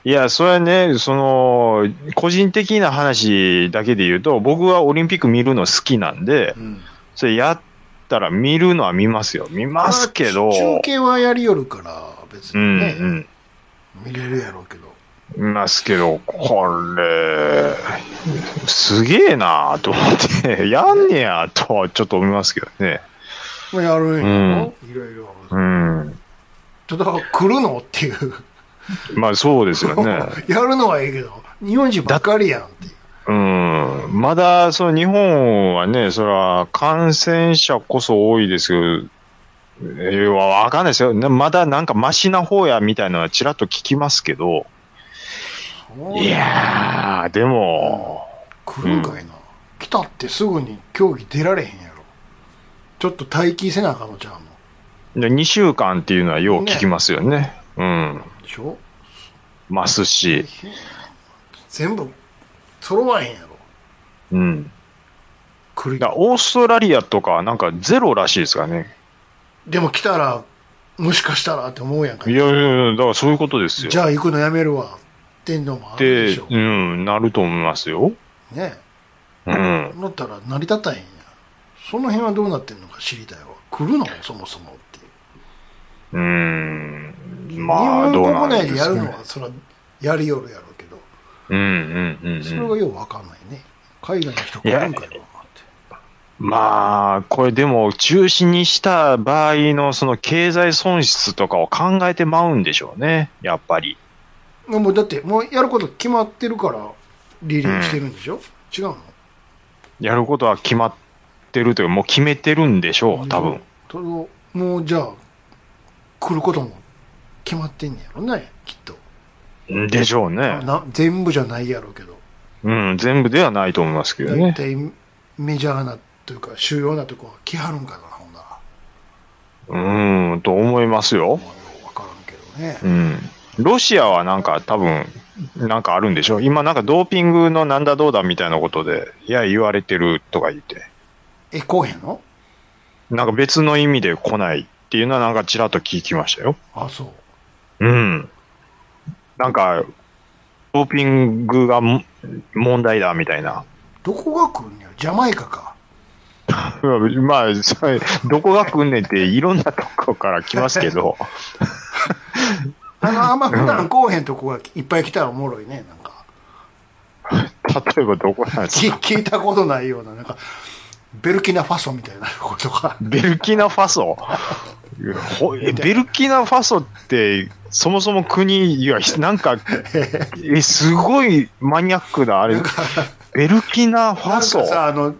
いや、それはね、その、個人的な話だけで言うと、僕はオリンピック見るの好きなんで、
うん
それやったら見るのは見ますよ。見ますけど、
中継はやりよるから、別
う
に
ん、
ね、
うん。
見れるやろうけど。
いますけど、これ、すげえなと思って、 やんねやとはちょっと思いますけどね。
まあ、やるんやろ、いろいろ。
うん。
ただ、来るのっていう。
まあそうですよ ね。
やるのはいいけど、日本人ばっかりやんっていう。
うん。まだ、その日本はね、そら、感染者こそ多いですけど、えーわわかんないですよ。なまだなんかマシな方やみたいなのはちらっと聞きますけど、いやー、でも、
来るんかいな、来たってすぐに競技出られへんやろちょっと待機せなあかんのちゃうの
で2週間っていうのはよう聞きますよね。うん。
でしょ
ますし。
全部揃わへんやろ
うん。
来る
だオーストラリアとかはなんかゼロらしいですからね。
でも来たらもしかしたらって思うやんか
いやいやいや、だからそういうことですよ。
じゃあ行くのやめるわってんのもあるで
で
しょ、
うん、なると思いますよ。
ね
うん。
だったら成り立たへんやんその辺はどうなってんのか知りたいわ来るのそもそもっていう
うーん。まあ、
日
どう
本
な
国内
んで
でや
す
る
か、
の
ね。
はそらやりよるやろうけど
うんうんうん
それ
う
が
ん。
ようわかんないね海外の人来るんかよって
まあ、これでも中止にした場合のその経済損失とかを考えてまうんでしょうね。やっぱり。
もうだって、もうやること決まってるから、リレーしてるんでしょ、違うの
やることは決まってるというか、もう決めてるんでしょう、多分。
それをもうじゃあ、来ることも決まってんねやろね、きっと。
でしょうね。
な全部じゃないやろうけど、
うん、全部ではないと思いますけど
大
ね。
体メジャーなというか、主要なとこは来はるんかな、ほんなら。
うーん、と思いますよ。
もうわからんけどね。
うん。ロシアはなんか多分、なんかあるんでしょ今なんかドーピングのなんだどうだみたいなことで、いや、言われてるとか言って。
え、来へんの
なんか別の意味で来ないっていうのはなんかちらっと聞きましたよ。
あ、そう。
うん。なんか、ドーピングがも問題だみたいな。
どこが来んねやろジャマイカか。
うんまあ、それどこが来んねんっていろんなとこから来ます けど。
あの、あんま普段来へんとこがいっぱい来たらおもろいね、なんか。
例えばどこなんですか
き聞い たことないような、なんか、ベルキナファソみたいなことが。
ベルキナファソほえベルキナファソって、そもそも国、いや、なん か、え、すごいマニアックだ、あれ。ベルキナフ
なんか
ァソ。
さ、あの、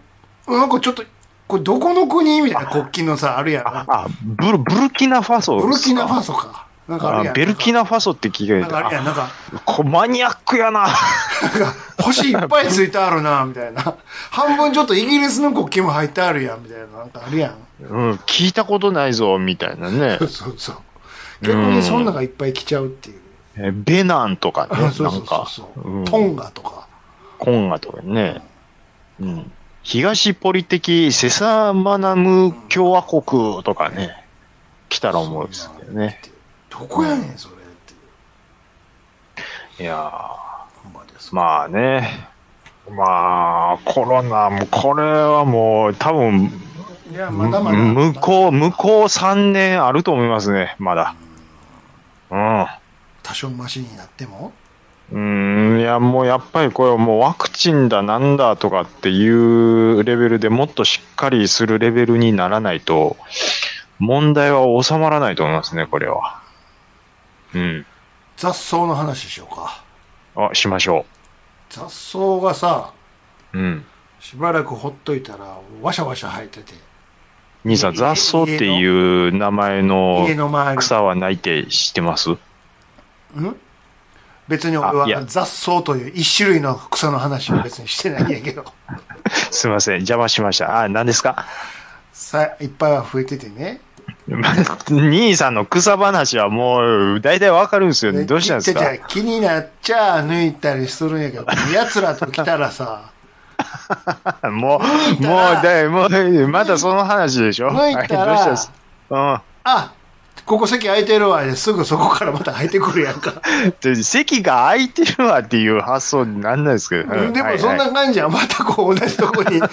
なんかちょっと、これどこの国みたいな国旗のさ、あるやん。
あ、ブル、ブルキナファソです
ブ
か。
ルキナファソか。なんかあるやん。
あベルキナファソって聞
なん
い
かある
て
やん。なんか、
あ、こマニアックやな。
星いっぱいついてあるな、みたいな。 半分ちょっとイギリスの国旗も入ってあるやん、みたいな。なんかあるやん。
うん、聞いたことないぞ、みたいなね。
そうそう。逆にそんなのがいっぱい来ちゃうっていう。
えベナンとかね、
そうそ
な
うんそ
か
う。そうう。
ん
トンガとか。
コンガとかね、うん、東ポリ的セサマナム共和国とかね、来たら思うんですけどね。
どこやねん、それっていう。
いや
ほんまです
ー、。まあね、まあ、コロナも、これはもう、多分、
いや、まだまだ。
向こう、向こう3年あると思いますね、まだ。うん。
多少マシになっても。
うーん、いや、もうやっぱりこれはもうワクチンだなんだとかっていうレベルでもっとしっかりするレベルにならないと、問題は収まらないと思いますね、これは。うん。
雑草の話しようか。
あ、しましょ
雑草がさ、
う。うん。
しばらくほっといたら、わしゃわしゃ生えてて、
兄さん、雑草っていう名前の
家の周り。
草はないって知ってます
ん別に俺
あいや
は雑草という一種類の草の話は別にしてないんやけど、
すいません、邪魔しました。あ、何ですか
さいっぱいは増えててね。
兄さんの草話はもう、大体わかるんですよね。どうしたんです
ち
か
っちゃい気になっちゃ抜いたりするんやけど、奴らと来たら さ、
もう、もう、
いたら
だいもう、またその話でしょ
抜いた
はいどうしたんで
ら
す、うん。
あ、ここ席空いてるわ、ですぐそこからまた空いてくるやんか。
で席が空いてるわっていう発想になんないですけど。う
でもそんな感じはまたこう同じとこに 増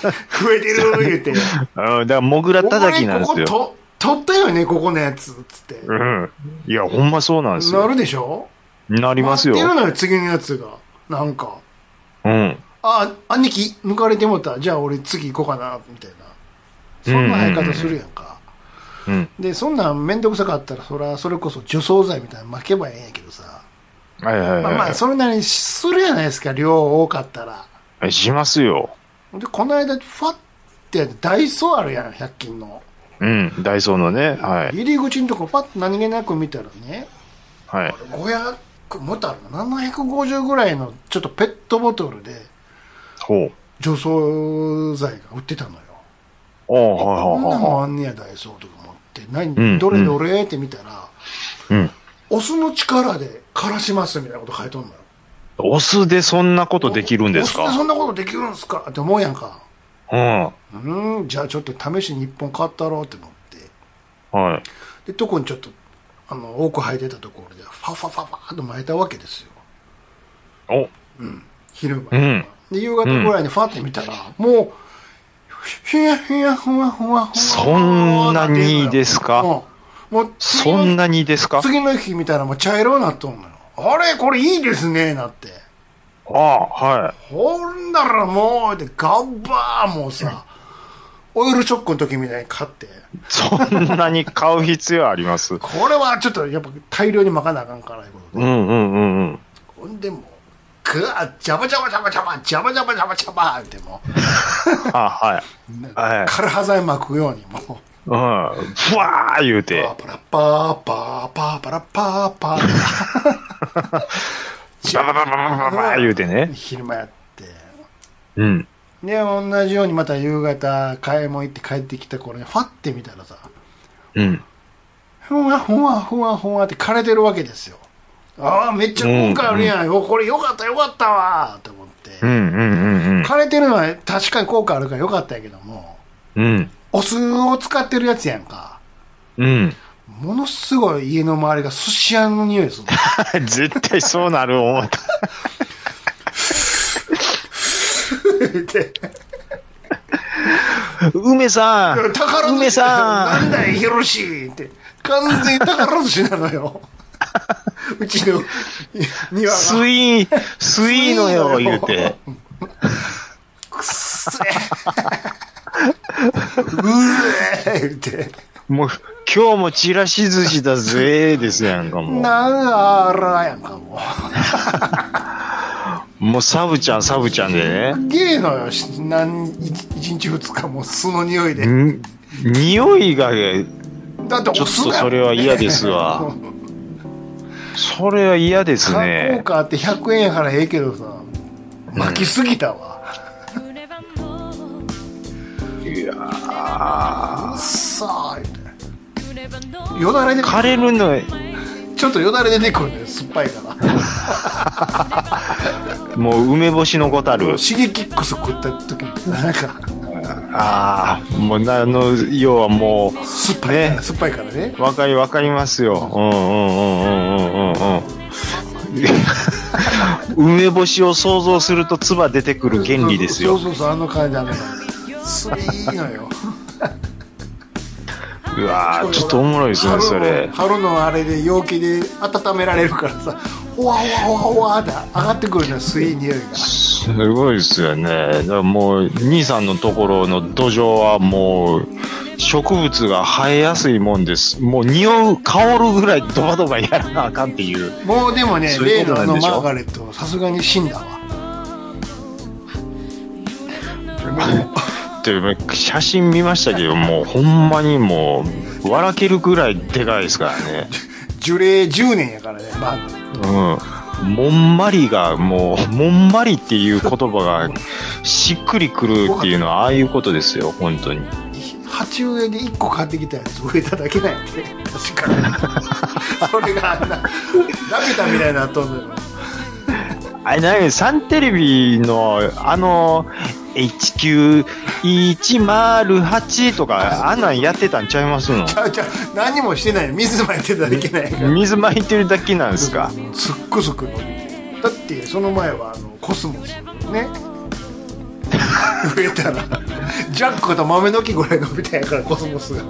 えてる言うて。
はいはいうん、だから、モグラ
お
叩
前
きなんで
ここ
すよ。
と取ったよね、ここのやつ。つって。
うん。いや、ほんまそうなんです
な
よ。
るでしょ
なりますよ
待っ。てるのよ、次のやつが。なんか。
うん。
あ、兄貴抜かれてもた。じゃあ俺次行こうかな、みたいな。そんな生え方するやんか。
うん。
で、そんなんめんどくさかったら、そら、それこそ除草剤みたいなの巻けばええんやけどさ。
はいはいはい。
まあまあ、それなりにするじゃないですか、量多かったら。
しますよ。
で、この間、ファってやって、ダイソーあるやん、100均の。
うん。ダイソーのね。はい。
入り口のとこ、ファって何気なく見たらね、
はい。
500、もたら750ぐらいの、ちょっとペットボトルで、
ほう。
除草剤が売ってたのよ。
おう
こんな
は
もんあんねや、ダイソーとか持って。
うん
何、どれどれって見たら、
いはいはい。うん。
お酢の力で枯らしますみたいなこと書いとんのよ。
お酢でそんなことできるんです
お酢でそ
か
んなことできるんですかって思うやんか。
うん。は
うん、じゃあちょっと試しに1本買ったろうって思って。
い。
で特にちょっとあの多く生えてたところでファファファファっと巻いたわけですよ
お、
昼間、
うん
で夕方ぐらいにファって見たら、もうふやふやふわふわふわ
そんなにですか
うんもう次の
そんなにですか
次の日見たらもう茶色になっとんのよあれこれいいですねなって
ああ、は
ほんだらもうでガッバーもうさオイルショックの時みたいに買って
い。そんなに買う必要あります。う
これはちょっとやっぱ大量に巻かなあかんからいうことで
んうんうんうん。
ほんでもう、ぐわー、ジャバジャバジャバジャバ、ジャバジャバジャバジャバっても
あはい。
う、
はい
カルハ剤巻くようにもう、
うん。ふわー言うて
パ。パラパーパーパーパラパーパー
バババババババ言うてね。
昼間やって。
うん。
で、同じようにまた夕方、買い物行って帰ってきた頃に、ファって見たらさ、
うん。
ふわふわふわふわって枯れてるわけですよ。ああ、めっちゃ今回あるやん。おこれよかったよかったわーと思って。
うんうんうん
枯れてるのは確かに効果あるからよかったやけども、
うん。うん。
お酢を使ってるやつやんか。
うん。
ものすごい家の周りが寿司屋の匂いする。
絶対そうなる思った。
で
梅さん
宝寿
梅
司
さ
なんだよ、ヒロシって。完全に宝寿司なの よ。うちの庭
ん
が。
スイー、スイーのよ、言うて。
くっせえ。うえーって。
もう、今日もチラシ寿司だぜーですやんか、も
なんあらやんか、も
う。もうサブちゃん、サブちゃんでね。
う。ゲーのよ、し何、一一日二日も酢の匂いで。
ん匂いが、
だってお
ちょっ
酢だ
と
よ
それは嫌ですわ。それは嫌です
観光
ね。
カーって100円払ええけどさ、巻きすぎたわ。
いや
さあみたいなよだれで
枯れるの、
ちょっとよだれ出てくるね酸っぱいから
もう梅干しのごたる。
シゲキックス食った時みたいななんか
ああ、もうな、あの、要はも
酸っぱいから、酸っぱいからね
う、わかり、わかりますよ。うんうんうんうんうんうんうん。梅干しを想像すると唾出てくる原理ですよ。
そうそうそうあの感じあの感じそれいいのよ
うわ ーちょっとおもろいですね、それ
春の。春のあれで陽気で温められるからさほわほわほわほわって上がってくるのよスイー匂いが
すごいですよね。だからもう、兄さんのところの土壌はもう、植物が生えやすいもんです。もう匂う、香るぐらいドバドバやらなあかんっていう。
もうでもね
そうい
例
うこ
の
と
あ
なん
の
でしょ
マーガレットさすがに死んだわ
って写真見ましたけどもうほんまにもう笑けるぐらいでかいですからね
樹齢10年やからねマーガレッ
うんもんまりがもうもんまりっていう言葉がしっくりくるっていうのはああいうことですよ本当に
ト鉢植えで1個買ってきたやつ植えただけなんやで確かにそれがあんなラピュタみたいになっとんのよ
あれ何サンテレビのあの HQ108 とか、あんなんやってたんちゃいますの
ちゃうちゃう何もしてない水まいてただけないから
水撒いてるだけなんですか
すっくすく伸びてだってその前はあのコスモスね植えたらジャックと豆の木ぐらい伸びたんやからコスモスが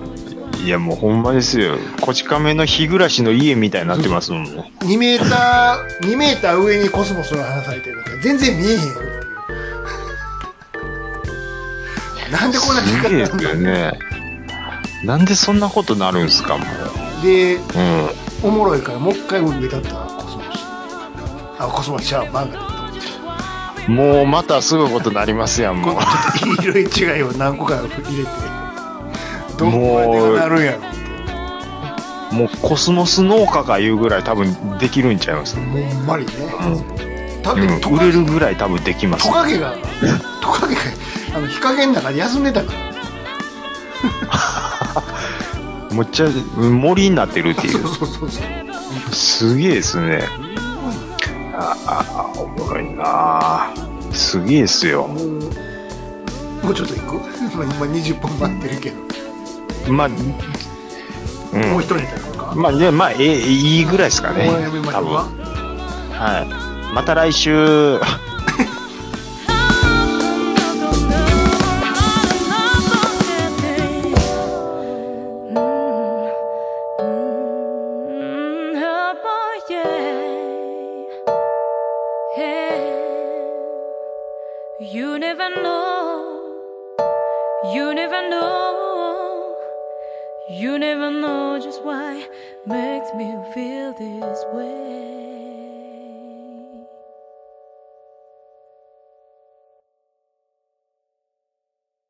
いや、もうほんまですよ。こち亀の日暮らしの家みたいになってますもんね。
2メーター2メーター上にコスモスが花咲いてるから全然見えへんよっていうなんでこんな
すげえ
近
ですよね。なんでそんなことなるんすか、もう。
いで
うん。
おもろいからもう一回植えたったらコスモスあコスモスちゃうバンガ
もうまたすぐことなりますやん、もう。
ちょっと色違いを何個か入れてどこまでがなるんやろ
もうコスモス農家かいうぐらい多分できるんちゃいます。
もうほんまにねだっ
うん
てト。
売
カゲ
れるぐらい多分できます
ト。カゲがトカゲがあの日陰の中で休んでたから
むっちゃ森になってるってい
そう
う。
そうそうそう
すげえですね。ああ、おもろいなあすげえっすよ。
もうもう ちょっと行く今20分待ってるけど、
まあ、う。
もうん一人だとか
まあ、でまあ、ええ、いいぐらいですか
お
ね。
やめまし
多
ょう
分。
か
はい。また来週。
You never know, you never know, you never know just why makes me feel this way.